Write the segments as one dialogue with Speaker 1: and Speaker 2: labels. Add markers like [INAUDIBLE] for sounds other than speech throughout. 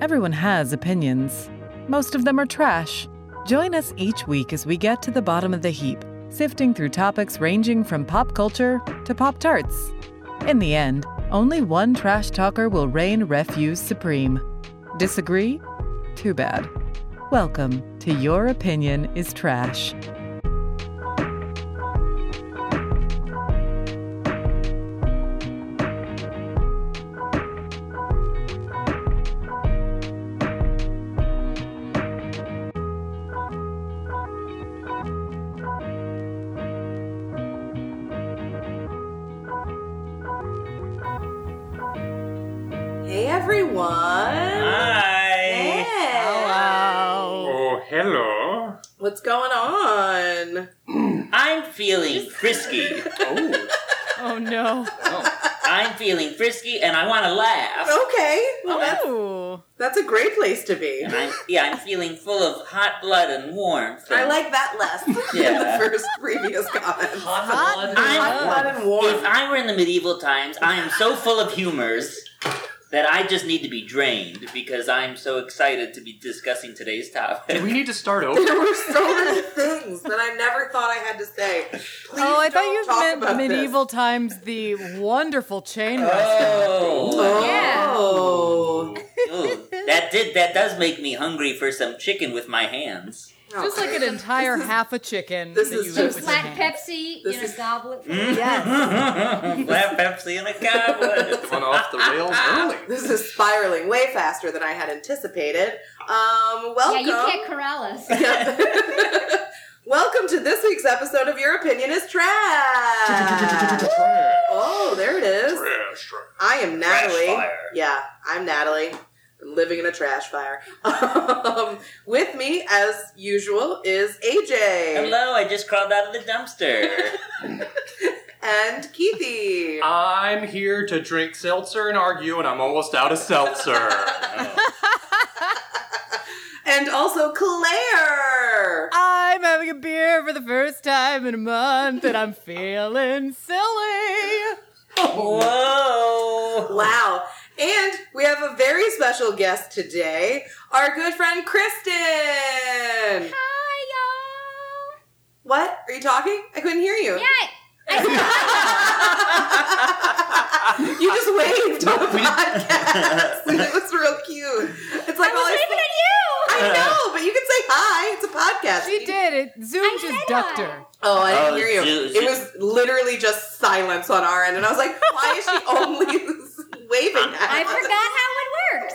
Speaker 1: Everyone has opinions. Most of them are trash. Join us each week as we get to the bottom of the heap, sifting through topics ranging from pop culture to Pop Tarts. In the end, only one trash talker will reign refuse supreme. Disagree? Too bad. Welcome to Your Opinion is Trash.
Speaker 2: Hey everyone!
Speaker 3: Hi.
Speaker 2: Hello!
Speaker 3: Oh, hello.
Speaker 2: What's going on?
Speaker 4: I'm feeling frisky.
Speaker 3: Oh,
Speaker 5: Oh no.
Speaker 4: I'm feeling frisky and I want to laugh.
Speaker 2: Okay, well that's,
Speaker 5: Ooh.
Speaker 2: that's a great place to be.
Speaker 4: And I'm, yeah, I'm feeling full of hot blood and warmth.
Speaker 2: I like that less [LAUGHS] than
Speaker 4: Yeah.
Speaker 2: the first previous comment.
Speaker 5: Hot
Speaker 2: Hot
Speaker 4: I'm,
Speaker 2: blood and warm.
Speaker 4: if I were in the medieval times, I am so full of humors that I just need to be drained because I'm so excited to be discussing today's
Speaker 3: do
Speaker 4: topic.
Speaker 3: we need to start over?
Speaker 2: There were so many things that I never thought I had to say. Please
Speaker 5: Oh, I thought
Speaker 2: don't
Speaker 5: you
Speaker 2: talk
Speaker 5: meant
Speaker 2: about this.
Speaker 5: medieval times, the wonderful chain restaurant.
Speaker 4: Oh,
Speaker 2: Oh,
Speaker 3: Oh.
Speaker 4: Ooh, that did that does make me hungry for some chicken with my hands.
Speaker 5: Just like an entire half a chicken
Speaker 2: this
Speaker 5: that
Speaker 2: is
Speaker 5: you
Speaker 2: just-
Speaker 5: eat with your
Speaker 6: Flat
Speaker 5: hand.
Speaker 6: Pepsi
Speaker 2: This
Speaker 6: in a
Speaker 2: is- Mm-hmm.
Speaker 6: goblet.
Speaker 4: Flat Pepsi and a [LAUGHS] goblet.
Speaker 3: Went off the rails early.
Speaker 2: This is spiraling way faster than I had anticipated. Um,
Speaker 6: yeah,
Speaker 2: welcome.
Speaker 6: you can't corral
Speaker 2: [LAUGHS]
Speaker 6: us.
Speaker 2: Yeah. Welcome to this week's episode of Your Opinion is Trash. oh, there it is.
Speaker 3: Trash, trash.
Speaker 2: I am Natalie.
Speaker 4: fire.
Speaker 2: Yeah, I'm Natalie. I'm living in a trash fire. Um, with me, as usual, is AJ
Speaker 4: Hello, I just crawled out of the [LAUGHS] dumpster.
Speaker 2: and Keithy.
Speaker 3: I'm here to drink seltzer and argue, and I'm almost out of seltzer.
Speaker 2: and also Claire.
Speaker 5: I'm having a beer for the first time in a month and I'm feeling silly.
Speaker 4: Whoa!
Speaker 2: Wow. And we have a very special guest today, our good friend Kristen.
Speaker 6: Hi,
Speaker 2: What? Are you talking? I couldn't hear you.
Speaker 6: y'all. Yeah. I
Speaker 2: you just waved on the
Speaker 3: we didn't-
Speaker 2: podcast. [LAUGHS] it was real cute. It's like
Speaker 6: I
Speaker 2: all
Speaker 6: was
Speaker 2: I
Speaker 6: waving at you. [LAUGHS]
Speaker 2: [LAUGHS] I know, but you can say hi. It's a podcast.
Speaker 5: She
Speaker 2: You-
Speaker 5: did it. Zoom
Speaker 6: I
Speaker 5: just
Speaker 6: said
Speaker 5: ducked
Speaker 6: I.
Speaker 5: her.
Speaker 2: Oh, I didn't
Speaker 4: Oh,
Speaker 2: hear you.
Speaker 4: Zeus,
Speaker 2: It
Speaker 4: Zeus.
Speaker 2: was literally just silence on our end, and I was like, "Why is she only [LAUGHS] waving?" At
Speaker 6: I
Speaker 2: us?
Speaker 6: forgot how it works.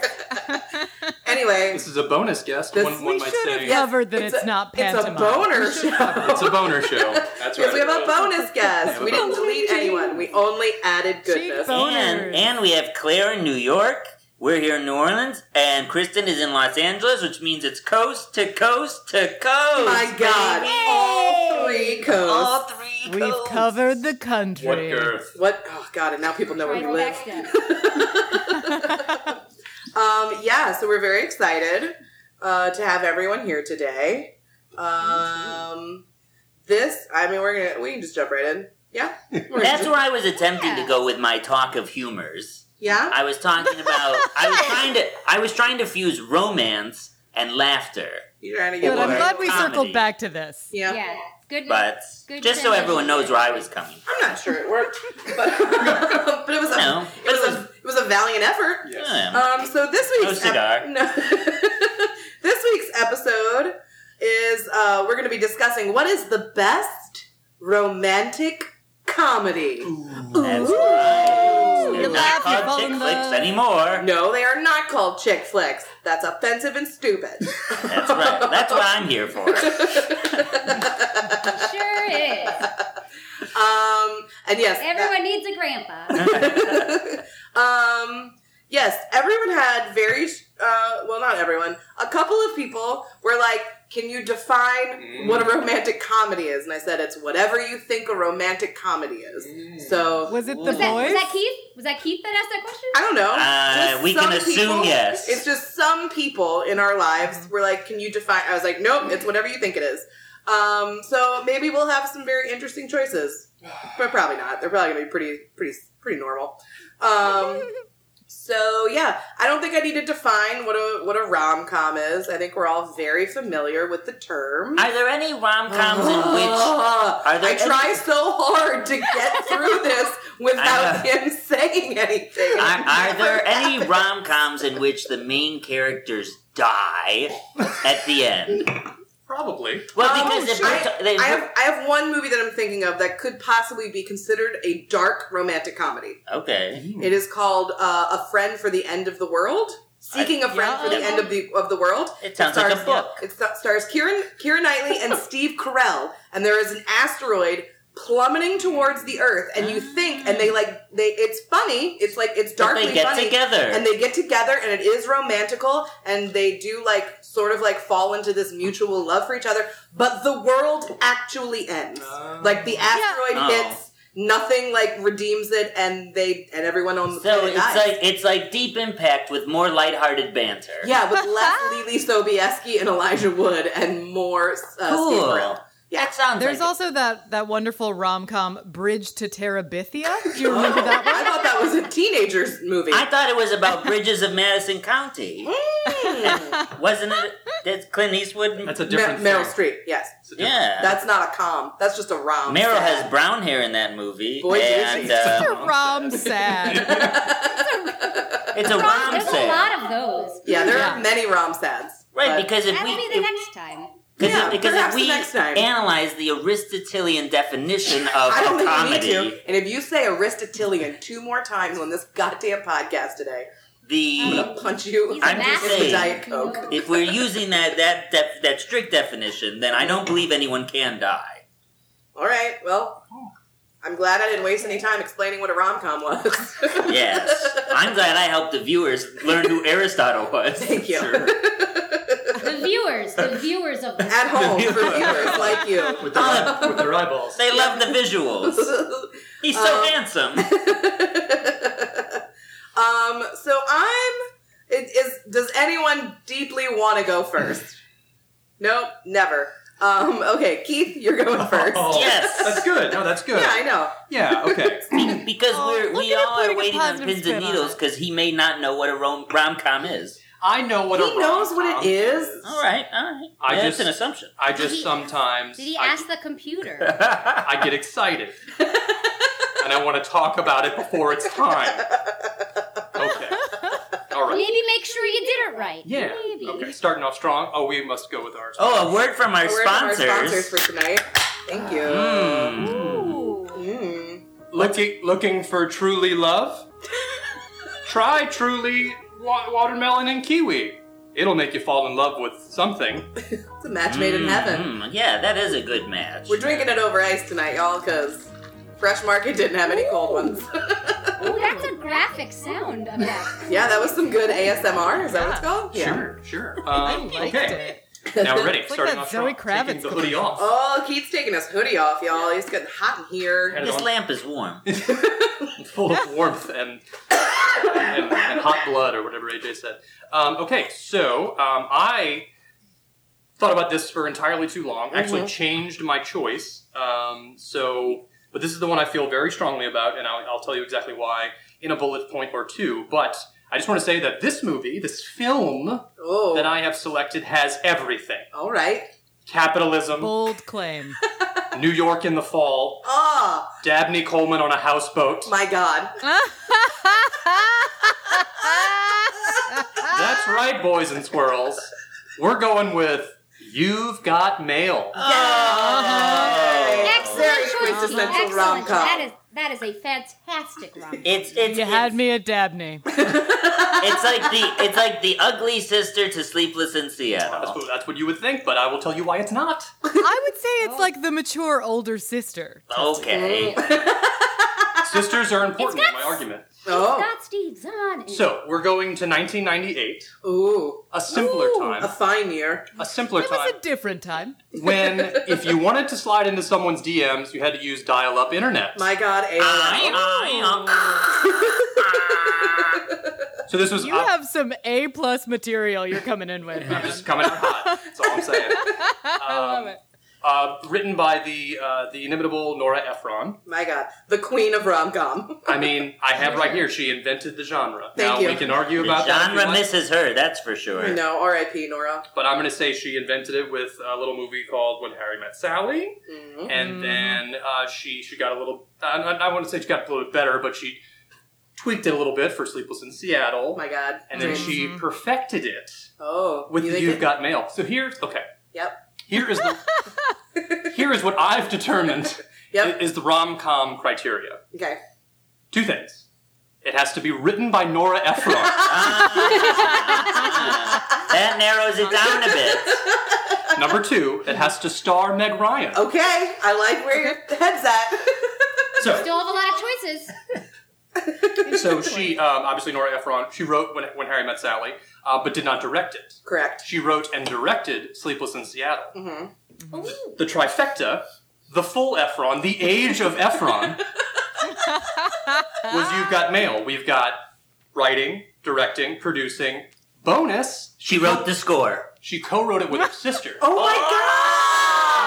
Speaker 2: Anyway,
Speaker 3: this is a bonus guest.
Speaker 2: This-
Speaker 3: one
Speaker 5: We
Speaker 3: one might
Speaker 5: should
Speaker 3: say
Speaker 5: have covered that it's,
Speaker 2: a-
Speaker 5: not
Speaker 2: It's a
Speaker 5: pantomime.
Speaker 2: boner
Speaker 5: We should-
Speaker 2: show.
Speaker 3: it's a
Speaker 2: [LAUGHS]
Speaker 3: boner show. That's
Speaker 2: Because
Speaker 3: right.
Speaker 2: we have a bonus guest. We didn't delete anyone. We only added goodness.
Speaker 5: Cheekbone.
Speaker 4: And
Speaker 5: Boners.
Speaker 4: and we have Claire in New York. We're here in New Orleans, and Kristen is in Los Angeles, which means it's coast to coast to coast.
Speaker 2: Oh My God,
Speaker 4: baby.
Speaker 2: all three
Speaker 4: all
Speaker 2: coasts.
Speaker 4: three.
Speaker 5: We've
Speaker 4: coasts.
Speaker 5: covered the country.
Speaker 3: What girth?
Speaker 2: What? Oh God! And now people know where we
Speaker 6: Tribal
Speaker 2: live.
Speaker 6: Dexter.
Speaker 2: [LAUGHS] Um, yeah, so we're very excited uh, to have everyone here today. Um, this, I mean, we're gonna we can just jump right in. Yeah, We're gonna
Speaker 4: That's
Speaker 2: just-
Speaker 4: where I was attempting
Speaker 6: Yeah.
Speaker 4: to go with my talk of humors.
Speaker 2: yeah.
Speaker 4: I was talking about. I was trying to. I was trying to fuse romance and laughter,
Speaker 2: You're trying to get
Speaker 5: But I'm
Speaker 2: one.
Speaker 5: glad we
Speaker 4: Comedy.
Speaker 5: circled back to this.
Speaker 2: [LAUGHS] Yeah.
Speaker 6: Yeah. Good.
Speaker 4: but
Speaker 6: Good
Speaker 4: just so
Speaker 6: transition.
Speaker 4: everyone knows where I was coming. from.
Speaker 2: I'm not sure it worked, but [LAUGHS] but it was a
Speaker 4: No,
Speaker 2: it was a it was a valiant effort.
Speaker 3: Yes.
Speaker 2: Um, so this
Speaker 4: No
Speaker 2: week's
Speaker 4: cigar.
Speaker 2: no. [LAUGHS] this week's episode is uh, we're going to be discussing what is the best romantic comedy.
Speaker 4: That's
Speaker 2: Ooh.
Speaker 4: right.
Speaker 2: You
Speaker 4: They're
Speaker 5: laugh,
Speaker 4: not
Speaker 5: you fall
Speaker 4: called chick
Speaker 5: in
Speaker 4: flicks
Speaker 5: love.
Speaker 4: anymore.
Speaker 2: No, they are not called chick flicks. That's offensive and stupid.
Speaker 4: That's right. That's what I'm here for.
Speaker 6: Sure is.
Speaker 2: [LAUGHS] um, and yes, that-
Speaker 6: Everyone needs a
Speaker 2: [LAUGHS]
Speaker 6: grandpa.
Speaker 2: um, yes, everyone had very, uh, well, not everyone. A couple of people were like, "Can you define what a romantic comedy is?" And I said, "It's whatever you think a romantic comedy is." So
Speaker 5: Was it the
Speaker 4: Was
Speaker 6: Was that, was
Speaker 5: boys?
Speaker 6: that Keith? Was that Keith that asked that question?
Speaker 2: I don't know.
Speaker 4: Uh,
Speaker 2: Just
Speaker 4: we can
Speaker 2: some
Speaker 4: assume
Speaker 2: people-
Speaker 4: yes.
Speaker 2: It's just some people in our lives were like, "Can you define?" I was like, "Nope, it's whatever you think it is." Um, so maybe we'll have some very interesting choices, but probably not. They're probably gonna be pretty, pretty, pretty normal. Um, So yeah, I don't think I need to define what a what a rom com is. I think we're all very familiar with the term.
Speaker 4: Are there any rom coms
Speaker 2: [GASPS]
Speaker 4: in which
Speaker 2: Ah,
Speaker 4: Are there
Speaker 2: I
Speaker 4: any-
Speaker 2: try so hard to get through
Speaker 4: [LAUGHS]
Speaker 2: this without
Speaker 4: I
Speaker 2: him saying anything. and
Speaker 4: are,
Speaker 2: it
Speaker 4: are
Speaker 2: never
Speaker 4: there any
Speaker 2: happens.
Speaker 4: rom coms in which the main characters die at the end?
Speaker 3: Probably.
Speaker 4: Well,
Speaker 2: Um,
Speaker 4: because if
Speaker 2: I,
Speaker 4: we're ta- they-
Speaker 2: I have I have one movie that I'm thinking of that could possibly be considered a dark romantic comedy.
Speaker 4: okay,
Speaker 2: It is called uh, "A Friend for the End of the World." Seeking a friend for the
Speaker 4: yeah.
Speaker 2: end of the of the world.
Speaker 4: It sounds like a book.
Speaker 2: yeah, It sta- stars Kieran Kieran Knightley
Speaker 4: [LAUGHS]
Speaker 2: and Steve Carell, and there is an asteroid plummeting towards the Earth, and you think, and they like they. It's funny. It's like it's
Speaker 4: But
Speaker 2: darkly
Speaker 4: Ah. they get
Speaker 2: funny.
Speaker 4: together.
Speaker 2: And they get together, and it is romantical, and they do like sort of like fall into this mutual love for each other. But the world actually ends.
Speaker 3: Oh.
Speaker 2: Like the asteroid
Speaker 4: Oh.
Speaker 2: hits, nothing like redeems it, and they and everyone on the
Speaker 4: so
Speaker 2: planet
Speaker 4: it's
Speaker 2: dies.
Speaker 4: like it's like Deep Impact with more lighthearted banter.
Speaker 2: yeah, with less
Speaker 4: [LAUGHS]
Speaker 2: Lily Sobieski and Elijah Wood, and more uh,
Speaker 4: cool.
Speaker 2: Steve Carell. Yeah.
Speaker 4: That sounds.
Speaker 5: There's
Speaker 4: like
Speaker 5: also that that wonderful rom com Bridge to Terabithia. Do you remember that one?
Speaker 2: I thought that was a teenager's movie. [LAUGHS]
Speaker 4: I thought it was about bridges of Madison County,
Speaker 2: Mm.
Speaker 4: wasn't it? That's Clint Eastwood.
Speaker 3: That's a
Speaker 2: Me-
Speaker 3: different
Speaker 2: Meryl
Speaker 3: thing.
Speaker 2: Street, yes.
Speaker 3: It's a different-
Speaker 4: yeah.
Speaker 2: That's not a com. That's just a rom.
Speaker 4: Meryl
Speaker 2: Sad. [LAUGHS]
Speaker 4: has [LAUGHS] brown hair in that movie,
Speaker 2: Boy, did
Speaker 4: and
Speaker 2: she.
Speaker 4: uh,
Speaker 2: [LAUGHS]
Speaker 5: Mr. Rom sad.
Speaker 4: it's a
Speaker 6: Rom-
Speaker 4: rom
Speaker 6: There's a
Speaker 4: set,
Speaker 6: lot of those.
Speaker 2: Yeah, there
Speaker 5: Yeah.
Speaker 2: are many rom sads.
Speaker 4: right?
Speaker 2: but-
Speaker 4: Because if
Speaker 6: That
Speaker 4: we
Speaker 6: will be
Speaker 4: if-
Speaker 6: the next time.
Speaker 4: Cause
Speaker 2: Yeah,
Speaker 4: because
Speaker 2: perhaps
Speaker 4: if
Speaker 2: the
Speaker 4: we
Speaker 2: next time.
Speaker 4: analyze the Aristotelian definition of
Speaker 2: [LAUGHS] I don't
Speaker 4: a
Speaker 2: think
Speaker 4: comedy,
Speaker 2: you need to. And if you say Aristotelian two more times on this goddamn podcast today, I'm
Speaker 4: the
Speaker 2: gonna punch you
Speaker 6: He's
Speaker 4: I'm
Speaker 6: a
Speaker 4: just
Speaker 6: master.
Speaker 2: in the
Speaker 4: saying,
Speaker 2: Diet Coke.
Speaker 4: if we're using that that def, that strict definition, then I don't believe anyone
Speaker 2: [LAUGHS]
Speaker 4: can die.
Speaker 2: All right, well, I'm glad I didn't waste any time explaining what a rom com
Speaker 4: [LAUGHS]
Speaker 2: was.
Speaker 4: Yes, I'm glad I helped the viewers learn who Aristotle was.
Speaker 2: Thank you.
Speaker 4: [LAUGHS] Sure.
Speaker 6: The viewers, the viewers of the
Speaker 2: [LAUGHS] At home
Speaker 4: [LAUGHS]
Speaker 2: for viewers like you. [LAUGHS]
Speaker 3: With, their
Speaker 2: Um,
Speaker 3: eye- with their eyeballs.
Speaker 4: They love the visuals.
Speaker 5: [LAUGHS]
Speaker 4: He's so
Speaker 2: Um,
Speaker 4: handsome.
Speaker 2: um, so I'm. It is. Does anyone deeply want to go first? nope, never. Um, okay, Keith, you're going first.
Speaker 3: [LAUGHS] Oh,
Speaker 4: Yes.
Speaker 3: That's good. No, that's good.
Speaker 2: Yeah, I know.
Speaker 3: Yeah, okay.
Speaker 4: Be- because
Speaker 5: Oh,
Speaker 4: we're,
Speaker 5: look
Speaker 4: we
Speaker 5: at him
Speaker 4: all are
Speaker 5: putting a
Speaker 4: waiting on
Speaker 5: positive
Speaker 4: pins
Speaker 5: spin
Speaker 4: and
Speaker 5: on
Speaker 4: needles
Speaker 5: it.
Speaker 4: because he may not know what a rom com is.
Speaker 3: I know what a
Speaker 2: he knows what
Speaker 3: rom-com
Speaker 2: it is.
Speaker 4: All right, all right.
Speaker 3: I
Speaker 4: That's
Speaker 3: just-
Speaker 4: an assumption.
Speaker 3: I just
Speaker 6: Did he-
Speaker 3: sometimes
Speaker 6: Did he
Speaker 3: I-
Speaker 6: ask the
Speaker 2: [LAUGHS]
Speaker 6: computer?
Speaker 3: I get excited. and I want to talk about it before it's time. Okay. All right.
Speaker 6: Maybe make sure you did it right.
Speaker 3: Yeah.
Speaker 6: Maybe.
Speaker 3: Okay. Starting off strong. Oh, we must go with ours.
Speaker 4: Oh, a word from our
Speaker 2: A word from
Speaker 4: sponsors.
Speaker 2: Our sponsors for tonight. Thank you.
Speaker 4: Mm.
Speaker 6: Ooh.
Speaker 2: Mm.
Speaker 3: Looking looking for truly love? Try truly wa- watermelon and kiwi. It'll make you fall in love with something.
Speaker 2: It's a match made in heaven.
Speaker 4: Mm, yeah, that is a good match.
Speaker 2: We're drinking it over ice tonight, y'all, because Fresh Market didn't have any cold ones. [LAUGHS]
Speaker 6: Ooh, that's a graphic sound of that.
Speaker 2: yeah, that was some good ASMR. Is that what it's called? Yeah.
Speaker 3: Sure, sure. Um,
Speaker 5: I liked
Speaker 3: okay.
Speaker 5: it.
Speaker 3: Now we're ready.
Speaker 5: It's like
Speaker 3: Starting
Speaker 5: that
Speaker 3: off
Speaker 5: Zoe
Speaker 3: strong. Taking
Speaker 5: Kravitz
Speaker 3: the hoodie
Speaker 5: commercial.
Speaker 3: off.
Speaker 2: Oh, Keith's taking his hoodie off, y'all. He's getting hot in here.
Speaker 3: Had it
Speaker 4: This
Speaker 3: on.
Speaker 4: lamp is
Speaker 3: [LAUGHS]
Speaker 4: warm.
Speaker 3: full of warmth and, and, and hot blood, or whatever AJ said. Um, okay, so um, I thought about this for entirely too long. Actually, changed my choice. Um, so, but this is the one I feel very strongly about, and I'll, I'll tell you exactly why in a bullet point or two. But I just want to say that this movie, this film
Speaker 2: Oh,
Speaker 3: that I have selected, has everything:
Speaker 2: all right.
Speaker 3: capitalism,
Speaker 5: Bold claim.
Speaker 3: New York in the fall,
Speaker 2: Oh,
Speaker 3: Dabney Coleman on a houseboat.
Speaker 2: my God.
Speaker 3: That's right, boys and squirrels. We're going with You've Got Mail.
Speaker 2: Yay. Very
Speaker 6: Excellent choice. Keith.
Speaker 2: quintessential
Speaker 6: Excellent.
Speaker 2: rom-com.
Speaker 6: That is that is a fantastic rom.
Speaker 4: It's it's
Speaker 5: You had me at
Speaker 6: [LAUGHS]
Speaker 5: Dabney.
Speaker 4: it's like
Speaker 5: [LAUGHS]
Speaker 4: the it's like the ugly sister to Sleepless in
Speaker 3: That's,
Speaker 4: Seattle.
Speaker 3: what, that's what you would think, but I will tell you why
Speaker 5: [LAUGHS]
Speaker 3: it's not.
Speaker 5: I would say
Speaker 6: Oh.
Speaker 5: it's like the mature older sister.
Speaker 4: Okay.
Speaker 3: Sisters are important in my argument.
Speaker 2: Oh,
Speaker 6: Not Steve Zahn.
Speaker 3: So, we're going to 1998,
Speaker 2: ooh,
Speaker 3: a simpler
Speaker 5: Ooh.
Speaker 2: a
Speaker 3: time.
Speaker 2: fine year.
Speaker 3: A simpler
Speaker 5: It was
Speaker 3: time
Speaker 5: a [LAUGHS] different time.
Speaker 3: when if you wanted to slide into someone's DMs, you had to use dial up internet.
Speaker 2: My God,
Speaker 3: [LAUGHS]
Speaker 4: Aye,
Speaker 2: AOL.
Speaker 4: aye,
Speaker 3: So, this was
Speaker 5: You
Speaker 3: [LAUGHS] up-
Speaker 5: have some A
Speaker 3: [LAUGHS]
Speaker 5: plus material you're coming in with. [LAUGHS]
Speaker 3: I'm just coming out hot. That's all I'm saying. I love
Speaker 5: it.
Speaker 3: uh, written by the uh, the inimitable Nora Ephron.
Speaker 2: My God, the queen of rom com.
Speaker 3: I mean, I have right here. She invented the genre.
Speaker 2: Thank
Speaker 3: now
Speaker 2: you.
Speaker 3: we can argue
Speaker 4: The
Speaker 3: about that, if you
Speaker 4: genre
Speaker 3: like,
Speaker 4: misses her, that's for sure.
Speaker 2: no, R.I.P. Nora.
Speaker 3: but I'm going to say she invented it with a little movie called When Harry Met Sally,
Speaker 2: Mhm.
Speaker 4: Mm-hmm.
Speaker 3: and then uh, she she got a little. I, I want to say she got a little bit better, but she tweaked it a little bit for Sleepless in
Speaker 2: Oh
Speaker 3: Seattle,
Speaker 2: my God.
Speaker 3: and then
Speaker 2: Dreams.
Speaker 3: she perfected it
Speaker 2: Oh,
Speaker 3: with
Speaker 2: you
Speaker 3: the
Speaker 2: think
Speaker 3: You've
Speaker 2: it-
Speaker 3: Got Mail. So here's okay.
Speaker 2: Yep.
Speaker 3: Here is the
Speaker 2: [LAUGHS]
Speaker 3: here is what I've determined
Speaker 2: Yep.
Speaker 3: is the rom com criteria.
Speaker 2: Okay.
Speaker 3: Two things. It has to be written by Nora Ephron.
Speaker 4: Ah. that narrows it down a
Speaker 5: [LAUGHS]
Speaker 4: bit.
Speaker 3: Number two, it has to star Meg Ryan.
Speaker 2: Oh, Okay. I like where your head's at.
Speaker 3: [LAUGHS] So,
Speaker 6: Still have a lot of choices.
Speaker 3: so she um, obviously Nora Ephron. She wrote when, when Harry Met Sally, uh, but did not direct it.
Speaker 2: Correct.
Speaker 3: She wrote and directed Sleepless in Seattle.
Speaker 2: hmm
Speaker 6: Ooh.
Speaker 3: The trifecta, the full Ephron, the age of Ephron, was you've got mail. We've got writing, directing, producing. Bonus,
Speaker 4: She wrote the score.
Speaker 3: she co-wrote it with her sister.
Speaker 2: Oh my God!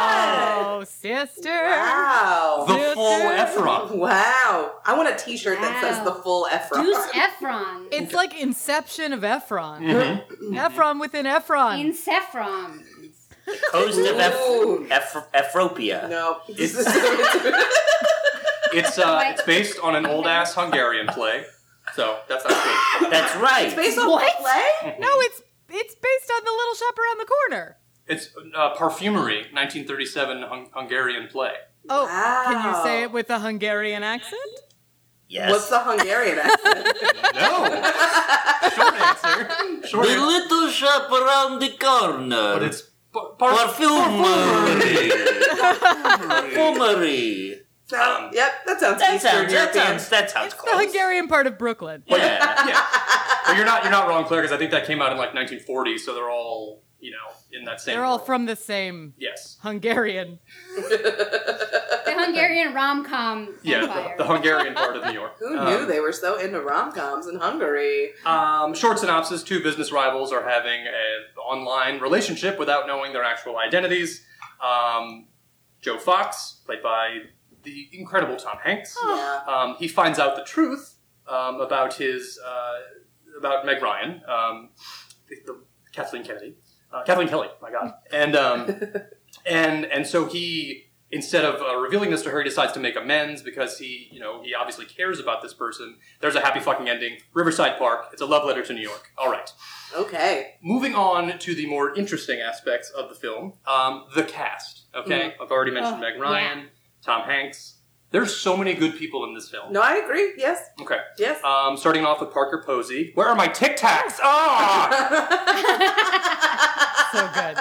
Speaker 5: Oh, sister.
Speaker 2: Wow.
Speaker 3: the full Ephron.
Speaker 2: Wow. I want a t shirt that says
Speaker 6: Wow.
Speaker 2: the full Ephra.
Speaker 6: [LAUGHS] Deuce Efron.
Speaker 5: It's like Inception of Ephron.
Speaker 3: Mhm.
Speaker 5: Ephron within Ephron.
Speaker 6: In Saffron.
Speaker 4: Coast of
Speaker 2: Ooh.
Speaker 4: Eph- Eph- Ephropia.
Speaker 2: [LAUGHS] no.
Speaker 5: [LAUGHS]
Speaker 2: [LAUGHS]
Speaker 5: Oh
Speaker 3: It's uh,
Speaker 6: Wait.
Speaker 3: it's based on an old ass Hungarian play. So that's not good.
Speaker 4: That's right.
Speaker 2: Based on
Speaker 6: What?
Speaker 2: what play?
Speaker 5: No, it's it's based on the Little Shop around the corner.
Speaker 3: It's uh, Parfumery, 1937 hung- Hungarian play.
Speaker 5: Oh, can
Speaker 2: Wow.
Speaker 5: you say it with a Hungarian accent?
Speaker 4: Yes.
Speaker 2: What's the Hungarian accent?
Speaker 3: No, [LAUGHS] short answer. Short answer.
Speaker 4: little shop around the corner.
Speaker 3: But it's par- par- Parfumery.
Speaker 4: Perfumery.
Speaker 2: Sound- yep, that sounds
Speaker 4: That
Speaker 2: Eastern
Speaker 4: sounds, that
Speaker 2: European.
Speaker 4: sounds, that sounds
Speaker 5: The
Speaker 4: close.
Speaker 5: Hungarian part of Brooklyn.
Speaker 3: But yeah, yeah. But you're not you're not wrong, Claire, because I think that came out in like 1940, so they're all you know in that same.
Speaker 5: They're all
Speaker 3: world.
Speaker 5: from the same
Speaker 3: Yes.
Speaker 5: Hungarian.
Speaker 6: The Hungarian rom com
Speaker 3: Yeah,
Speaker 6: empire.
Speaker 3: the, the Hungarian part of New York.
Speaker 2: Who
Speaker 3: Um,
Speaker 2: knew they were so into rom coms in Hungary?
Speaker 3: Um, short synopsis: Two business rivals are having an online relationship without knowing their actual identities. Um, Joe Fox, played by the incredible Tom Hanks,
Speaker 2: Yeah.
Speaker 3: um, he finds out the truth um, about his uh, about Meg Ryan, um, the, the Kathleen Kennedy, uh, Kathleen Kelly. My God, and um, and and so he instead of uh, revealing this to her, he decides to make amends because he you know he obviously cares about this person. There's a happy fucking ending. Riverside Park. It's a love letter to New York. All right.
Speaker 2: Okay.
Speaker 3: Moving on to the more interesting aspects of the film, um, the cast. Okay, I've already mentioned
Speaker 6: Oh,
Speaker 3: Meg Ryan, Tom Hanks. There's so many good people in this film.
Speaker 2: No, I agree. Yes.
Speaker 3: Okay.
Speaker 2: Yes.
Speaker 3: Um, starting off with Parker Posey. Where are my Tic Tacs?
Speaker 2: [LAUGHS]
Speaker 3: Ah!
Speaker 5: So
Speaker 3: [LAUGHS]
Speaker 5: good.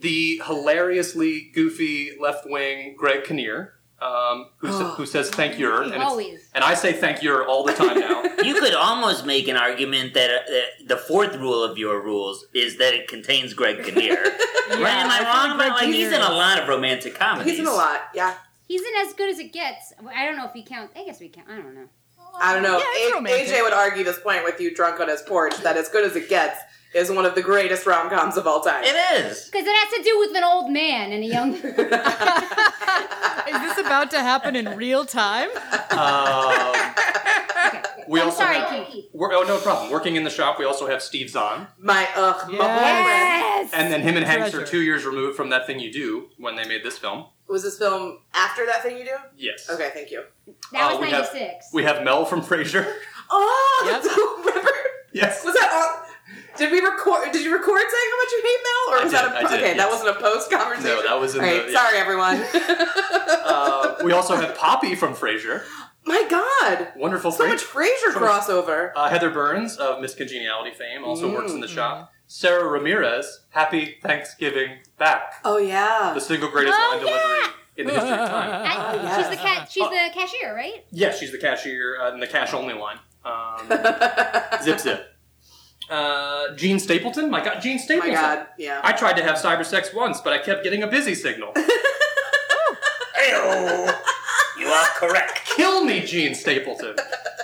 Speaker 3: the hilariously goofy left wing Greg Kinnear, um, who,
Speaker 2: [GASPS]
Speaker 3: sa- who says thank you, and, it's-
Speaker 6: Always.
Speaker 3: and I say thank you all the time
Speaker 2: [LAUGHS]
Speaker 3: now.
Speaker 4: You could almost make an argument that, uh, that the fourth rule of your rules is that it contains Greg
Speaker 2: [LAUGHS]
Speaker 4: Kinnear. right? Am I wrong? But like, he's in a lot of romantic comedies.
Speaker 2: He's in a lot. Yeah.
Speaker 6: He's in as good as it gets. I don't know if he counts. I guess we count. I don't know.
Speaker 2: I don't know.
Speaker 5: Yeah, it's
Speaker 2: A-
Speaker 5: romantic.
Speaker 2: AJ would argue this point with you drunk on his porch that As Good as It Gets is one of the greatest rom coms of all time.
Speaker 4: It is.
Speaker 6: Because it has to do with an old man and a [LAUGHS] young.
Speaker 5: Is this about to happen in real time?
Speaker 3: Um, we
Speaker 6: I'm
Speaker 3: also
Speaker 6: sorry,
Speaker 3: have-
Speaker 6: Kiki.
Speaker 3: we're- oh, no problem. Working in the shop, we also have Steve Zahn.
Speaker 2: My ugh, my boyfriend.
Speaker 6: Yes.
Speaker 3: And then him and Hanks are
Speaker 5: Treasure.
Speaker 3: two years removed from That Thing You Do when they made this film.
Speaker 2: Was this film after that thing you do?
Speaker 3: Yes.
Speaker 2: Okay, thank you.
Speaker 3: uh,
Speaker 6: that was
Speaker 3: we have-
Speaker 6: 96.
Speaker 3: We have Mel from Frasier. [LAUGHS]
Speaker 2: Oh,
Speaker 5: Yep.
Speaker 2: [LAUGHS] remember?
Speaker 3: yes.
Speaker 2: Was that on? Did we record? Did you record saying how much you hate Mel,
Speaker 3: I
Speaker 2: or was
Speaker 3: did,
Speaker 2: that a,
Speaker 3: I did,
Speaker 2: okay? That
Speaker 3: yes.
Speaker 2: wasn't a post conversation.
Speaker 3: No, that was in
Speaker 2: All right,
Speaker 3: the- yeah.
Speaker 2: Sorry, everyone.
Speaker 3: Uh, we also have Poppy from Frasier.
Speaker 2: [LAUGHS] My God,
Speaker 3: Wonderful
Speaker 2: so
Speaker 3: Frasier.
Speaker 2: much Frasier crossover.
Speaker 3: Uh, Heather Burns of Miss Congeniality fame also works in the shop. Sarah Ramirez, Happy Thanksgiving Back,
Speaker 2: Oh yeah.
Speaker 3: the single greatest
Speaker 6: Oh,
Speaker 3: line delivery in the history of
Speaker 6: [LAUGHS]
Speaker 3: time.
Speaker 6: I-
Speaker 2: yes.
Speaker 6: She's the cat.
Speaker 3: Uh,
Speaker 6: She's the cashier, right?
Speaker 3: Yeah, she's the cashier uh, in the cash only line. Um, zip zip. Uh, Gene Stapleton, my God, Gene
Speaker 2: My
Speaker 3: Stapleton.
Speaker 2: God, yeah.
Speaker 3: I tried to have cyber sex once, but I kept getting a busy signal.
Speaker 4: Ew. You are correct.
Speaker 3: Kill me, Gene Stapleton.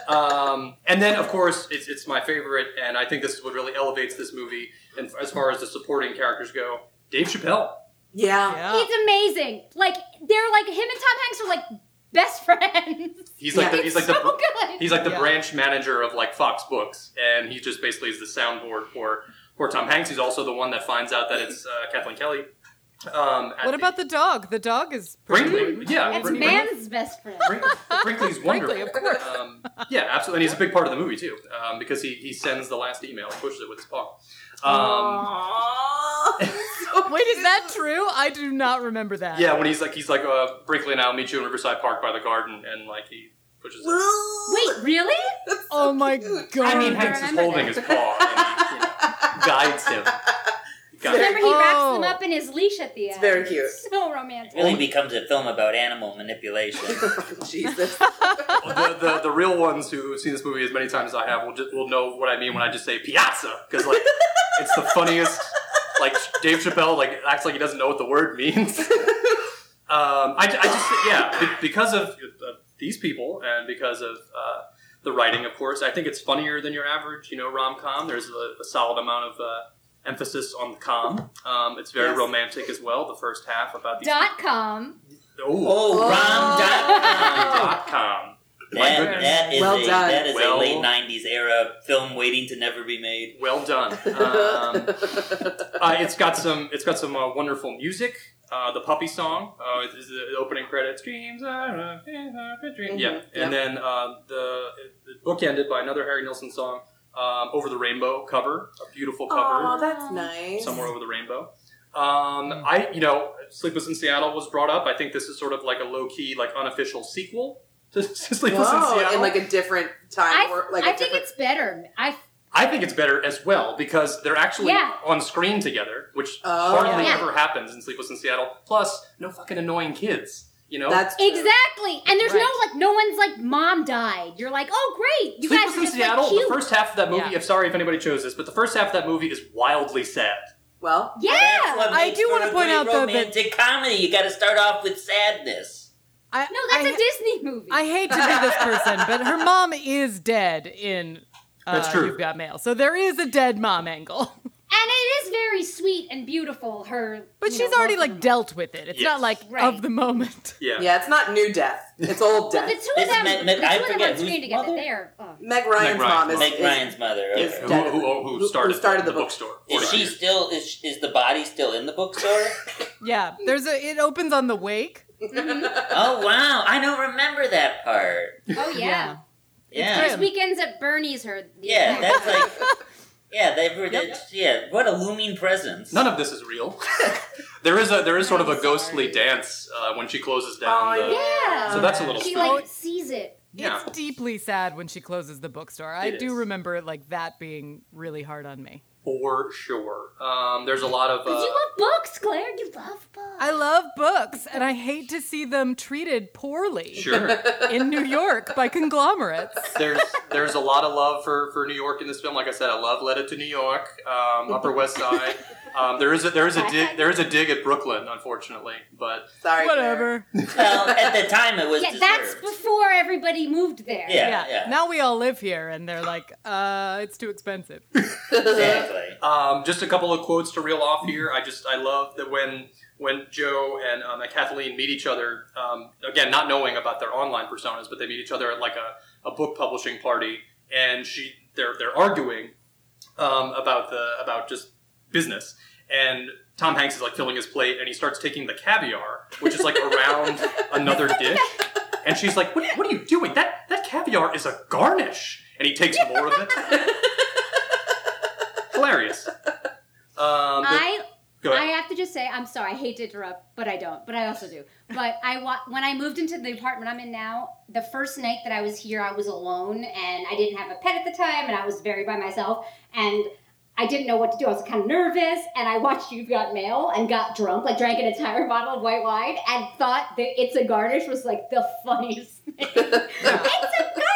Speaker 3: Um, and then, of course, it's, it's my favorite, and I think this is what really elevates this movie. And as far as the supporting characters go, Dave Chappelle.
Speaker 2: Yeah.
Speaker 5: Yeah.
Speaker 6: He's amazing. Like they're like him and Tom Hanks are like best [LAUGHS] friends.
Speaker 3: He's like
Speaker 2: Yeah.
Speaker 3: the, he's like
Speaker 6: so
Speaker 3: the br-
Speaker 6: good.
Speaker 3: he's like the
Speaker 5: Yeah.
Speaker 3: branch manager of like Fox Books, and he just basically is the soundboard for for Tom Hanks. He's also the one that finds out that it's uh, Kathleen Kelly. Um, at
Speaker 5: What about the dog? The dog is pretty
Speaker 3: Brinkley? Yeah,
Speaker 6: That's
Speaker 3: Brin-
Speaker 6: man's best friend.
Speaker 3: Brink-
Speaker 5: [LAUGHS]
Speaker 3: Brinkley's wonderful.
Speaker 5: Brinkley, of course.
Speaker 3: Um, yeah, absolutely, and he's a big part of the movie too, um, because he, he sends the last email, he pushes it with his paw.
Speaker 2: [LAUGHS]
Speaker 3: Um, [LAUGHS]
Speaker 2: Aww.
Speaker 5: Wait, is that true? I do not remember that.
Speaker 3: yeah, when he's like he's like uh, Brinkley and I'll meet you in Riverside Park by the garden, and like he pushes it.
Speaker 6: Wait, really?
Speaker 5: Oh my god.
Speaker 3: I mean,
Speaker 6: I
Speaker 3: Hanks is
Speaker 6: remember
Speaker 3: holding
Speaker 6: that.
Speaker 3: his paw, and, you know, guides him. Guides him.
Speaker 6: Remember he wraps
Speaker 5: Oh.
Speaker 6: them up in his leash at the end.
Speaker 2: very cute.
Speaker 6: So romantic.
Speaker 4: Really becomes a film about animal
Speaker 3: [LAUGHS]
Speaker 4: manipulation.
Speaker 2: [LAUGHS] Jesus.
Speaker 3: [LAUGHS] Um, the, the, the real ones who've seen this movie as many times as I have will, just, will know what I mean when I just say piazza because like it's the funniest. Like Dave Chappelle like acts like he doesn't know what the word means. [LAUGHS] um, I, I just yeah be- because of uh, these people and because of uh, the writing, of course, I think it's funnier than your average you know rom com. There's a, a solid amount of. Uh, Emphasis on the com. Um, it's very
Speaker 2: Yes.
Speaker 3: romantic as well. The first half about these.
Speaker 6: Dot com.
Speaker 3: oh,
Speaker 4: oh, rom com.
Speaker 3: dot com. Oh. My
Speaker 4: That,
Speaker 3: goodness.
Speaker 4: that is
Speaker 2: Well
Speaker 4: a
Speaker 2: done.
Speaker 4: that is
Speaker 3: Well-
Speaker 4: a late '90s era film waiting to never be made.
Speaker 3: Well done. Um,
Speaker 2: [LAUGHS]
Speaker 3: uh, it's got some. It's got some uh, wonderful music. Uh, the puppy song uh, is- is the opening credits. Dreams are a dream. Yeah,
Speaker 2: Mhm. Yep.
Speaker 3: and then uh, the, the book ended by another Harry Nilsson song, um, "Over the Rainbow" cover, a beautiful
Speaker 2: Aw,
Speaker 3: cover,
Speaker 2: that's nice.
Speaker 3: "Somewhere Over the Rainbow." Um, I, you know, "Sleepless in Seattle" was brought up. I think this is sort of like a low key, like unofficial sequel to [LAUGHS] "Sleepless in
Speaker 2: Whoa,
Speaker 3: Seattle."
Speaker 2: in like a different time.
Speaker 6: I,
Speaker 2: or like
Speaker 6: I
Speaker 2: a
Speaker 6: think
Speaker 2: different...
Speaker 6: it's better. I
Speaker 3: I think it's better as well because they're actually
Speaker 6: Yeah.
Speaker 3: on screen together, which
Speaker 2: Oh.
Speaker 3: hardly
Speaker 6: Yeah.
Speaker 3: ever happens in Sleepless in Seattle. Plus, no fucking annoying kids, you know.
Speaker 2: That's true.
Speaker 6: exactly. And there's
Speaker 5: Right.
Speaker 6: no like no one's like mom died. You're like, oh great, you
Speaker 3: Sleepless
Speaker 6: guys are
Speaker 3: in
Speaker 6: just
Speaker 3: Seattle.
Speaker 6: like cute.
Speaker 3: the first half of that movie.
Speaker 5: Yeah.
Speaker 3: I'm sorry if anybody chose this, but the first half of that movie is wildly sad.
Speaker 2: Well,
Speaker 4: That's
Speaker 6: yeah.
Speaker 4: what
Speaker 5: I
Speaker 4: makes
Speaker 5: do
Speaker 4: for
Speaker 5: wanna
Speaker 4: a
Speaker 5: point
Speaker 4: great
Speaker 5: out, though, that-
Speaker 4: romantic comedy. You got to start off with sadness.
Speaker 5: I,
Speaker 6: No, that's
Speaker 5: I,
Speaker 6: a Disney movie.
Speaker 5: I hate to be this person, but her mom is dead in uh,
Speaker 3: That's true.
Speaker 5: You've Got Mail. So there is a dead mom angle.
Speaker 6: and it is very sweet and beautiful. Her,
Speaker 5: But
Speaker 6: you
Speaker 5: she's
Speaker 6: know,
Speaker 5: already
Speaker 6: welcome
Speaker 5: like
Speaker 6: home.
Speaker 5: dealt with it. It's
Speaker 3: Yes.
Speaker 5: not like
Speaker 6: Right.
Speaker 5: of the moment.
Speaker 3: [LAUGHS] Yeah.
Speaker 2: yeah, it's not new death. It's old death.
Speaker 6: But the two
Speaker 4: This is
Speaker 6: of them,
Speaker 4: Meg-
Speaker 6: the
Speaker 4: Meg- I
Speaker 6: two of them
Speaker 4: forget
Speaker 6: on
Speaker 4: who's
Speaker 6: screen together.
Speaker 4: mother?
Speaker 6: They're oh.
Speaker 2: Meg Ryan's
Speaker 3: Ryan's
Speaker 2: mom is,
Speaker 3: mom.
Speaker 4: Meg
Speaker 2: is-
Speaker 4: Ryan's mother.
Speaker 2: is
Speaker 4: okay.
Speaker 3: Who,
Speaker 2: dead.
Speaker 3: who, who,
Speaker 2: Who-
Speaker 3: started,
Speaker 2: who started the
Speaker 3: the,
Speaker 2: book-
Speaker 3: bookstore?
Speaker 4: Is she still? Is, sh- is the body still in the bookstore?
Speaker 5: [LAUGHS] Yeah, there's a. It opens on the wake.
Speaker 4: oh wow, I don't remember that part.
Speaker 6: Oh yeah.
Speaker 4: Yeah,
Speaker 5: grim.
Speaker 6: Weekends at Bernie's. Her.
Speaker 4: yeah, that's like.
Speaker 5: [LAUGHS]
Speaker 4: Yeah, they were. that's- Yeah, what a looming presence.
Speaker 3: None of this is
Speaker 2: [LAUGHS]
Speaker 3: real. there is a there is sort of a ghostly dance uh, when she closes down.
Speaker 2: Oh,
Speaker 3: the,
Speaker 6: yeah.
Speaker 3: So that's a little.
Speaker 6: she
Speaker 3: spooky.
Speaker 6: like sees it.
Speaker 3: yeah.
Speaker 5: It's deeply sad when she closes the bookstore. I
Speaker 3: It
Speaker 5: do
Speaker 3: is.
Speaker 5: remember like that being really hard on me.
Speaker 3: for sure. Um, there's a lot of.
Speaker 6: But
Speaker 3: Uh,
Speaker 6: you love books, Claire. You love books.
Speaker 5: I love books, and I hate to see them treated poorly
Speaker 2: [LAUGHS]
Speaker 3: sure.
Speaker 5: in New York by conglomerates.
Speaker 3: there's there's a lot of love for, for New York in this film. Like I said, I love Letter to New York, um, Upper West Side. Um, there is a there is a dig, there is a dig at Brooklyn, unfortunately, but
Speaker 2: Sorry. [LAUGHS] Claire.
Speaker 5: Whatever.
Speaker 4: Well, at the time it was.
Speaker 6: yeah,
Speaker 4: deserved.
Speaker 6: that's before everybody moved there.
Speaker 4: Yeah.
Speaker 5: Yeah. Now we all live here, and they're like, uh, it's too
Speaker 3: [LAUGHS]
Speaker 5: expensive.
Speaker 3: Oh,
Speaker 4: exactly.
Speaker 3: um, just a couple of quotes to reel off here. I just I love that when when Joe and um, Kathleen meet each other um, again, not knowing about their online personas, but they meet each other at like a, a book publishing party, and she they're they're arguing um, about the about just business. And Tom Hanks is like filling his plate, and he starts taking the caviar, which is like around another dish. And she's like, what, "What are you doing? That that caviar is a garnish." And he takes more of it. Hilarious. Um, the-
Speaker 6: I
Speaker 3: go
Speaker 6: I
Speaker 3: ahead.
Speaker 6: have to just say, I'm sorry. I hate to interrupt, but I don't. But I also do. But I wa- when I moved into the apartment I'm in now, the first night that I was here, I was alone and I didn't have a pet at the time, and I was very by myself, and I didn't know what to do. I was kind of nervous, and I watched You've Got Mail and got drunk, like drank an entire [LAUGHS] bottle of white wine, and thought that it's a garnish was like the funniest thing. [LAUGHS] it's a garnish.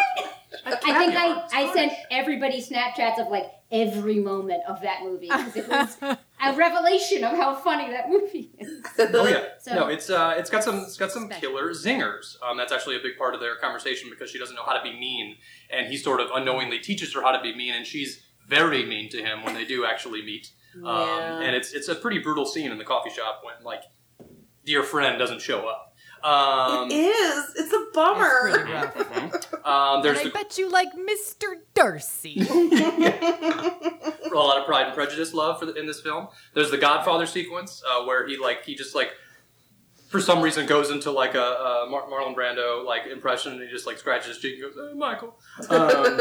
Speaker 6: I think I, I sent everybody Snapchats of like every moment of that movie 'cause [LAUGHS] it was a revelation of how funny that movie is.
Speaker 3: Oh yeah,
Speaker 6: So-
Speaker 3: no, it's uh, it's got some it's got some
Speaker 6: Respect.
Speaker 3: killer zingers. Um, that's actually a big part of their conversation because she doesn't know how to be mean, and he sort of unknowingly teaches her how to be mean, and she's very mean to him when they do actually meet. Um,
Speaker 2: Yeah.
Speaker 3: and it's it's a pretty brutal scene in the coffee shop when like dear friend doesn't show up. Um,
Speaker 2: it is. It's a bummer.
Speaker 5: It's really rough.
Speaker 3: um,
Speaker 5: And
Speaker 3: there's
Speaker 5: I
Speaker 3: the,
Speaker 5: bet you like Mr. Darcy.
Speaker 3: a lot of Pride and Prejudice love for the, in this film. There's the Godfather sequence uh, where he like he just like for some reason goes into like a, a Mar- Marlon Brando like impression and he just like scratches his cheek and goes oh, Michael. Um,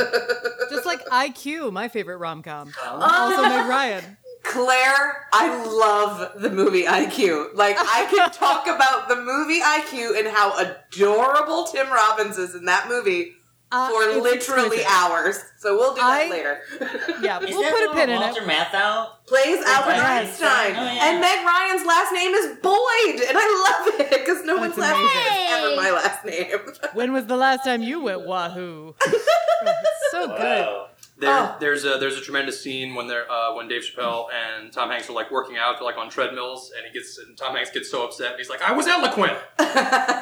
Speaker 5: Just like IQ, my favorite rom com.
Speaker 2: Um,
Speaker 3: uh,
Speaker 5: Also,
Speaker 2: [LAUGHS]
Speaker 5: Meg Ryan.
Speaker 2: Claire, I love the movie IQ. Like, I
Speaker 5: [LAUGHS]
Speaker 2: can talk about the movie IQ and how adorable Tim Robbins is in that movie
Speaker 5: Uh,
Speaker 2: for
Speaker 5: it's
Speaker 2: literally
Speaker 5: exquisite.
Speaker 2: hours. So we'll do that
Speaker 5: I- [LAUGHS]
Speaker 2: later. [LAUGHS]
Speaker 5: Yeah,
Speaker 4: Is
Speaker 5: we'll
Speaker 4: that
Speaker 5: put a
Speaker 4: one
Speaker 5: pin in
Speaker 4: Walter
Speaker 5: it.
Speaker 4: Matthau?
Speaker 2: Plays Albert
Speaker 5: Yes.
Speaker 2: Einstein.
Speaker 4: Oh, yeah.
Speaker 2: And Meg Ryan's last name is Boyd. And I love it because no
Speaker 5: That's
Speaker 2: one's last name is
Speaker 6: amazing.
Speaker 2: ever my last name.
Speaker 5: When was the last time you went Wahoo?
Speaker 4: Oh,
Speaker 5: so good.
Speaker 4: Wow.
Speaker 3: there,
Speaker 2: Oh.
Speaker 3: There's a there's a tremendous scene when they're uh, when Dave Chappelle and Tom Hanks are like working out they're, like on treadmills and he gets and Tom Hanks gets so upset and he's like I was eloquent.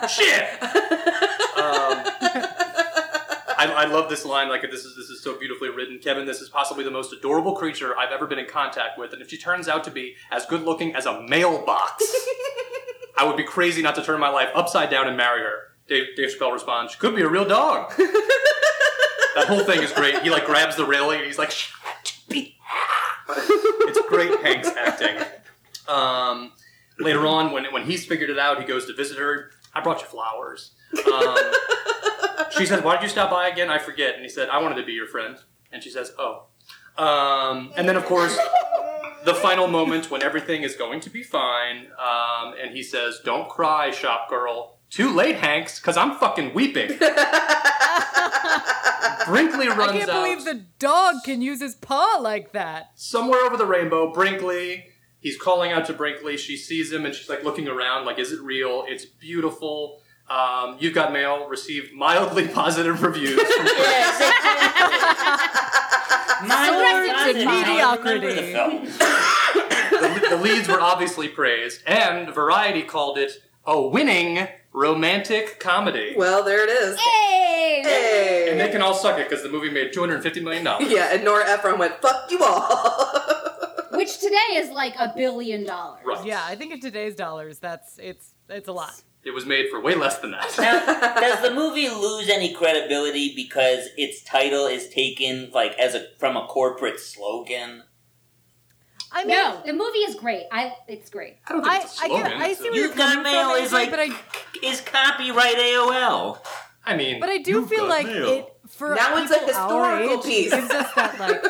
Speaker 3: Shit. um, I, I love this line. Like this is this is so beautifully written, Kevin. This is possibly the most adorable creature I've ever been in contact with, and if she turns out to be as good looking as a mailbox, I would be crazy not to turn my life upside down and marry her. Dave, Dave Chappelle responds, "She could be a real dog." that whole thing is great. He like grabs the railing and he's like, "She had to be." it's great Hanks acting. Um, later on, when when he's figured it out, he goes to visit her. I brought you flowers. Um, she says, "Why did you stop by again? I forget." And he said, "I wanted to be your friend." And she says, "Oh." Um, and then, of course, the final moment when everything is going to be fine, um, and he says, "Don't cry, shop girl." Too late, Hanks, because I'm fucking
Speaker 5: [LAUGHS]
Speaker 3: weeping. Brinkley runs
Speaker 5: I can't
Speaker 3: out
Speaker 5: believe the dog can use his paw like that.
Speaker 3: somewhere over the rainbow. Brinkley. He's calling out to Brinkley. She sees him, and she's like looking around, like, "Is it real? It's beautiful." Um, You've got mail. Received mildly [LAUGHS] positive reviews from
Speaker 4: Yeah, exactly. My
Speaker 5: Surrendered
Speaker 4: Lord,
Speaker 5: to
Speaker 4: Jonathan, I remember
Speaker 5: mediocrity.
Speaker 4: the film.
Speaker 3: the, the leads were obviously praised, and Variety called it a winning romantic comedy.
Speaker 2: [LAUGHS] well, there it is.
Speaker 6: Hey!
Speaker 3: and they
Speaker 2: Hey.
Speaker 3: can all suck it because the movie made two hundred fifty million dollars.
Speaker 2: Yeah, and Nora Ephron went, fuck you all.
Speaker 6: Which today is like a billion dollars.
Speaker 3: Right.
Speaker 5: Yeah, I think in today's dollars, that's it's it's a lot.
Speaker 3: It was made for way less than that.
Speaker 2: [LAUGHS]
Speaker 4: Now, does the movie lose any credibility because its title is taken like as a from a corporate slogan?
Speaker 5: I mean,
Speaker 6: No, the movie is great. I it's great.
Speaker 3: [LAUGHS] I don't think
Speaker 5: I,
Speaker 3: it's a
Speaker 5: I,
Speaker 3: slogan.
Speaker 5: get, I
Speaker 3: It's
Speaker 5: see
Speaker 3: a-
Speaker 5: where you're
Speaker 4: You've got
Speaker 5: coming
Speaker 4: mail
Speaker 5: from,
Speaker 4: is
Speaker 5: Avery,
Speaker 4: like
Speaker 5: but I
Speaker 4: is copyright AOL.
Speaker 3: I mean,
Speaker 5: But I do
Speaker 3: you've
Speaker 5: feel
Speaker 3: got
Speaker 5: like
Speaker 3: mail.
Speaker 5: it for
Speaker 2: Now it's a
Speaker 5: people our
Speaker 2: historical
Speaker 5: age,
Speaker 2: piece.
Speaker 5: It gives us that
Speaker 2: [LAUGHS]
Speaker 5: like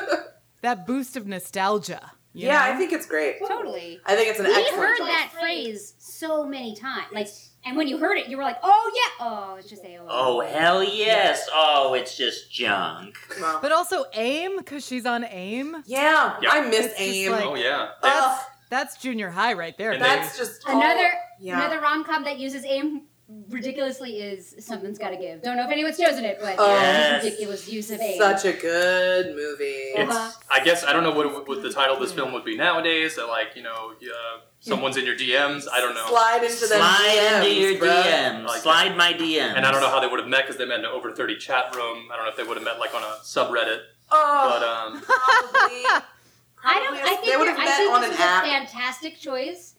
Speaker 5: that boost of nostalgia. you
Speaker 2: yeah,
Speaker 5: know?
Speaker 2: I think it's great.
Speaker 6: Totally.
Speaker 2: I think it's an
Speaker 6: We
Speaker 2: excellent
Speaker 6: heard
Speaker 2: choice.
Speaker 6: that phrase so many times. Like, and when you heard it, you were like, "Oh yeah, oh it's just AOL."
Speaker 4: Oh hell yes! Oh, it's just junk.
Speaker 2: Well,
Speaker 5: But also AIM because she's on AIM.
Speaker 2: yeah,
Speaker 3: Yeah.
Speaker 2: I miss
Speaker 5: It's just
Speaker 2: AIM.
Speaker 5: like-
Speaker 3: oh yeah,
Speaker 2: Ugh,
Speaker 5: That's junior high right there.
Speaker 3: And
Speaker 5: man.
Speaker 2: that's just all-
Speaker 6: Another
Speaker 2: yeah.
Speaker 6: another rom com that uses aim ridiculously is something's got to give. Don't know if anyone's chosen it, but
Speaker 2: Oh.
Speaker 6: it's a E. ridiculous use of aim.
Speaker 2: Such a good movie.
Speaker 6: Yeah.
Speaker 3: it's. I guess I don't know what, what the title of this film would be nowadays. That like you know, uh, someone's in your DMs. I don't know.
Speaker 2: Slide into them
Speaker 4: Slide
Speaker 2: DMs,
Speaker 4: into your
Speaker 2: bruh.
Speaker 4: DMs.
Speaker 3: Like-
Speaker 4: Slide my DMs.
Speaker 3: And I don't know how they would have met because they met in an over thirty chat room. I don't know if they would have met like on a subreddit, but
Speaker 2: Oh,
Speaker 3: um,
Speaker 2: probably.
Speaker 6: [LAUGHS] I don't. I
Speaker 2: probably.
Speaker 6: think
Speaker 2: they would
Speaker 6: that-
Speaker 2: have
Speaker 6: I
Speaker 2: met
Speaker 6: think
Speaker 2: on
Speaker 6: this
Speaker 2: an
Speaker 6: is
Speaker 2: app.
Speaker 6: a fantastic choice.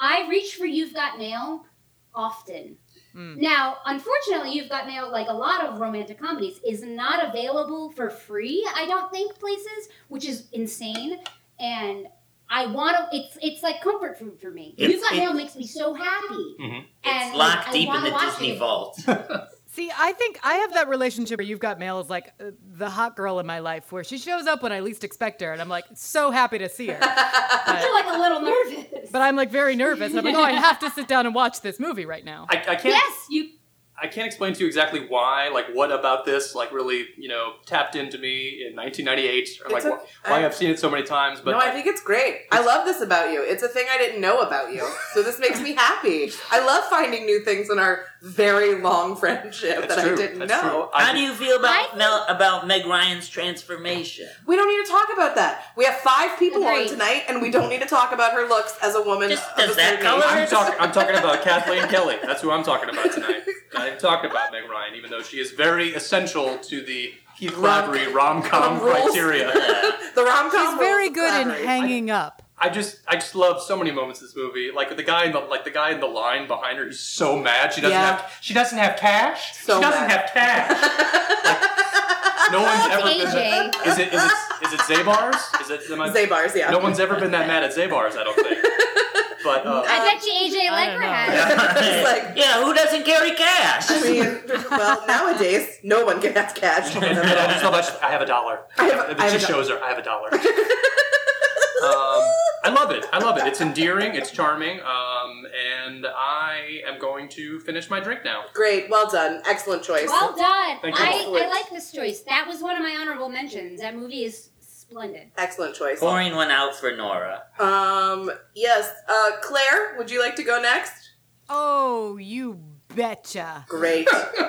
Speaker 6: I reach for You've Got Mail often.
Speaker 5: Mm.
Speaker 6: Now, unfortunately, You've Got Mail, like a lot of romantic comedies, is not available for free. I don't think places, which is insane. And I want to. It's it's like comfort food for me.
Speaker 4: It's-
Speaker 6: you've Got
Speaker 4: it-
Speaker 6: Mail makes me so happy.
Speaker 3: Mhm.
Speaker 6: And
Speaker 4: It's locked
Speaker 6: like, I
Speaker 4: deep in
Speaker 6: wanna
Speaker 4: the
Speaker 6: watch
Speaker 4: Disney
Speaker 6: it.
Speaker 4: vault.
Speaker 5: See, I think I have that relationship where you've got mail is like uh, the hot girl in my life where she shows up when I least expect her and I'm like so happy to [LAUGHS] see her.
Speaker 6: I feel
Speaker 5: But,
Speaker 6: like a little nervous.
Speaker 5: but I'm like very nervous. and I'm like, oh, I have to sit down and watch this movie right now.
Speaker 3: I, I can't.
Speaker 6: yes, you.
Speaker 3: I can't explain to you exactly why, like, what about this, like, really, you know, tapped into me in 1998. I'm like,
Speaker 2: It's okay.
Speaker 3: wh- why I've seen it so many times, but
Speaker 2: no, I think it's great. I love this about you. It's a thing I didn't know about you. So this makes me happy. I love finding new things in our very long [LAUGHS] friendship
Speaker 3: that's
Speaker 2: that
Speaker 3: true.
Speaker 2: I didn't
Speaker 3: that's
Speaker 2: know.
Speaker 3: True.
Speaker 4: How
Speaker 3: I,
Speaker 4: do you feel about
Speaker 6: I-
Speaker 4: Mel, about Meg Ryan's transformation?
Speaker 2: We don't need to talk about that. We have five people
Speaker 6: Agreed.
Speaker 2: on tonight, and we don't need to talk about her looks as a woman.
Speaker 4: Just-
Speaker 2: of
Speaker 4: does
Speaker 2: a
Speaker 4: that
Speaker 2: certain
Speaker 4: color
Speaker 2: age.
Speaker 3: I'm, talk, I'm talking about Kathleen Kelly. That's who I'm talking about tonight. I talked about Meg Ryan, even though she is very essential to the Keith Lavery rom com
Speaker 2: rules.
Speaker 3: criteria.
Speaker 2: The rom com.
Speaker 5: He's very good in hanging up.
Speaker 3: I just I just love so many moments in this movie. Like the guy in the like the guy in the line behind her is so mad. She doesn't
Speaker 5: Yeah.
Speaker 3: have she doesn't have cash.
Speaker 2: So
Speaker 3: she doesn't
Speaker 2: mad.
Speaker 3: have cash. Like, no one's ever been
Speaker 6: AJ.
Speaker 3: Is it is it is it Zabar's? Is it am I-
Speaker 2: Zabar's, yeah.
Speaker 3: No one's ever been that mad at Zabar's, I
Speaker 2: [LAUGHS]
Speaker 3: don't think. But uh,
Speaker 6: I bet you AJ
Speaker 5: I don't
Speaker 6: Legra
Speaker 5: know.
Speaker 6: has.
Speaker 4: [LAUGHS]
Speaker 2: like-
Speaker 4: yeah, who doesn't carry cash?
Speaker 2: I mean, [LAUGHS] well, nowadays no one can have cash.
Speaker 3: [LAUGHS] and then I just love, I, just- I have a dollar.
Speaker 2: I have-
Speaker 3: And
Speaker 2: I have
Speaker 3: she
Speaker 2: a do-
Speaker 3: shows her, I have
Speaker 2: [LAUGHS]
Speaker 3: a dollar. um, I love it. I love it. It's endearing. It's charming. Um, and I am going to finish my drink now.
Speaker 2: Great, well done, excellent choice.
Speaker 6: Well done.
Speaker 3: Thank you.
Speaker 6: I, I like this choice. That was one of my honorable mentions. That movie is splendid.
Speaker 2: Excellent choice.
Speaker 4: Pouring one out for Nora.
Speaker 2: Um, yes, uh, Claire, would you like to go next?
Speaker 5: Oh, you betcha.
Speaker 2: Great.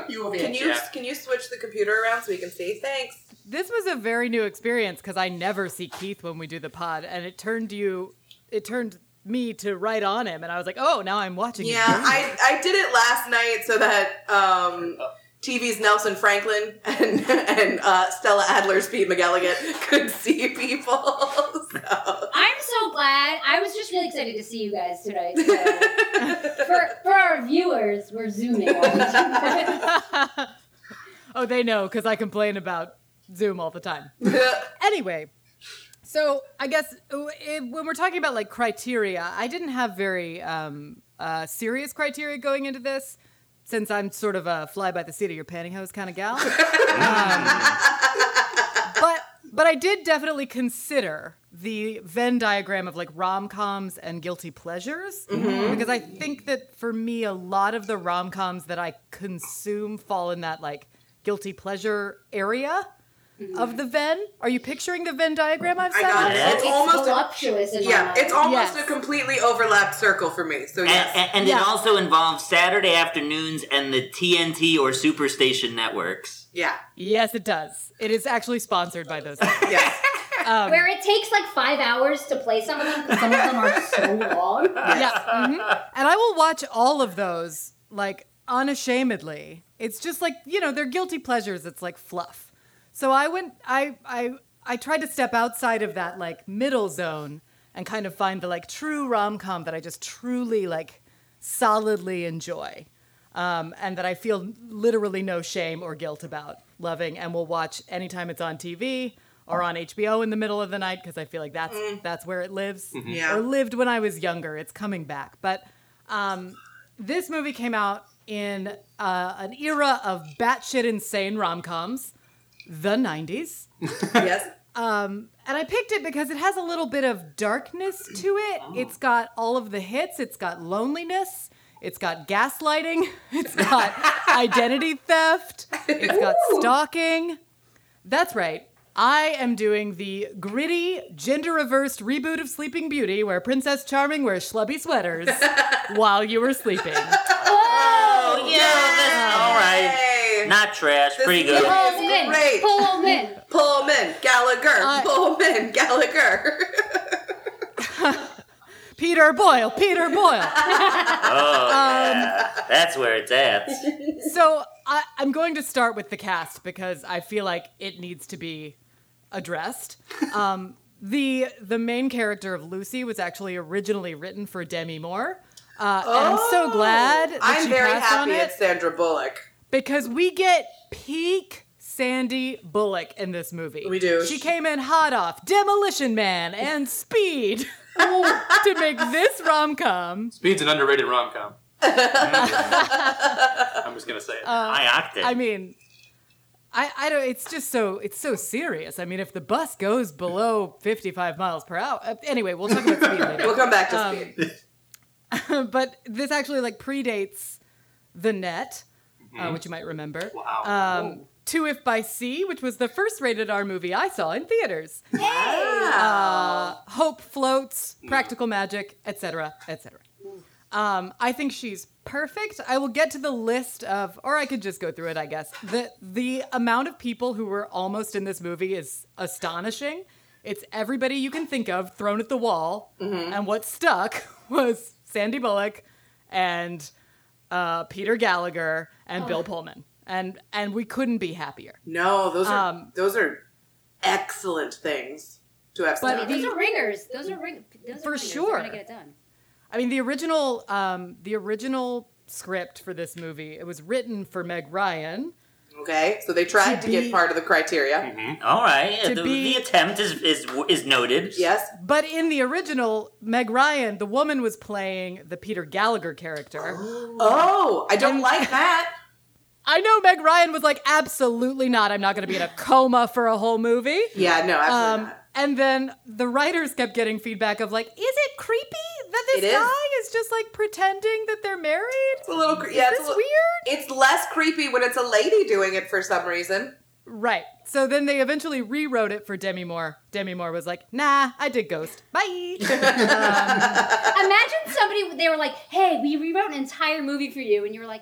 Speaker 3: You will
Speaker 2: Can [LAUGHS] you can you switch the computer around so we can see? Thanks.
Speaker 5: This was a very new experience because I never see Keith when we do the pod, and it turned you, it turned me to right on him, and I was like, oh, now I'm watching.
Speaker 2: Yeah,
Speaker 5: him.
Speaker 2: I I did it last night so that um. TV's Nelson Franklin and, [LAUGHS] and uh, Stella Adler's Pete McElligott [LAUGHS] could see people. [LAUGHS] So.
Speaker 6: I'm so glad. I was just really excited to see you guys
Speaker 2: [LAUGHS]
Speaker 6: tonight. [LAUGHS] so- for, for our viewers, we're zooming. [LAUGHS] on each other.
Speaker 5: [LAUGHS] oh, they know because I complain about Zoom all the time. anyway, so I guess uh, it, when we're talking about like criteria, I didn't have very um, uh, serious criteria going into this since I'm sort of a fly by the seat of your pantyhose kind of
Speaker 2: [LAUGHS]
Speaker 5: gal. Um, but but I did definitely consider the Venn diagram of like rom coms and guilty pleasures
Speaker 2: Mm-hmm.
Speaker 5: because I think that for me a lot of the rom coms that I consume fall in that like guilty pleasure area of the Venn. Are you picturing the Venn diagram I've
Speaker 2: Mm-hmm. I
Speaker 5: set?
Speaker 2: got
Speaker 5: up?
Speaker 2: it.
Speaker 4: Yes.
Speaker 2: It's almost a,
Speaker 6: voluptuous. in my
Speaker 2: yeah,
Speaker 6: mind.
Speaker 2: it's almost
Speaker 5: Yes. Eh,
Speaker 2: a completely overlapped circle for me. So
Speaker 4: And,
Speaker 2: yes,
Speaker 4: and, and
Speaker 5: Yeah.
Speaker 4: it also involves Saturday afternoons and the TNT or Superstation networks.
Speaker 2: yeah,
Speaker 5: [LAUGHS] Yes, it does. It is actually sponsored by those.
Speaker 2: [LAUGHS]
Speaker 5: Um,
Speaker 2: yes,
Speaker 6: where it takes like five hours to play some of them because some of them are so [LAUGHS] long.
Speaker 5: yeah. mhm. And I will watch all of those like unashamedly. It's just like, you know, they're guilty pleasures. It's like fluff. So I went I I I tried to step outside of that like middle zone and kind of find the like true rom-com that I just truly like solidly enjoy. Um, and that I feel literally no shame or guilt about loving and will watch anytime it's on TV or on HBO in the middle of the night because I feel like that's that's where it lives
Speaker 2: Yeah.
Speaker 5: or lived when I was younger. It's coming back. But um, this movie came out in uh, an era of batshit insane rom coms, the 90s.
Speaker 2: yes.
Speaker 5: And I picked it because it has a little bit of darkness to it. It's got all of the hits. It's got loneliness. It's got gaslighting. [LAUGHS] It's got identity theft. It's got stalking. That's right. I am doing the gritty, gender reversed reboot of Sleeping Beauty where Princess Charming wears schlubby sweaters while you were sleeping.
Speaker 4: Oh, yeah, that's all right.
Speaker 2: Hey,
Speaker 4: Not trash, pretty
Speaker 2: is-
Speaker 4: good.
Speaker 6: Pullman,
Speaker 2: Great.
Speaker 6: Pullman.
Speaker 2: Pullman, Gallagher,
Speaker 5: Uh,
Speaker 2: Pullman, Gallagher.
Speaker 5: Peter Boyle, Peter Boyle.
Speaker 4: Oh, yeah. That's where
Speaker 5: [LAUGHS]
Speaker 4: it's
Speaker 2: Uh,
Speaker 4: at.
Speaker 5: So I, I'm going to start with the cast because I feel like it needs to be
Speaker 2: [LAUGHS]
Speaker 5: addressed. Um, the the main character of Lucy was actually originally written for Demi Moore. Uh, and I'm so glad that
Speaker 2: Oh, I'm
Speaker 5: she
Speaker 2: very
Speaker 5: passed
Speaker 2: happy
Speaker 5: on it
Speaker 2: it's Sandra Bullock.
Speaker 5: because we get peak Sandy Bullock in this movie.
Speaker 2: We do.
Speaker 5: She came in hot off Demolition Man and Speed [LAUGHS]
Speaker 2: [LAUGHS]
Speaker 5: to make this rom com.
Speaker 3: Speed's an underrated rom com. I'm just going to say it.
Speaker 2: Um,
Speaker 4: High octane.
Speaker 5: I mean, I, I don't. It's just so it's so serious. I mean, if the bus goes below fifty five miles per hour, uh, anyway, we'll talk about speed later.
Speaker 2: [LAUGHS] We'll come back to
Speaker 5: Um,
Speaker 2: speed.
Speaker 5: but this actually like predates the net, uh, which you might remember.
Speaker 3: wow.
Speaker 5: Um, Two If by Sea, which was the first rated R movie I saw in theaters. Uh, Hope floats, practical magic, etc., etc. Um, I think she's perfect. I will get to the list of, or I could just go through it. I guess the the amount of people who were almost in this movie is astonishing. It's everybody you can think of thrown at the wall, and what stuck [LAUGHS] was Sandy Bullock and uh, Peter Gallagher and Bill Pullman. and and we couldn't be happier.
Speaker 2: No, those are
Speaker 5: Um,
Speaker 2: those are excellent things to have
Speaker 5: But
Speaker 2: studied.
Speaker 6: those
Speaker 5: the-
Speaker 6: are ringers. Those are ring. Those
Speaker 5: For
Speaker 6: are ringers.
Speaker 5: sure.
Speaker 6: They're gonna get it done.
Speaker 5: I mean, the original um, the original script for this movie it was written for Meg Ryan.
Speaker 2: okay, so they tried
Speaker 5: To
Speaker 2: to,
Speaker 5: be-
Speaker 2: get part of the criteria.
Speaker 4: All right. yeah,
Speaker 5: To
Speaker 4: the,
Speaker 5: be-
Speaker 4: the attempt is, is is noted.
Speaker 2: Yes.
Speaker 5: But in the original, Meg Ryan, the woman was playing the Peter Gallagher character. [GASPS]
Speaker 2: Oh, I don't like
Speaker 5: [LAUGHS]
Speaker 2: that.
Speaker 5: I know Meg Ryan was like, absolutely not. I'm not going to be in a coma for a whole movie.
Speaker 2: Yeah, no, absolutely
Speaker 5: Um,
Speaker 2: not.
Speaker 5: and then the writers kept getting feedback of like, is it creepy that this
Speaker 2: It is.
Speaker 5: guy is. just like pretending that they're married?
Speaker 2: It's a little. Cre-
Speaker 5: is
Speaker 2: yeah, it's,
Speaker 5: this
Speaker 2: a li-
Speaker 5: weird?
Speaker 2: It's less creepy when it's a lady doing it for some
Speaker 5: [LAUGHS]
Speaker 2: reason.
Speaker 5: Right. So then they eventually rewrote it for Demi Moore. Demi Moore was like, nah, I did Ghost.
Speaker 2: [LAUGHS]
Speaker 5: Bye.
Speaker 6: Imagine somebody. They were like, "Hey, we rewrote an entire movie for you," and you were like,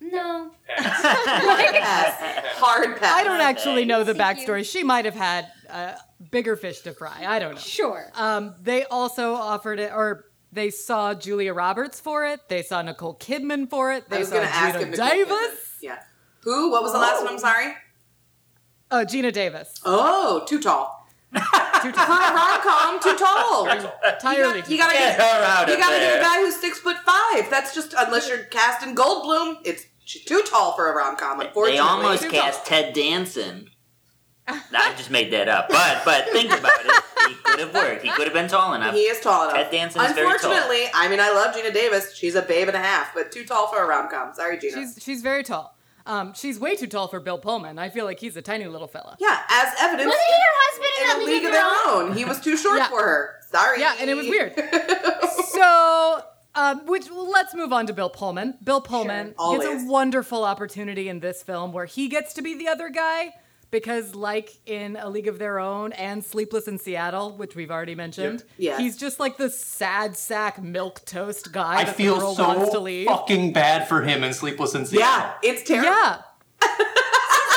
Speaker 6: "No."
Speaker 2: Pass. [LAUGHS] Hard pass.
Speaker 5: I don't actually know the
Speaker 6: Thank you.
Speaker 5: backstory. She might have had uh, bigger fish to fry. I don't know.
Speaker 6: Sure.
Speaker 5: Um, they also offered it, or they saw Julia Roberts for it. They saw Nicole Kidman for it. They
Speaker 2: I was
Speaker 5: saw
Speaker 2: going to ask
Speaker 5: Gina
Speaker 2: him.
Speaker 5: Davis.
Speaker 2: Yeah. Who? What was the last one? I'm sorry.
Speaker 5: Oh, Gina
Speaker 2: [LAUGHS]
Speaker 5: Davis.
Speaker 2: Oh, too tall.
Speaker 5: Too
Speaker 2: For
Speaker 5: tall.
Speaker 2: a rom com, too tall.
Speaker 5: Entirely.
Speaker 2: You gotta get,
Speaker 4: Get her out
Speaker 2: you
Speaker 4: of
Speaker 2: gotta get
Speaker 4: there.
Speaker 2: a guy who's six foot five. That's just unless you're cast in Goldblum, it's she's too tall for a rom com. Unfortunately,
Speaker 4: They almost
Speaker 2: Too
Speaker 4: cast Ted Danson. I just made that up, but but think about it. He could have worked. He could have been tall
Speaker 2: tall.
Speaker 4: enough.
Speaker 2: He is tall enough.
Speaker 4: Ted Danson is very tall.
Speaker 2: Unfortunately, I mean, I love Gina Davis. She's a babe and a half, but too tall for a rom com. Sorry, Gina.
Speaker 5: She's she's very tall. Um, she's way too tall for Bill Pullman. I feel like he's a tiny little fella.
Speaker 2: yeah, as evidence
Speaker 6: Wasn't he your husband in,
Speaker 2: in a league of their own. He was too short
Speaker 5: Yeah.
Speaker 2: for her. Sorry.
Speaker 5: Yeah, and it was
Speaker 2: [LAUGHS]
Speaker 5: weird. so, um, which well, let's move on to Bill Pullman. Bill Pullman gets
Speaker 2: Always.
Speaker 5: a wonderful opportunity in this film where he gets to be the other guy because, like in A League of Their Own and Sleepless in Seattle, which we've already mentioned,
Speaker 2: Yeah.
Speaker 5: he's just like the sad sack milk toast guy.
Speaker 3: I
Speaker 5: that
Speaker 3: feel
Speaker 5: the girl wants to
Speaker 3: so
Speaker 5: leave.
Speaker 3: fucking bad for him in Sleepless in Seattle.
Speaker 2: yeah, it's terrible.
Speaker 5: yeah. [LAUGHS]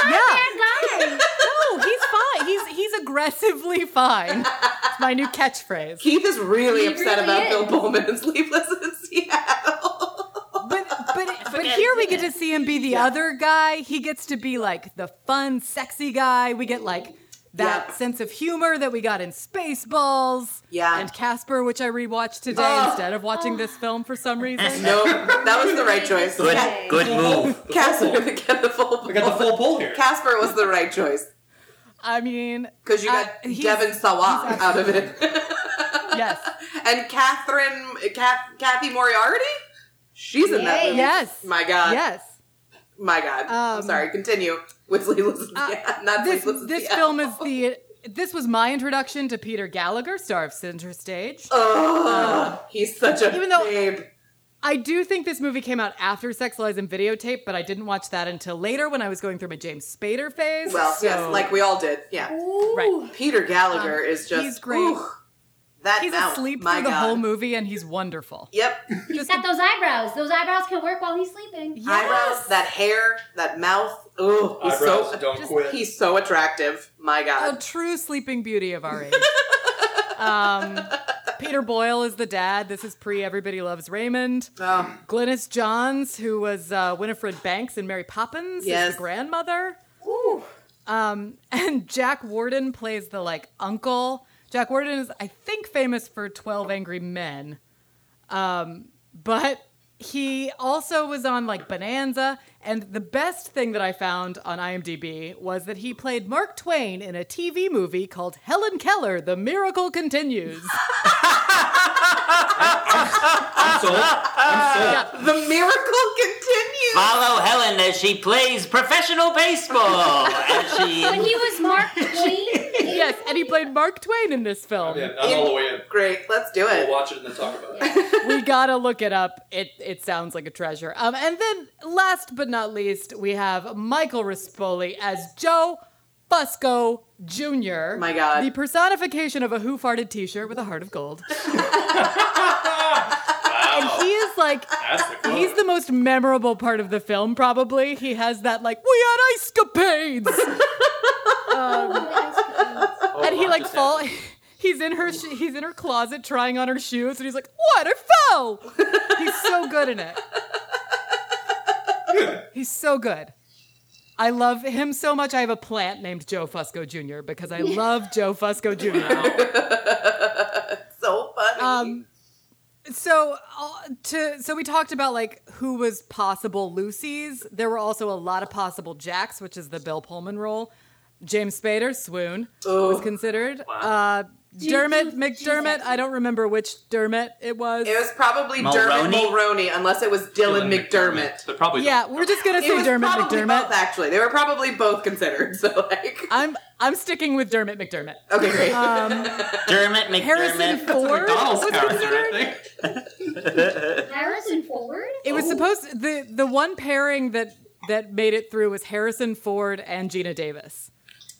Speaker 5: yeah.
Speaker 6: Guy.
Speaker 5: No, he's fine. He's he's aggressively fine. It's my new catchphrase.
Speaker 2: Keith is really
Speaker 6: He
Speaker 2: upset
Speaker 6: really
Speaker 2: about
Speaker 6: is.
Speaker 2: Bill Pullman and [LAUGHS] Sleepless in Seattle.
Speaker 5: but
Speaker 2: [LAUGHS]
Speaker 5: but but here we get to see him be the other guy. He gets to be like the fun, sexy guy. We get like that
Speaker 2: Yeah.
Speaker 5: sense of humor that we got in Spaceballs.
Speaker 2: Yeah.
Speaker 5: And Casper, which I rewatched today
Speaker 2: Oh.
Speaker 5: instead of watching this film for some reason.
Speaker 2: [LAUGHS] No, that was the right choice.
Speaker 4: Good
Speaker 2: Ca-
Speaker 4: good move.
Speaker 2: Casper, [LAUGHS] get the full.
Speaker 3: I got the full pull here.
Speaker 2: Casper was the right choice
Speaker 5: I mean,
Speaker 2: because you got
Speaker 5: I- Uh, he's-
Speaker 2: Devin Sawa
Speaker 5: he's
Speaker 2: out of it,
Speaker 5: Yes.
Speaker 2: [LAUGHS] and Catherine Kath, Kathy Moriarty. She's in that
Speaker 6: Yay.
Speaker 2: movie.
Speaker 5: Yes.
Speaker 2: My God.
Speaker 5: Yes.
Speaker 2: My God.
Speaker 5: Um,
Speaker 2: I'm sorry. Continue with Sleepless. in
Speaker 5: Uh,
Speaker 2: Seattle. not
Speaker 5: this
Speaker 2: Sleepless in
Speaker 5: this
Speaker 2: Seattle.
Speaker 5: film
Speaker 2: [LAUGHS]
Speaker 5: is the this was my introduction to Peter Gallagher, star of Center Stage.
Speaker 2: Ugh, he's such a
Speaker 5: even though-
Speaker 2: babe.
Speaker 5: I do think this movie came out after Sex Lies and Videotape, but I didn't watch that until later when I was going through my James Spader phase.
Speaker 2: Well,
Speaker 5: so-
Speaker 2: yes, like we all did. Yeah.
Speaker 6: Oh
Speaker 2: [LAUGHS]
Speaker 5: right.
Speaker 2: Peter Gallagher is just
Speaker 5: he's great.
Speaker 2: Ooh, that
Speaker 5: He's
Speaker 2: that-
Speaker 5: asleep
Speaker 2: oh, my
Speaker 5: through the
Speaker 2: God.
Speaker 5: whole movie and he's wonderful.
Speaker 2: Yep.
Speaker 6: He's got those eyebrows. Those eyebrows can work while he's sleeping.
Speaker 5: Yes.
Speaker 2: Eyebrows, that hair, that mouth. Ooh, he's so
Speaker 3: don't
Speaker 5: just-
Speaker 3: quit.
Speaker 2: he's so attractive. My
Speaker 5: A
Speaker 2: God.
Speaker 5: true sleeping beauty of our age. um, Peter Boyle is the dad. This is pre Everybody Loves Raymond.
Speaker 2: Oh,
Speaker 5: Glynis Johns, who was uh, Winifred Banks in Mary Poppins, is
Speaker 2: Yes.
Speaker 5: the grandmother. Um, and Jack Warden plays the like uncle. Jack Warden is, I think, famous for Twelve Angry Men, um, but he also was on like Bonanza. And the best thing that I found on IMDb was that he played Mark Twain in a TV movie called Helen Keller: The Miracle Continues.
Speaker 3: I'm sold. I'm sold.
Speaker 2: Oh. the miracle continues.
Speaker 4: Follow Helen as she plays professional baseball. as she
Speaker 6: When he was [LAUGHS] Mark Twain,
Speaker 5: yes, and he played Mark Twain in this film.
Speaker 3: Yeah, I'm all the way in. Oh,
Speaker 2: Great, let's do
Speaker 3: We'll
Speaker 2: it.
Speaker 3: watch it and then talk about it.
Speaker 5: we gotta look it up. It it sounds like a treasure. Um, and then last but not least, we have Michael Rispoli as Joe Fusco Jr.
Speaker 2: My God.
Speaker 5: the personification of a who farted T-shirt with a heart of gold,
Speaker 2: [LAUGHS]
Speaker 5: and he is like.
Speaker 3: That's the quote.
Speaker 5: He's the most memorable part of the film, probably. He has that, like, we had ice capades!
Speaker 3: Oh,
Speaker 5: and he
Speaker 3: I'm
Speaker 5: like
Speaker 3: just
Speaker 5: fall.
Speaker 3: happy.
Speaker 5: [LAUGHS] He's in her. Sh- he's in her closet trying on her shoes, and he's like, "What? I fell." he's so good in it. he's so good. I love him so much. I have a plant named Joe Fusco Jr. because I love Joe Fusco Jr.
Speaker 2: so funny.
Speaker 5: Um, so uh, to so we talked about like who was possible Lucy's. There were also a lot of possible Jacks, which is the Bill Pullman role. James Spader, swoon, was
Speaker 2: Oh.
Speaker 5: considered. Uh,
Speaker 6: Gee,
Speaker 5: Dermot
Speaker 6: gee,
Speaker 5: McDermott.
Speaker 6: Jesus.
Speaker 5: I don't remember which Dermot it was.
Speaker 2: it was probably
Speaker 4: Mulroney?
Speaker 2: Dermot Mulroney, unless it was Dylan, McDermott.
Speaker 3: They're probably
Speaker 5: yeah, we're just gonna
Speaker 2: It
Speaker 5: say
Speaker 2: was
Speaker 5: Dermot
Speaker 2: probably
Speaker 5: McDermott.
Speaker 2: both, actually. They were probably both considered. [LAUGHS] So, like,
Speaker 5: I'm I'm sticking with Dermot McDermott.
Speaker 2: okay, great.
Speaker 5: um,
Speaker 4: Dermot
Speaker 5: Harrison
Speaker 4: McDermott.
Speaker 5: Ford. [LAUGHS]
Speaker 3: Donald's
Speaker 5: was
Speaker 3: character,
Speaker 5: considered-
Speaker 3: I think.
Speaker 6: Harrison Ford?
Speaker 5: It was supposed the the one pairing that that made it through was Harrison Ford and Gina Davis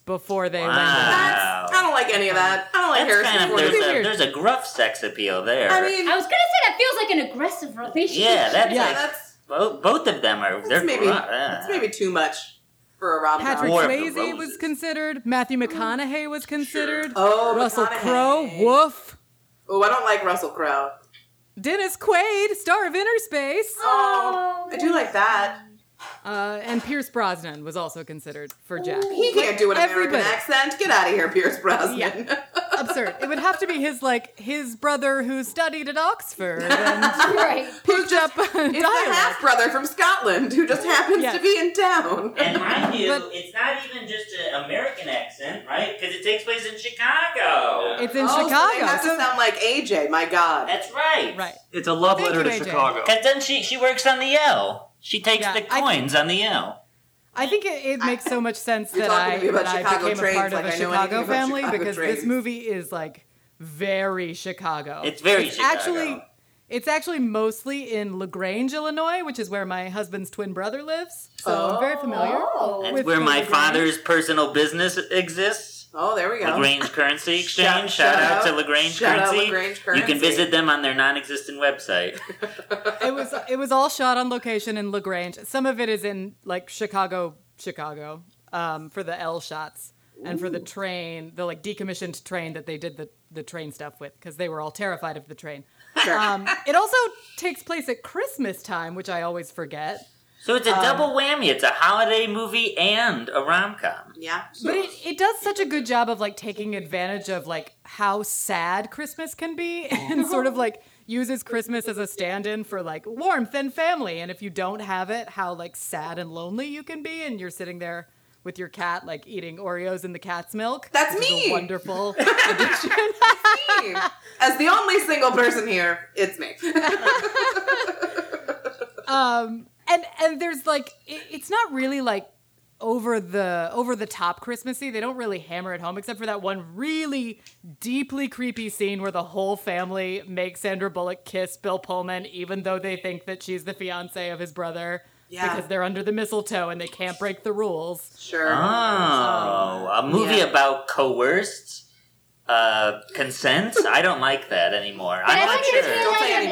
Speaker 5: before they landed.
Speaker 4: Wow.
Speaker 2: I don't like any of that. I don't like
Speaker 4: That's
Speaker 2: Harrison
Speaker 4: kind of,
Speaker 2: Ford.
Speaker 4: there's,
Speaker 5: Pretty
Speaker 4: a,
Speaker 5: weird.
Speaker 4: there's a gruff sex appeal there.
Speaker 2: I mean,
Speaker 6: I was gonna say that feels like an aggressive relationship.
Speaker 4: yeah, that's
Speaker 5: Yeah,
Speaker 4: like
Speaker 2: that's-
Speaker 4: both, both of them are. They're
Speaker 2: that's maybe,
Speaker 4: gruff. yeah.
Speaker 2: that's maybe too much for a rom
Speaker 5: Patrick
Speaker 4: War of the
Speaker 5: Swayze was
Speaker 4: Roses.
Speaker 5: considered. Matthew McConaughey was considered.
Speaker 2: Oh,
Speaker 5: Russell
Speaker 2: McConaughey.
Speaker 5: Crowe. Woof.
Speaker 2: Oh, I don't like Russell Crowe.
Speaker 5: Dennis Quaid, star of Inner Space,
Speaker 2: Oh, I do like that.
Speaker 5: uh, and Pierce Brosnan was also considered for Jack.
Speaker 2: He can't do an American
Speaker 5: Everybody.
Speaker 2: accent. [LAUGHS] Get out of here, Pierce Brosnan. [LAUGHS]
Speaker 5: Yeah. Absurd. It would have to be his like his brother who studied at Oxford
Speaker 2: [LAUGHS]
Speaker 5: and
Speaker 6: [LAUGHS] Right.
Speaker 5: picked up
Speaker 2: it's the half
Speaker 5: dialect.
Speaker 2: brother from Scotland who just happens
Speaker 5: Yes.
Speaker 2: to be in
Speaker 5: [LAUGHS]
Speaker 2: town.
Speaker 4: And mind you,
Speaker 5: But-
Speaker 4: it's not even just an American accent, right? Because it takes place in Chicago.
Speaker 5: It's in
Speaker 2: oh, So they
Speaker 5: Chicago.
Speaker 2: have to
Speaker 5: so-
Speaker 2: sound like AJ. My God.
Speaker 4: That's right.
Speaker 5: right.
Speaker 3: It's a love
Speaker 5: Thank
Speaker 3: letter
Speaker 5: you,
Speaker 3: to
Speaker 5: AJ.
Speaker 3: Chicago.
Speaker 4: Because then she, she works on the L. She takes
Speaker 5: Yeah,
Speaker 4: the
Speaker 5: I-
Speaker 4: coins on the L.
Speaker 5: I think it, it makes so much sense that
Speaker 2: You're talking
Speaker 5: I,
Speaker 2: to me about
Speaker 5: that I
Speaker 2: Chicago
Speaker 5: became
Speaker 2: trains
Speaker 5: a part of
Speaker 2: like
Speaker 5: a
Speaker 2: I know anything
Speaker 5: Chicago
Speaker 2: about
Speaker 5: family
Speaker 2: Chicago
Speaker 5: because this
Speaker 2: trains.
Speaker 5: movie is like very Chicago.
Speaker 4: It's very Chicago.
Speaker 5: actually it's actually mostly in LaGrange, Illinois, which is where my husband's twin brother lives. So I'm very familiar.
Speaker 6: Oh.
Speaker 4: That's
Speaker 5: with
Speaker 4: where
Speaker 5: the
Speaker 4: my
Speaker 5: LaGrange.
Speaker 4: father's personal business exists.
Speaker 2: Oh, there we go.
Speaker 4: Lagrange Currency Exchange.
Speaker 2: Shout-
Speaker 4: Shout,
Speaker 2: shout
Speaker 4: out,
Speaker 2: out-
Speaker 4: to Lagrange
Speaker 2: shout out
Speaker 4: Currency.
Speaker 2: Lagrange
Speaker 4: You can
Speaker 2: Currency.
Speaker 4: visit them on their non-existent website.
Speaker 5: It was it was all shot on location in LaGrange. Some of it is in like Chicago, Chicago, um, for the L shots and for the train, the like decommissioned train that they did the the train stuff with because they were all terrified of the train. Um, it also takes place at Christmas time, which I always forget.
Speaker 4: So it's a double whammy. It's a holiday movie and a rom-com.
Speaker 2: Yeah.
Speaker 5: But it, it does such a good job of like taking advantage of like how sad Christmas can be [LAUGHS] and sort of like uses Christmas as a stand in for like warmth and family. And if you don't have it, how like sad and lonely you can be. And you're sitting there with your cat like eating Oreos in the cat's milk.
Speaker 2: That's
Speaker 5: which is a
Speaker 2: me. [LAUGHS]
Speaker 5: wonderful.
Speaker 2: As the only single person here, it's me. [LAUGHS]
Speaker 5: um and and there's like it, it's not really like over the over the top christmassy they don't really hammer it home except for that one really deeply creepy scene where the whole family makes sandra bullock kiss bill pullman even though they think that she's the fiance of his brother
Speaker 2: Yeah.
Speaker 5: because they're under the mistletoe and they can't break the rules
Speaker 2: sure.
Speaker 4: Ah. Oh, a movie
Speaker 5: Yeah.
Speaker 4: about coerced uh, consent. I don't like that anymore.
Speaker 6: But
Speaker 4: I'm
Speaker 6: I
Speaker 4: not
Speaker 6: think it
Speaker 4: sure.
Speaker 2: Don't say
Speaker 6: was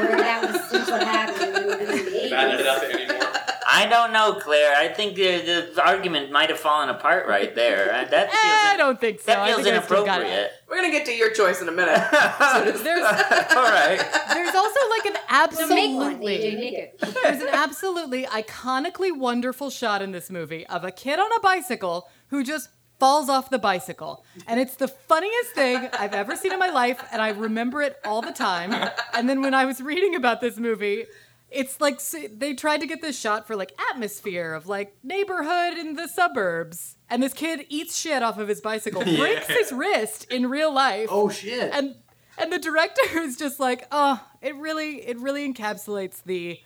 Speaker 2: anymore.
Speaker 6: [LAUGHS] really like an 80s though, where that was just what happened in the 80s.
Speaker 3: Not that up anymore.
Speaker 4: I don't know, Claire. I think the, the argument might have fallen apart right there. Uh, That feels,
Speaker 5: i don't think so
Speaker 4: that
Speaker 5: Eh, I
Speaker 4: feels
Speaker 5: think I still got it.
Speaker 4: inappropriate.
Speaker 2: We're going to get to your choice in a minute.
Speaker 4: [LAUGHS]
Speaker 5: there's
Speaker 4: All right.
Speaker 5: there's also like an
Speaker 6: So make one.
Speaker 5: absolutely
Speaker 6: AJ, make it.
Speaker 5: There's an absolutely iconically wonderful shot in this movie of a kid on a bicycle who just falls off the bicycle. And it's the funniest thing I've ever seen in my life, and I remember it all the time. And then when I was reading about this movie, it's like s- they tried to get this shot for like atmosphere of like neighborhood in the suburbs. And this kid eats shit off of his bicycle, breaks his wrist in real life
Speaker 3: shit.
Speaker 5: and and the director is just like, oh, it really it really encapsulates the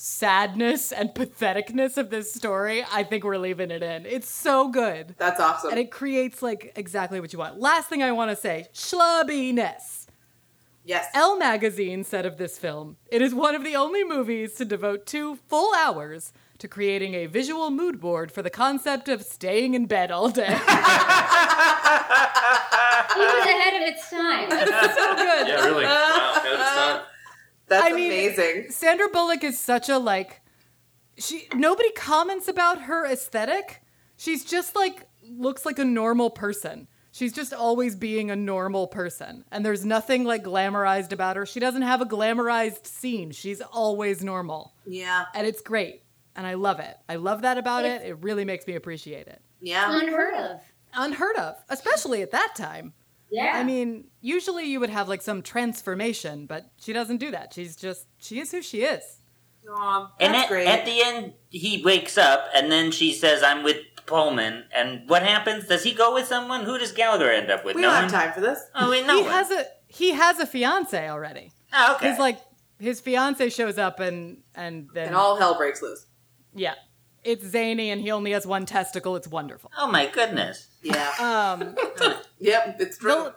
Speaker 5: sadness and patheticness of this story. I think we're leaving it in. It's so good.
Speaker 2: That's awesome.
Speaker 5: And it creates like exactly what you want. Last thing I want to say, schlubbiness.
Speaker 2: yes.
Speaker 5: Elle magazine said of this film, it is one of the only movies to devote two full hours to creating a visual mood board for the concept of staying in bed all day. [LAUGHS]
Speaker 6: He was ahead of
Speaker 4: [LAUGHS]
Speaker 6: its time.
Speaker 5: so good.
Speaker 3: Yeah, really. Wow, kind of a stunt.
Speaker 2: That's
Speaker 5: I mean-
Speaker 2: amazing.
Speaker 5: Sandra Bullock is such a like she nobody comments about her aesthetic. She's just like looks like a normal person. She's just always being a normal person. And there's nothing like glamorized about her. She doesn't have a glamorized scene. She's always normal.
Speaker 2: Yeah.
Speaker 5: And it's great. and I love it. I love that about
Speaker 6: It's-
Speaker 5: it. It really makes me appreciate it.
Speaker 2: Yeah.
Speaker 6: Unheard of.
Speaker 5: Unheard of, especially at that time.
Speaker 6: Yeah.
Speaker 5: I mean, usually you would have like some transformation, but she doesn't do that. She's just she is who she is.
Speaker 2: Aw,
Speaker 4: And
Speaker 2: that's
Speaker 4: at,
Speaker 2: great.
Speaker 4: at the end, he wakes up, and then she says, "I'm with Pullman." And what happens? Does he go with someone? Who does Gallagher end up with?
Speaker 2: we
Speaker 4: no
Speaker 2: don't have
Speaker 4: one?
Speaker 2: time for this.
Speaker 4: Oh, wait, no
Speaker 5: he
Speaker 4: one.
Speaker 5: has a he has a fiance already.
Speaker 4: oh, okay.
Speaker 5: He's like his fiance shows up and and then
Speaker 2: And all hell breaks loose.
Speaker 5: yeah, it's zany and he only has one testicle. It's wonderful.
Speaker 4: oh my goodness.
Speaker 2: Yeah.
Speaker 5: Um,
Speaker 2: [LAUGHS] yep, it's true.
Speaker 5: the,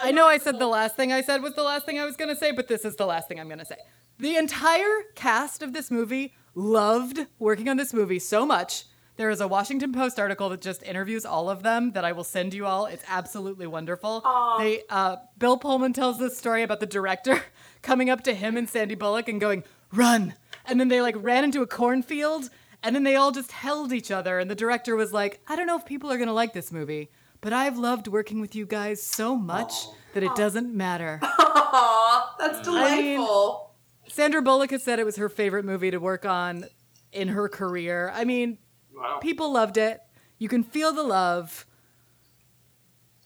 Speaker 5: I know I said the last thing I said was the last thing I was going to say, but this is the last thing I'm going to say. The entire cast of this movie loved working on this movie so much. There is a Washington Post article that just interviews all of them that I will send you all. It's absolutely wonderful. They uh, Bill Pullman tells this story about the director [LAUGHS] coming up to him and Sandy Bullock and going, "Run!" And then they like ran into a cornfield, and then they all just held each other. And the director was like, "I don't know if people are gonna like this movie." But I've loved working with you guys so much that it doesn't matter.
Speaker 2: Aw, that's
Speaker 5: I mean-
Speaker 2: delightful.
Speaker 5: Sandra Bullock has said it was her favorite movie to work on in her career. I mean,
Speaker 3: Wow.
Speaker 5: people loved it. You can feel the love.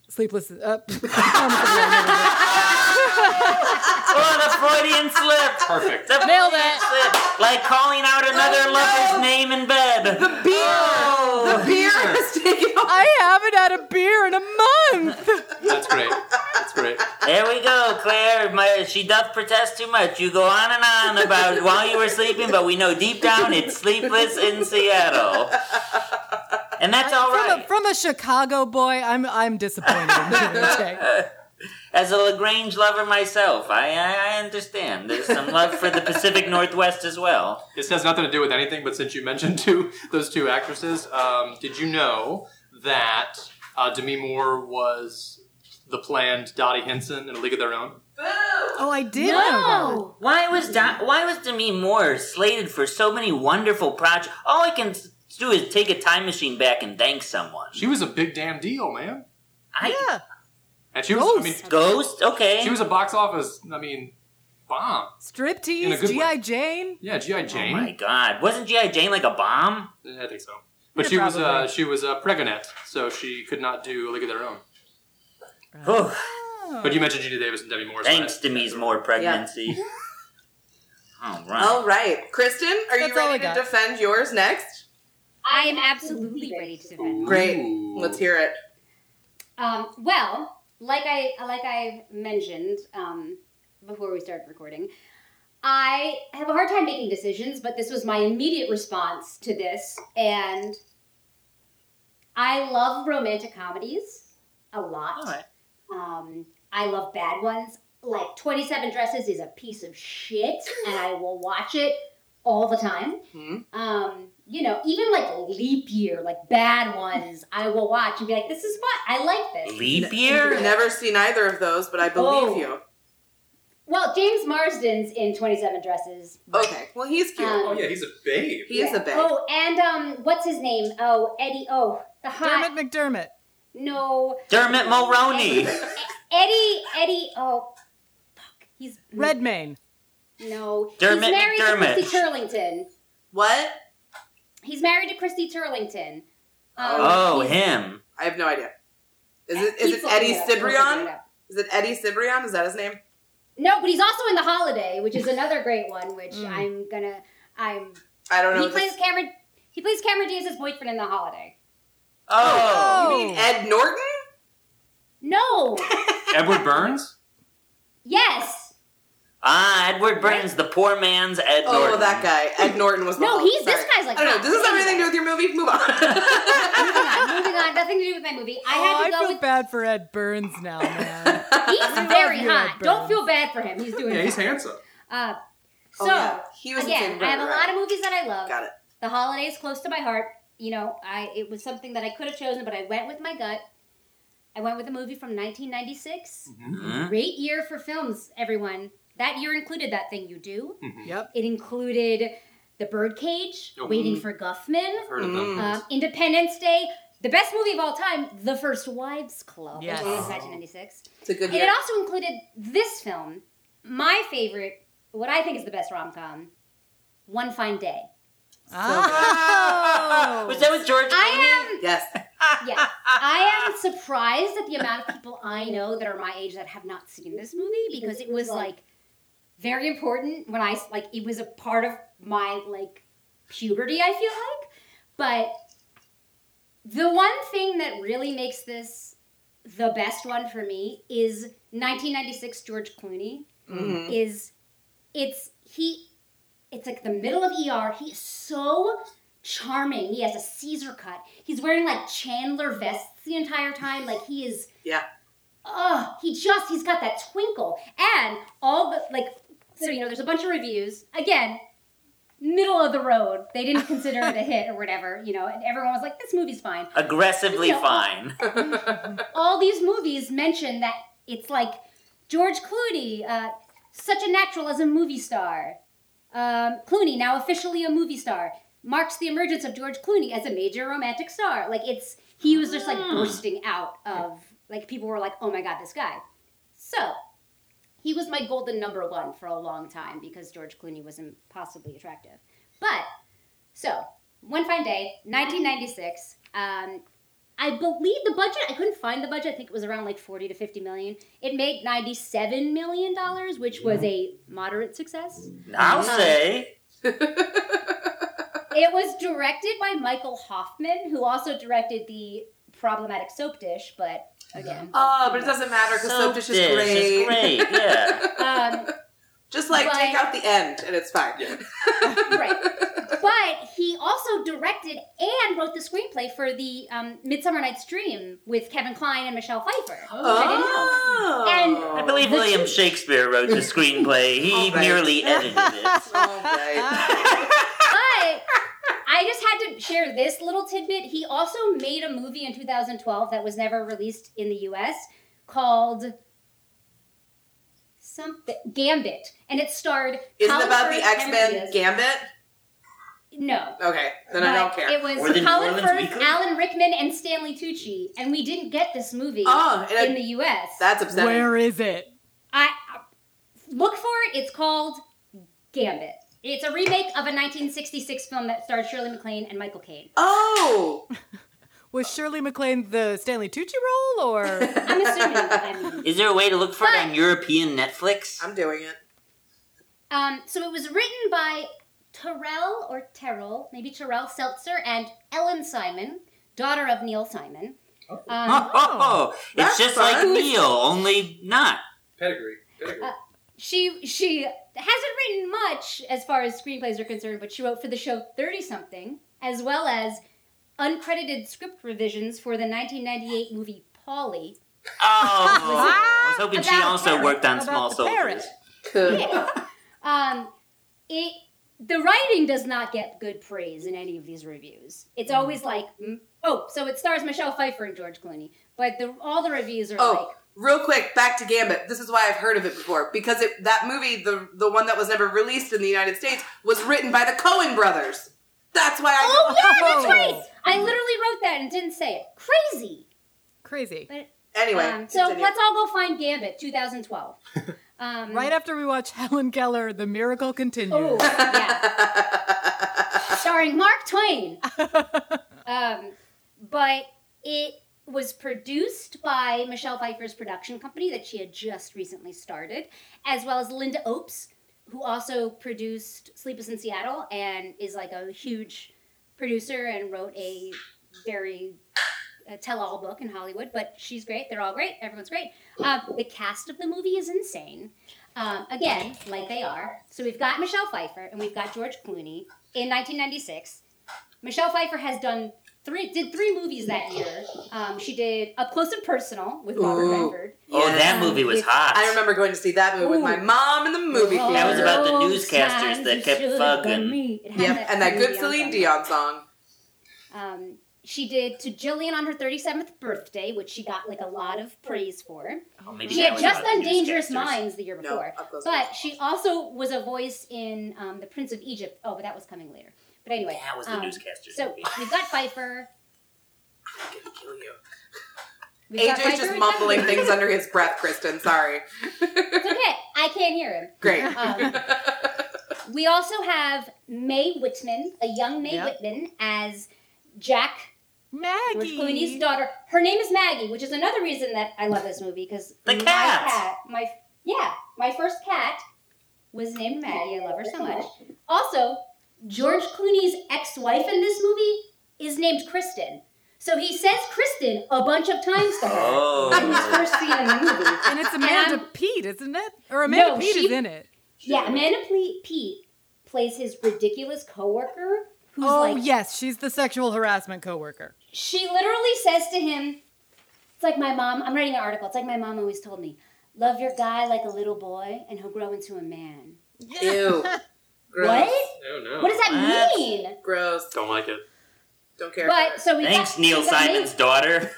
Speaker 5: Sleepless. Uh, [LAUGHS]
Speaker 4: oh, the Freudian slip.
Speaker 3: Perfect.
Speaker 4: The
Speaker 5: Nailed
Speaker 4: Freudian
Speaker 5: it.
Speaker 4: slip. Like calling out
Speaker 2: Oh,
Speaker 4: another
Speaker 2: no.
Speaker 4: lover's name in bed.
Speaker 2: the beer, the beer is taking over.
Speaker 5: I haven't had a beer in a month.
Speaker 3: That's great. That's great.
Speaker 2: [LAUGHS]
Speaker 4: There we go, Claire. My, she doth protest too much. You go on and on about while you were sleeping, but we know deep down it's sleepless in Seattle. And that's all
Speaker 5: From a,
Speaker 4: right.
Speaker 5: from a Chicago boy, I'm I'm disappointed in Jimmy Chick.
Speaker 4: As a Lagrange lover myself, I, I, I understand. There's some love for the Pacific Northwest as well.
Speaker 3: This has nothing to do with anything, but since you mentioned two those two actresses, um, did you know that uh, Demi Moore was the planned Dottie Henson in A League of Their Own?
Speaker 2: Boo!
Speaker 5: Oh, I did. Oh, know that.
Speaker 6: no.
Speaker 4: Why was Do- Why was Demi Moore slated for so many wonderful projects? All I can s- do is take a time machine back and thank someone.
Speaker 3: She was a big damn deal, man.
Speaker 4: I,
Speaker 5: Yeah.
Speaker 3: And she was, I mean,
Speaker 4: Ghost. Okay.
Speaker 3: she was a box office, I mean, bomb. In a
Speaker 5: Striptease,
Speaker 3: good
Speaker 5: G.I.
Speaker 3: way.
Speaker 5: Jane.
Speaker 3: Yeah, G.I. Jane.
Speaker 4: Oh my God! Wasn't GI Jane like a bomb?
Speaker 3: I think so. But
Speaker 5: Yeah,
Speaker 3: she was, uh,
Speaker 5: probably.
Speaker 3: she was uh, pregnant, so she could not do A League of Their Own.
Speaker 4: Whew.
Speaker 6: Oh.
Speaker 5: Oh.
Speaker 3: But you mentioned Gina Davis and Demi Moore. so
Speaker 4: Thanks
Speaker 3: I- Oh,
Speaker 4: to me's more pregnancy. All right.
Speaker 2: All right, Kristen, are you
Speaker 5: That's all I
Speaker 2: ready to
Speaker 5: got.
Speaker 2: defend yours next?
Speaker 6: I am absolutely ready to defend.
Speaker 2: Great.
Speaker 3: Ooh.
Speaker 2: Let's hear it.
Speaker 6: Um, well, like I like I mentioned um, before we started recording, I have a hard time making decisions, but this was my immediate response to this, and I love romantic comedies a lot.
Speaker 4: All right.
Speaker 6: Um, I love bad ones. Like Twenty Seven Dresses is a piece of shit, and I will watch it all the time.
Speaker 2: Hmm.
Speaker 6: Um, you know, even like leap year, like bad ones, I will watch and be like, "This is fun. I like this."
Speaker 4: Leap year?
Speaker 2: Never seen either of those, but I believe
Speaker 6: Oh.
Speaker 2: you.
Speaker 6: Well, James Marsden's in Twenty Seven Dresses.
Speaker 2: Okay. Well, he's cute.
Speaker 6: Um,
Speaker 3: Oh, yeah, he's a babe.
Speaker 2: he is a babe.
Speaker 6: Oh, and um, what's his name? Oh, Eddie. Oh, the hot. Mm.
Speaker 5: Dermot McDermott.
Speaker 6: No,
Speaker 4: Dermot Mulroney. [LAUGHS]
Speaker 6: Eddie. Eddie. Oh, fuck. He's
Speaker 5: Redmayne.
Speaker 6: No,
Speaker 4: Dermot
Speaker 6: he's married
Speaker 4: McDermott.
Speaker 6: to Christy Turlington.
Speaker 2: What?
Speaker 6: He's married to Christy Turlington. Um,
Speaker 4: Oh,
Speaker 6: he's-
Speaker 4: him.
Speaker 2: I have no idea. Is it is it
Speaker 6: He's-
Speaker 2: Eddie
Speaker 6: yeah,
Speaker 2: Cibrian?
Speaker 6: yeah.
Speaker 2: Is it Eddie Cibrian? Is that his name?
Speaker 6: No, but he's also in The Holiday, which is another great one. Which
Speaker 5: Mm.
Speaker 6: I'm gonna. I'm.
Speaker 2: I don't know.
Speaker 6: He
Speaker 2: if this-
Speaker 6: plays Cameron. He plays Cameron Diaz's boyfriend in The Holiday.
Speaker 4: Oh.
Speaker 5: Oh.
Speaker 2: you mean Ed Norton? [LAUGHS]
Speaker 6: No.
Speaker 3: Edward Burns?
Speaker 6: yes.
Speaker 4: Ah, Edward Burns, the poor man's Ed
Speaker 2: Oh,
Speaker 4: Norton.
Speaker 2: that guy. Ed Norton was. the
Speaker 6: No,
Speaker 2: one.
Speaker 6: he's this
Speaker 2: Sorry.
Speaker 6: guy's like.
Speaker 2: I don't know.
Speaker 6: that.
Speaker 2: Does this have anything to do with your movie? Move on.
Speaker 6: Moving on. Moving on. Nothing to do with my movie. I
Speaker 5: oh,
Speaker 6: had to
Speaker 5: I
Speaker 6: go
Speaker 5: feel
Speaker 6: with.
Speaker 5: bad for Ed Burns now,
Speaker 6: [LAUGHS]
Speaker 5: man.
Speaker 6: He's very
Speaker 5: you, Ed
Speaker 6: hot. Don't
Speaker 5: Burns.
Speaker 6: feel bad for him. He's doing.
Speaker 3: Yeah, he's
Speaker 6: fine.
Speaker 3: handsome.
Speaker 6: Uh, so
Speaker 2: oh, yeah. he was
Speaker 6: again,
Speaker 2: in
Speaker 6: I have a lot of movies that I love.
Speaker 2: Got it.
Speaker 6: The holiday is close to my heart. You know, I it was something that I could have chosen, but I went with my gut. I went with a movie from 1996.
Speaker 3: Mm-hmm.
Speaker 4: Hmm?
Speaker 6: Great year for films, everyone. That year included that thing you do.
Speaker 3: Mm-hmm.
Speaker 5: yep.
Speaker 6: It included The Birdcage,
Speaker 3: Oh. Mm.
Speaker 6: Waiting for Guffman,
Speaker 3: I've heard of them.
Speaker 4: Mm-hmm.
Speaker 6: um, Independence Day, the best movie of all time, The First Wives Club,
Speaker 5: Yes.
Speaker 6: which was 1996.
Speaker 2: It's a good
Speaker 6: And it
Speaker 2: year.
Speaker 6: also included this film, my favorite, what I think is the best rom com, One Fine Day.
Speaker 5: Oh. Ah. [LAUGHS]
Speaker 4: Was that with George
Speaker 6: Oh. I am
Speaker 2: Yes.
Speaker 6: [LAUGHS] yeah. I am surprised at the amount of people I know that are my age that have not seen this movie because it was like very important when I like it was a part of my like puberty, I feel like. But the one thing that really makes this the best one for me is 1996 George Clooney
Speaker 2: Mhm.
Speaker 6: is it's he it's like the middle of ER. He's so charming. He has a Caesar cut. He's wearing like Chandler vests the entire time. Like he is
Speaker 2: Yeah.
Speaker 6: oh, he just he's got that twinkle. And all the like so you know, there's a bunch of reviews. Again, middle of the road. They didn't consider it a hit or whatever, you know, and everyone was like, This movie's fine
Speaker 4: Aggressively
Speaker 6: Yeah. [LAUGHS]
Speaker 4: fine.
Speaker 6: all these movies mention that it's like George Clooney, uh, such a natural as a movie star. Um, Clooney, now officially a movie star, marks the emergence of George Clooney as a major romantic star. Like it's he was just like bursting out of like people were like, oh my god, this guy. So he was my golden number one for a long time because George Clooney was impossibly attractive. But so one fine day, 1996. Um, I believe the budget. I couldn't find the budget. I think it was around like forty to fifty million. It made ninety-seven million dollars, which was a moderate success.
Speaker 4: I'll say.
Speaker 6: It was directed by Michael Hoffman, who also directed the problematic soap dish. But again,
Speaker 2: Oh, but it doesn't matter because soap dish is
Speaker 4: dish
Speaker 2: great.
Speaker 6: [LAUGHS]
Speaker 4: great, yeah.
Speaker 2: [LAUGHS]
Speaker 6: um,
Speaker 2: Just like
Speaker 6: But-
Speaker 2: take out the end and it's fine.
Speaker 6: [LAUGHS]
Speaker 3: Yeah.
Speaker 2: [LAUGHS]
Speaker 6: right. But he also directed and wrote the screenplay for the um, *Midsummer Night's Dream* with Kevin Kline and Michelle Pfeiffer. Which I didn't know.
Speaker 2: Oh.
Speaker 6: And-
Speaker 4: I believe William Shakespeare wrote the
Speaker 6: [LAUGHS]
Speaker 4: screenplay. He
Speaker 2: All right.
Speaker 4: merely edited it.
Speaker 2: [LAUGHS] Oh, right.
Speaker 6: But I just had to share this little tidbit. He also made a movie in 2012 that was never released in the US called something Gambit, and it starred.
Speaker 2: Is it
Speaker 6: Colin
Speaker 2: about the
Speaker 6: Firth,
Speaker 2: X Men
Speaker 6: Henry
Speaker 2: Gambit?
Speaker 6: Diaz. No.
Speaker 2: Okay, then I don't
Speaker 6: But
Speaker 2: care.
Speaker 6: It
Speaker 4: Or the
Speaker 6: was
Speaker 4: New
Speaker 6: Colin
Speaker 4: Orleans
Speaker 6: Firth,
Speaker 4: Weekly?
Speaker 6: Alan Rickman, and Stanley Tucci, and we didn't get this movie
Speaker 2: Oh, and I-
Speaker 6: in the US.
Speaker 2: That's upsetting.
Speaker 5: Where is it?
Speaker 6: I look for it. It's called Gambit. It's a remake of a 1966 film that starred Shirley MacLaine and Michael Caine.
Speaker 2: Oh,
Speaker 5: Was Shirley MacLaine the Stanley Tucci role,
Speaker 6: [LAUGHS]
Speaker 5: or
Speaker 6: I'm assuming. I mean,
Speaker 4: Is there a way to look for it on
Speaker 6: But-
Speaker 4: European Netflix?
Speaker 2: I'm
Speaker 6: [LAUGHS]
Speaker 2: doing it.
Speaker 6: Um, so it was written by Terrell or Terrell, maybe Terrell Seltzer and Ellen Simon, daughter of Neil Simon. Um,
Speaker 4: Oh, oh, oh.
Speaker 2: That's
Speaker 4: it's just
Speaker 2: fun.
Speaker 4: like Neil, only not.
Speaker 3: Pedigree. Pedigree.
Speaker 6: Uh, she she hasn't written much as far as screenplays are concerned, but she wrote for the show Thirty Something, as well as uncredited script revisions for the 1998 movie Polly.
Speaker 4: Oh,
Speaker 6: [LAUGHS]
Speaker 4: I was hoping she
Speaker 6: About
Speaker 4: also
Speaker 6: Paris.
Speaker 4: worked on
Speaker 5: About
Speaker 4: Small
Speaker 5: the
Speaker 4: Soldiers.
Speaker 5: Paris.
Speaker 6: Um, it the writing does not get good praise in any of these reviews. It's
Speaker 2: Mm-hmm.
Speaker 6: always like, mm, oh, so it stars Michelle Pfeiffer and George Clooney, but the, all the reviews are
Speaker 2: Oh, real quick, back to Gambit. This is why I've heard of it before because it, that movie, the the one that was never released in the United States, was written by the Cohen brothers. That's why I.
Speaker 6: Oh,
Speaker 5: yeah, that's
Speaker 6: like, wait, I literally wrote that and didn't say it. Crazy.
Speaker 5: Crazy.
Speaker 2: Anyway,
Speaker 6: Um, so
Speaker 2: continue.
Speaker 6: let's all go find
Speaker 2: [LAUGHS]
Speaker 6: Gambit 2012. Um,
Speaker 5: Right after we watch Helen Keller, the miracle continues.
Speaker 6: Oh, yeah. Starring Mark Twain. um, but it was produced by Michelle Pfeiffer's production company that she had just recently started, as well as Linda Opes, who also produced Sleepless in Seattle and is like a huge producer and wrote a very uh, tell-all book in Hollywood. But she's great. They're all great. Everyone's great. Um, the cast of the movie is insane. Um, again, like they are. So we've got Michelle Pfeiffer and we've got George Clooney in 1996. Michelle Pfeiffer has done three did three movies that year. Um, she did Up Close and Personal with Robert
Speaker 2: Ooh.
Speaker 6: Redford.
Speaker 4: Oh,
Speaker 2: Yeah.
Speaker 4: that movie was hot.
Speaker 2: I remember going to see that movie with my
Speaker 6: Ooh.
Speaker 2: mom in the movie
Speaker 6: All
Speaker 2: theater.
Speaker 4: That was about the
Speaker 6: those
Speaker 4: newscasters
Speaker 6: times
Speaker 4: that
Speaker 6: you
Speaker 4: kept
Speaker 6: should've
Speaker 4: fucking-
Speaker 6: done me. It had
Speaker 2: Yep, and that good Celine
Speaker 6: Celine
Speaker 2: Dion song.
Speaker 6: Um, she did to Jillian on her 37th birthday, which she got like a lot of praise for.
Speaker 4: Oh, maybe
Speaker 6: She
Speaker 4: that
Speaker 6: had
Speaker 4: was
Speaker 6: just
Speaker 4: about
Speaker 6: done
Speaker 4: the
Speaker 6: Dangerous
Speaker 4: newscasters.
Speaker 6: Minds the year
Speaker 2: No,
Speaker 6: before,
Speaker 2: Up Close and
Speaker 6: but she also was a voice in um, The Prince of Egypt. Oh, but that was coming later. But anyway,
Speaker 4: That was the
Speaker 6: um,
Speaker 4: newscasters.
Speaker 6: So
Speaker 4: movie.
Speaker 6: we've got Pfeiffer.
Speaker 2: Kill you.
Speaker 6: We've got
Speaker 2: AJ's
Speaker 6: Pfeiffer
Speaker 2: just
Speaker 6: and
Speaker 2: mumbling
Speaker 6: Pfeiffer.
Speaker 2: things under his breath, Kristen. Sorry.
Speaker 6: [LAUGHS]
Speaker 4: [LAUGHS]
Speaker 6: It's okay. I can't hear him.
Speaker 2: Great.
Speaker 6: Um, We also have Mae Whitman, a young Mae
Speaker 5: Yep.
Speaker 6: Whitman, as Jack, George
Speaker 5: Maggie.
Speaker 6: Clooney's daughter. Her name is Maggie, which is another reason that I love this movie because
Speaker 4: The
Speaker 6: my
Speaker 4: cat.
Speaker 6: my yeah, my first cat was named Maggie. I love her so much. Also, George Clooney's ex-wife in this movie is named Kristen. So he says Kristen a bunch of times to her in his
Speaker 4: Oh.
Speaker 6: first scene in the movie.
Speaker 5: And it's Amanda Pete, isn't it? Or Amanda
Speaker 6: No,
Speaker 5: Pete
Speaker 6: she-
Speaker 5: is in it.
Speaker 6: Yeah, Amanda Ple- Pete plays his ridiculous coworker who's
Speaker 5: Oh
Speaker 6: like
Speaker 5: yes, she's the sexual harassment coworker.
Speaker 6: she literally says to him, it's like my mom, I'm writing an article, it's like my mom always told me, love your guy like a little boy and he'll grow into a man. [LAUGHS]
Speaker 2: Ew. Gross.
Speaker 6: What?
Speaker 3: Oh no.
Speaker 6: What does that
Speaker 4: What?
Speaker 6: mean?
Speaker 2: Gross.
Speaker 3: Don't like it.
Speaker 2: Don't care.
Speaker 6: But so we
Speaker 4: Thanks,
Speaker 6: got,
Speaker 4: Neil
Speaker 6: we got Mae-
Speaker 4: Simon's daughter.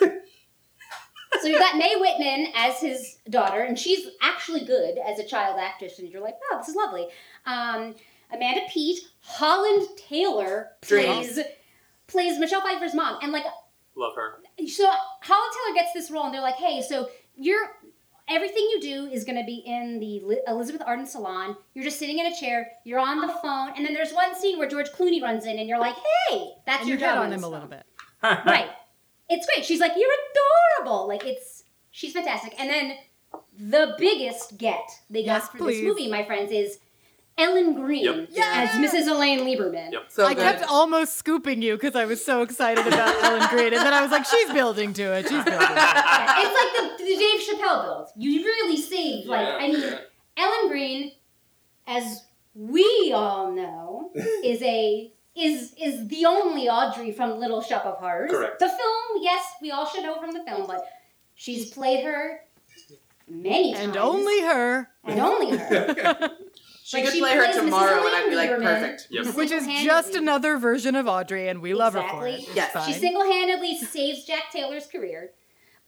Speaker 6: so you got Mae Whitman as his daughter, and she's actually good as a child actress, and you're like, oh, this is lovely. Um, Amanda Pete, Holland Taylor plays plays Michelle Pfeiffer's mom, and like
Speaker 3: Love her.
Speaker 6: so Holland Taylor gets this role, and they're like, "Hey, so you're everything you do is going to be in the Li- Elizabeth Arden salon. You're just sitting in a chair. You're on the phone, and then there's one scene where George Clooney runs in, and you're like, "Hey, that's
Speaker 5: And you
Speaker 6: your
Speaker 5: hit
Speaker 6: job
Speaker 5: on
Speaker 6: this
Speaker 5: him a little
Speaker 6: phone."
Speaker 5: bit.
Speaker 6: right? It's great. She's like, "You're adorable." Like it's she's fantastic. And then the biggest get they got
Speaker 5: Yes,
Speaker 6: for
Speaker 5: please.
Speaker 6: this movie, my friends, is Ellen
Speaker 3: Yep.
Speaker 6: Green as Mrs. Elaine Lieberman.
Speaker 3: Yep.
Speaker 2: so
Speaker 5: I
Speaker 2: good.
Speaker 5: kept almost scooping you because I was so excited [LAUGHS] about Ellen Green, and then I was like, she's building to it. She's building. To it.
Speaker 6: Yeah, it's like the, the Dave Chappelle build. You really see, like,
Speaker 3: Yeah,
Speaker 6: I mean,
Speaker 3: yeah.
Speaker 6: Ellen Green, as we all
Speaker 3: [LAUGHS]
Speaker 6: know, is a is is the only Audrey from Little Shop of Horrors.
Speaker 3: Correct.
Speaker 6: The film, yes, we all should know from the film, but she's played her many times,
Speaker 5: and only her,
Speaker 6: and
Speaker 5: [LAUGHS]
Speaker 3: [LAUGHS]
Speaker 6: only her.
Speaker 2: she
Speaker 6: like,
Speaker 2: could
Speaker 6: she
Speaker 2: play her
Speaker 6: plays Mrs.
Speaker 2: tomorrow, and I'd be like,
Speaker 6: Lieberman.
Speaker 2: perfect.
Speaker 3: Yep.
Speaker 5: which is
Speaker 6: Single-handedly.
Speaker 5: just another version of Audrey, and we love her for it.
Speaker 6: Exactly.
Speaker 5: It's
Speaker 2: Yes,
Speaker 5: fine.
Speaker 6: She single-handedly saves Jack Taylor's career,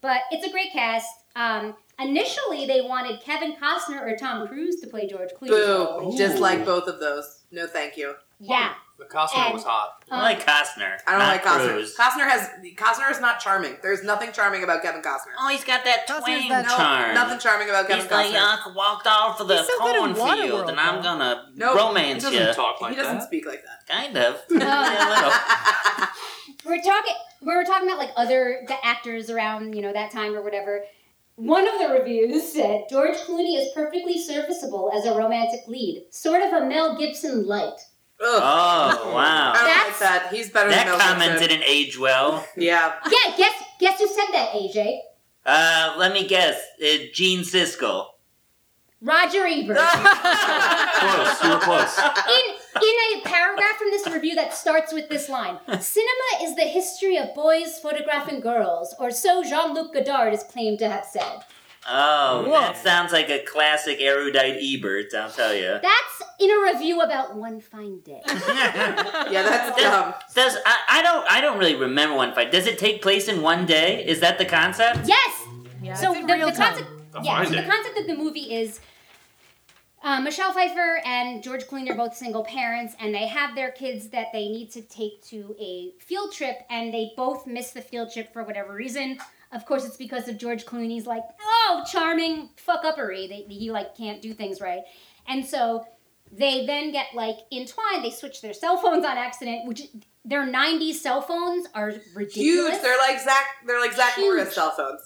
Speaker 6: but it's a great cast. Um, initially, they wanted Kevin Costner or Tom Cruise to play George Clooney.
Speaker 2: Boo.
Speaker 4: Ooh.
Speaker 2: Just like both of those. No, thank you.
Speaker 6: Yeah.
Speaker 3: The costume was hot.
Speaker 4: I like Costner.
Speaker 2: I don't
Speaker 4: not
Speaker 2: like Costner.
Speaker 4: Cruz.
Speaker 2: Costner has Costner is not charming. There's nothing charming about Kevin Costner.
Speaker 4: Oh, he's got that
Speaker 5: Costner's
Speaker 4: twang
Speaker 5: that-
Speaker 2: No,
Speaker 4: charm.
Speaker 2: nothing charming about Kevin
Speaker 4: He's
Speaker 2: Costner.
Speaker 4: like, I walked off of the
Speaker 5: He's so good in
Speaker 4: cornfield,
Speaker 5: Waterworld,
Speaker 4: and I'm
Speaker 5: though.
Speaker 4: gonna
Speaker 2: No,
Speaker 3: He
Speaker 4: romance
Speaker 3: doesn't
Speaker 4: you.
Speaker 3: talk like
Speaker 2: he doesn't
Speaker 3: that.
Speaker 2: speak like that.
Speaker 5: [LAUGHS]
Speaker 4: Kind of. [LAUGHS] Yeah, a
Speaker 2: [LAUGHS]
Speaker 4: little.
Speaker 6: we're talking we were talking about like other the actors around you know that time or whatever one of the reviews said george clooney is perfectly serviceable as a romantic lead sort of a mel gibson light
Speaker 2: Ugh.
Speaker 4: Oh
Speaker 2: I
Speaker 4: wow.
Speaker 2: don't
Speaker 6: That's-
Speaker 2: like that. He's better than
Speaker 4: That
Speaker 2: Mel
Speaker 4: comment
Speaker 2: Gibson.
Speaker 4: didn't age well.
Speaker 2: Yeah.
Speaker 6: yeah guess guess who said that aj
Speaker 4: Uh, let me guess. Uh, Gene Siskel.
Speaker 6: roger ebert
Speaker 3: [LAUGHS] Close. You were close.
Speaker 6: in in a paragraph from this review that starts with this line cinema is the history of boys photographing girls or so jean-luc godard is claimed to have said
Speaker 4: Oh, that
Speaker 5: Woof.
Speaker 4: sounds like a classic erudite Ebert. I'll
Speaker 5: [LAUGHS]
Speaker 4: tell you.
Speaker 6: that's in a review about one fine day
Speaker 2: Yeah, that's
Speaker 4: Does-
Speaker 2: dumb.
Speaker 4: Does I, I don't I don't really remember one fight. Does it take place in one day? Is that the concept?
Speaker 6: yes
Speaker 5: Yeah,
Speaker 6: So
Speaker 5: it's
Speaker 6: the,
Speaker 5: in
Speaker 6: the
Speaker 5: real time.
Speaker 6: concept,
Speaker 3: I'll
Speaker 6: yeah.
Speaker 3: find
Speaker 6: So the
Speaker 3: it.
Speaker 6: concept of the movie is uh, Michelle Pfeiffer and George Clooney are both single parents, and they have their kids that they need to take to a field trip, and they both miss the field trip for whatever reason. Of course, it's because of George Clooney's like, oh, charming fuck uppery. They, he like can't do things right, and so they then get like entwined. They switch their cell phones on accident, which their '90s cell phones are ridiculous.
Speaker 2: Huge. They're like Zach. They're like Zach
Speaker 6: Huge.
Speaker 2: Morris cell phones.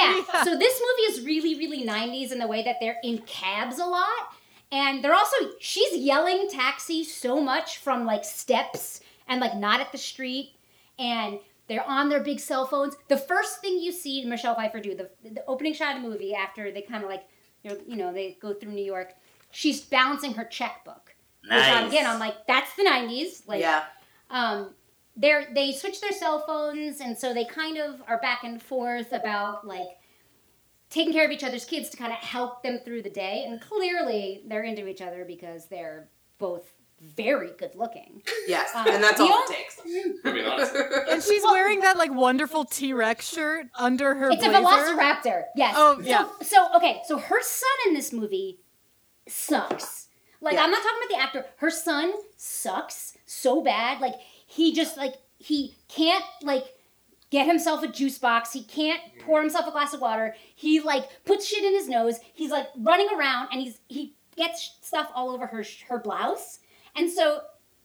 Speaker 6: Yeah. So this movie is really, really 90s in the way that they're in cabs a lot. And they're also, she's yelling taxi so much from like steps and like not at the street. And they're on their big cell phones. The first thing you see Michelle Pfeiffer do, the, the opening shot of the movie after they kind of like, you know, you know, they go through New York, she's balancing her checkbook. Which um,
Speaker 4: Nice.
Speaker 6: again, I'm like, that's the 90s. Like,
Speaker 2: yeah.
Speaker 6: um, they're, they switch their cell phones, and so they kind of are back and forth about like taking care of each other's kids to kind of help them through the day. And clearly, they're into each other because they're both very good looking.
Speaker 2: Yes.
Speaker 6: Um,
Speaker 2: and that's
Speaker 6: the
Speaker 2: all it
Speaker 6: only-
Speaker 2: takes.
Speaker 3: I mean, honestly.
Speaker 5: and she's wearing that like wonderful T Rex shirt under her
Speaker 6: It's a
Speaker 5: blazer.
Speaker 6: velociraptor. Yes.
Speaker 5: Oh,
Speaker 6: So-
Speaker 5: yeah.
Speaker 6: So, okay, so her son in this movie sucks. Like
Speaker 2: Yeah.
Speaker 6: I'm not talking about the actor. Her son sucks so bad. Like he just like he can't like get himself a juice box. He can't pour himself a glass of water. He like puts shit in his nose. He's like running around and he's he gets stuff all over her her blouse, and so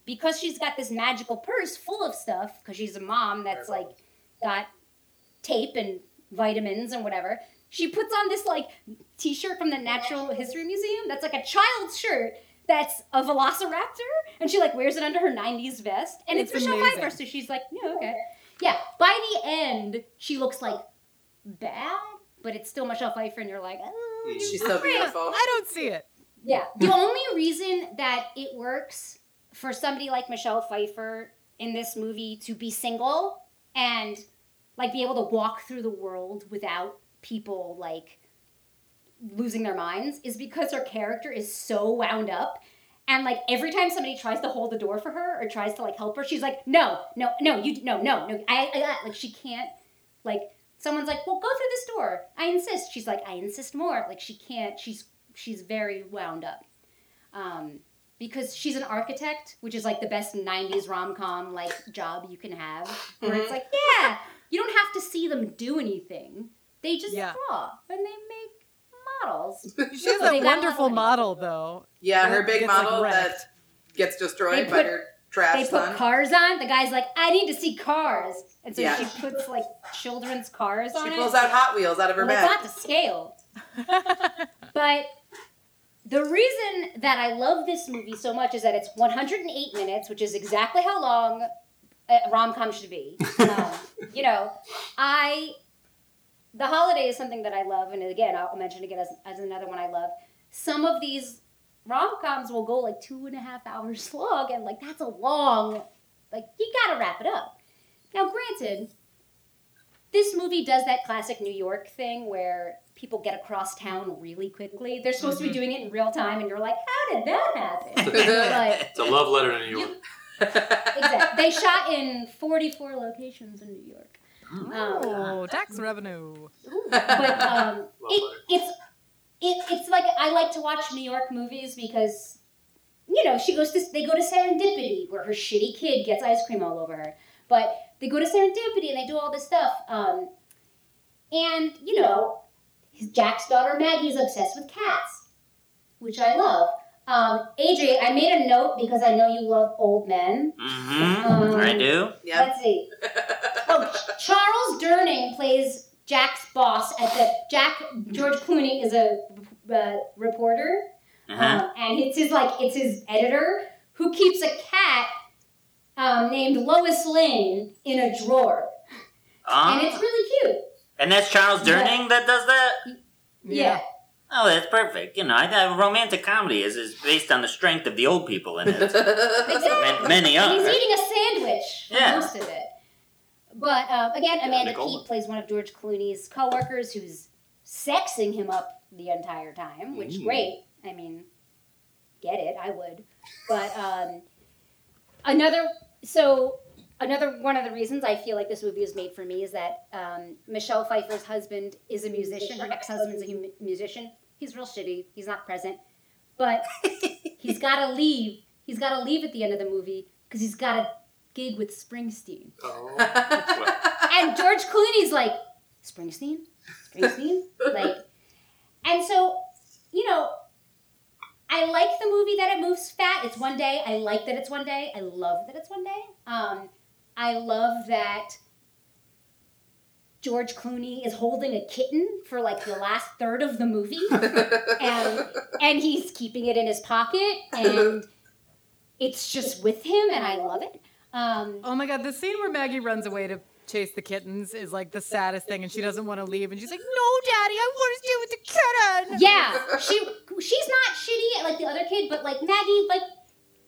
Speaker 6: because she's got this magical purse full of stuff, because she's a mom that's like got tape and vitamins and whatever. She puts on this like t-shirt from the Natural History Museum that's like a child's shirt that's a velociraptor and she like wears it under her 90s vest and it's,
Speaker 5: It's
Speaker 6: Michelle
Speaker 5: amazing.
Speaker 6: Pfeiffer so she's like, "Yeah, okay." Yeah, by the end she looks like bad, but it's still Michelle Pfeiffer and you're like, "Oh, you
Speaker 2: She's so beautiful.
Speaker 5: I don't see
Speaker 2: [LAUGHS]
Speaker 5: it.
Speaker 6: yeah. The only reason that it works for somebody like Michelle Pfeiffer in this movie to be single and like be able to walk through the world without people like losing their minds is because her character is so wound up and like every time somebody tries to hold the door for her or tries to like help her she's like no no no you no no no i, I I-" like she can't like someone's like well go through this door i insist she's like i insist more like she can't she's she's very wound up um because she's an architect which is like the best 90s rom-com like job you can have where it's like yeah you don't have to see them do anything they just
Speaker 5: Yeah.
Speaker 6: draw and they make models
Speaker 5: She has
Speaker 6: They got a
Speaker 5: that
Speaker 6: lot
Speaker 5: wonderful
Speaker 6: of money.
Speaker 5: model though.
Speaker 2: Yeah, her
Speaker 5: That
Speaker 2: big
Speaker 5: gets, like,
Speaker 2: model that
Speaker 5: wrecked.
Speaker 2: gets destroyed
Speaker 6: They
Speaker 2: by
Speaker 6: put-
Speaker 2: her
Speaker 6: they
Speaker 2: trash
Speaker 6: put
Speaker 2: son.
Speaker 6: cars on the guy's like i need to see cars and so
Speaker 2: Yeah.
Speaker 6: she puts like children's cars on
Speaker 2: She
Speaker 6: it.
Speaker 2: pulls out Hot Wheels out of her
Speaker 6: Well, it's
Speaker 2: bag.
Speaker 6: not to scale. but the reason that I love this movie so much is that it's 108 minutes, which is exactly how long a rom com should be. Um, you know, I. The holiday is something that I love, and again, I'll mention again as, as another one I love. Some of these rom coms will go like two and a half hours [LAUGHS] long, and like that's a long, like you gotta wrap it up. Now, granted, this movie does that classic New York thing where people get across town really quickly. They're supposed to be doing it in real time, and you're like, how did that happen? but
Speaker 3: It's a love letter to New
Speaker 6: you,
Speaker 3: York.
Speaker 6: exact- they shot in 44 locations in New York. Um,
Speaker 5: Oh, tax revenue.
Speaker 6: but um,
Speaker 3: Well
Speaker 6: it, it's it, it's like I like to watch New York movies because you know she goes to they go to Serendipity where her shitty kid gets ice cream all over her, but they go to Serendipity and they do all this stuff. Um, and you know, his- Jack's daughter Maggie's obsessed with cats, which I love. Um, AJ, I made a note because I know you love old men.
Speaker 4: Mm-hmm.
Speaker 6: Um,
Speaker 4: I do.
Speaker 2: Yeah.
Speaker 6: Let's see. Oh, Ch- Charles Durning plays Jack's boss at the Jack George Clooney is a uh, reporter,
Speaker 4: Uh-huh.
Speaker 6: um, and it's his like it's his editor who keeps a cat um, named Lois Lane in a drawer,
Speaker 4: Um,
Speaker 6: and it's really cute.
Speaker 4: and that's Charles
Speaker 6: Yeah.
Speaker 4: Durning that does that.
Speaker 6: Yeah,
Speaker 4: Oh, that's perfect. You know, I thought romantic comedy is, is based on the strength of the old people in it. Man-
Speaker 6: exactly.
Speaker 4: Many
Speaker 6: And he's
Speaker 4: are.
Speaker 6: eating a sandwich for
Speaker 4: Yeah.
Speaker 6: most of it. But um, again, Amanda
Speaker 3: Nicole.
Speaker 6: Peet plays one of George Clooney's coworkers who's sexing him up the entire time, which
Speaker 3: Mm.
Speaker 6: great. I mean, get it? I would. But um, another so another one of the reasons I feel like this movie was made for me is that um, Michelle Pfeiffer's husband is a musician. Her ex-husband's a hum- musician. He's real shitty. He's not present, but he's got to leave. He's got to leave at the end of the movie because he's got a gig with Springsteen.
Speaker 3: Oh.
Speaker 6: And George Clooney's like Springsteen, Springsteen, like, and so you know. I like the movie that it moves fat. It's one day. I like that it's one day. I love that it's one day. Um, I love that George Clooney is holding a kitten for like the last third of the movie, and and he's keeping it in his pocket, and it's just with him, and I love it. Um,
Speaker 5: Oh my god, the scene where Maggie runs away to chase the kittens is like the saddest thing, and she doesn't want to leave, and she's like, "No, Daddy, I want to stay with the kitten."
Speaker 6: yeah, she she's not shitty like the other kid, but like Maggie like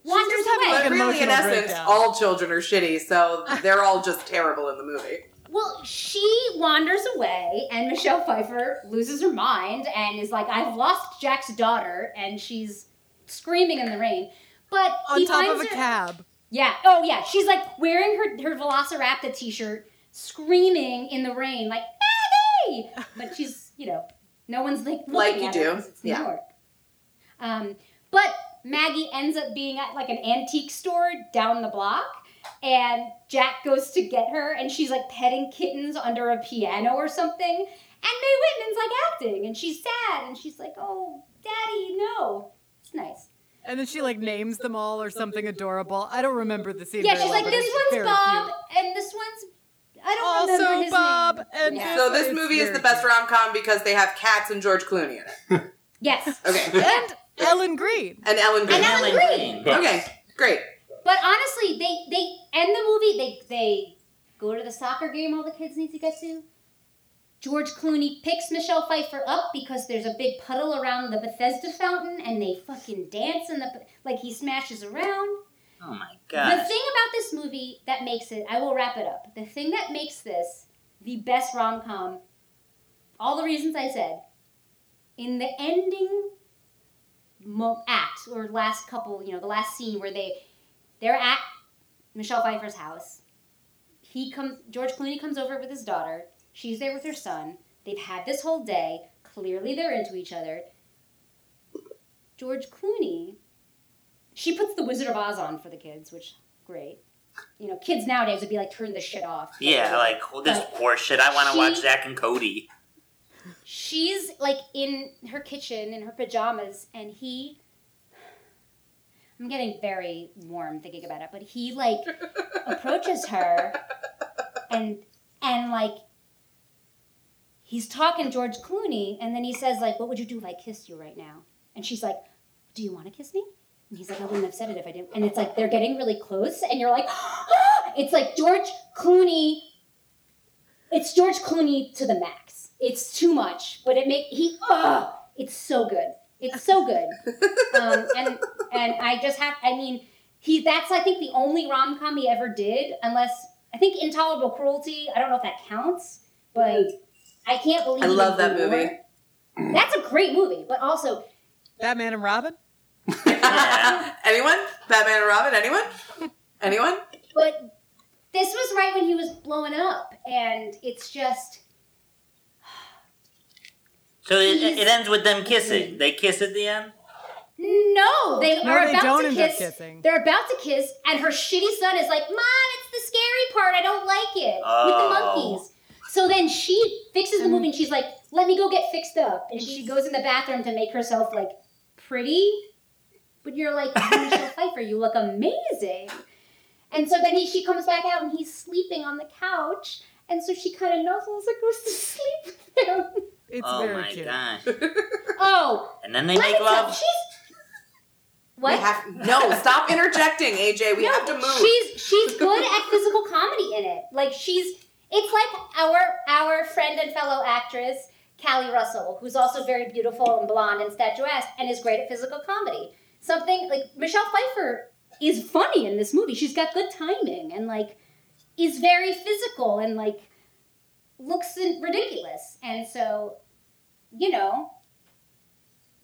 Speaker 6: wanders
Speaker 5: just having,
Speaker 6: away.
Speaker 5: like,
Speaker 2: But
Speaker 5: an
Speaker 2: really, in
Speaker 5: emotional
Speaker 2: essence,
Speaker 5: breakdown.
Speaker 2: all children are shitty, so they're all just terrible in the movie.
Speaker 6: Well, she wanders away, and Michelle Pfeiffer loses her mind and is like, "I've lost Jack's daughter," and she's screaming in the rain. But
Speaker 5: On
Speaker 6: he
Speaker 5: top
Speaker 6: finds
Speaker 5: of a
Speaker 6: her-
Speaker 5: cab.
Speaker 6: Yeah. Oh, yeah. She's like wearing her her Velociraptor T-shirt, screaming in the rain like Maggie. But she's you know, no one's like
Speaker 2: Like
Speaker 6: looking
Speaker 2: you
Speaker 6: at her
Speaker 2: do.
Speaker 6: 'cause It's New
Speaker 2: Yeah.
Speaker 6: York. Um, but Maggie ends up being at like an antique store down the block, and Jack goes to get her, and she's like petting kittens under a piano or something. And Mae Whitman's like acting, and she's sad, and she's like, "Oh, Daddy, no." It's nice.
Speaker 5: And then she like names them all or something adorable. I don't remember the scene.
Speaker 6: Yeah,
Speaker 5: very
Speaker 6: she's
Speaker 5: well,
Speaker 6: like,
Speaker 5: but
Speaker 6: this
Speaker 5: it's
Speaker 6: one's
Speaker 5: very
Speaker 6: Bob,
Speaker 5: cute.
Speaker 6: and this one's I don't
Speaker 5: Also
Speaker 6: remember his
Speaker 5: Bob,
Speaker 6: name.
Speaker 5: and
Speaker 6: yeah.
Speaker 2: So this
Speaker 5: It's
Speaker 2: movie is
Speaker 5: very
Speaker 2: the best rom com because they have cats and George Clooney in it.
Speaker 5: [LAUGHS]
Speaker 6: yes,
Speaker 2: Okay.
Speaker 5: And Ellen Green.
Speaker 2: And Ellen Green.
Speaker 6: And Ellen Green.
Speaker 2: Okay, great.
Speaker 6: But honestly, they they end the movie. They they go to the soccer game. All the kids need to get to. George Clooney picks Michelle Pfeiffer up because there's a big puddle around the Bethesda fountain, and they fucking dance in the like he smashes around.
Speaker 4: Oh my
Speaker 6: The
Speaker 4: gosh.
Speaker 6: thing about this movie that makes it, I will wrap it up. The thing that makes this the best rom com, all the reasons I said, in the ending mo- act or last couple, you know, the last scene where they they're at Michelle Pfeiffer's house. He comes. George Clooney comes over with his daughter. She's there with her son. They've had this whole day. Clearly, they're into each other. George Clooney. She puts the Wizard of Oz on for the kids, which great. You know, kids nowadays would be like, turn this shit off.
Speaker 4: Yeah, like oh, this
Speaker 6: But
Speaker 4: horse shit. I want to
Speaker 6: she-
Speaker 4: watch Zack and Cody.
Speaker 6: she's like in her kitchen in her pajamas and he i'm getting very warm thinking about it but he like approaches her and and like he's talking george clooney and then he says like what would you do if i kissed you right now and she's like do you want to kiss me and he's like i wouldn't have said it if i didn't and it's like they're getting really close and you're like [GASPS] it's like george clooney it's George Clooney to the max. It's too much, but it make he. Ugh, it's so good. It's
Speaker 2: [LAUGHS]
Speaker 6: so good. Um, and and I just have. I mean, he. That's I think the only rom com he ever did, unless I think Intolerable Cruelty. I don't know if that counts, but I can't believe.
Speaker 2: I
Speaker 6: he
Speaker 2: love
Speaker 6: didn't
Speaker 2: that
Speaker 6: do
Speaker 2: movie.
Speaker 6: more. That's a great movie, but also
Speaker 5: Batman and Robin.
Speaker 4: Yeah.
Speaker 2: [LAUGHS] anyone? Batman and Robin? Anyone? Anyone?
Speaker 6: But this was right when he was blowing up, and it's just
Speaker 4: So it, it ends with them kissing. They kiss at the end.
Speaker 6: no. They
Speaker 5: No,
Speaker 6: are
Speaker 5: they
Speaker 6: about
Speaker 5: don't
Speaker 6: to
Speaker 5: end up
Speaker 6: kiss.
Speaker 5: kissing.
Speaker 6: They're about to kiss, and her shitty son is like, "Mom, it's the scary part. I don't like it with
Speaker 4: Oh.
Speaker 6: the monkeys." So then she fixes the movie, and she's like, "Let me go get fixed up," and she goes in the bathroom to make herself like pretty. But you're like Michelle Pfeiffer. You look amazing. And so then he, she comes back out, and he's sleeping on the couch. And so she kind of nuzzles and goes to [LAUGHS] sleep with him.
Speaker 5: It's
Speaker 4: oh
Speaker 5: very
Speaker 4: my
Speaker 5: cute.
Speaker 4: gosh.
Speaker 6: Oh,
Speaker 4: And then they
Speaker 6: let me
Speaker 4: make
Speaker 6: tell
Speaker 4: love.
Speaker 6: she's what?
Speaker 2: We have no. Stop interjecting, AJ. We
Speaker 6: No,
Speaker 2: have to move.
Speaker 6: She's
Speaker 2: [LAUGHS]
Speaker 6: she's good at physical comedy in it. Like she's it's like our our friend and fellow actress Callie Russell, who's also very beautiful and blonde and statuesque and is great at physical comedy. Something like Michelle Pfeiffer is funny in this movie. She's got good timing and like is very physical and like looks ridiculous. And so, you know,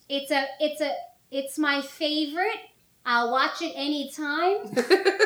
Speaker 6: it's a it's a it's my favorite. I'll watch it anytime.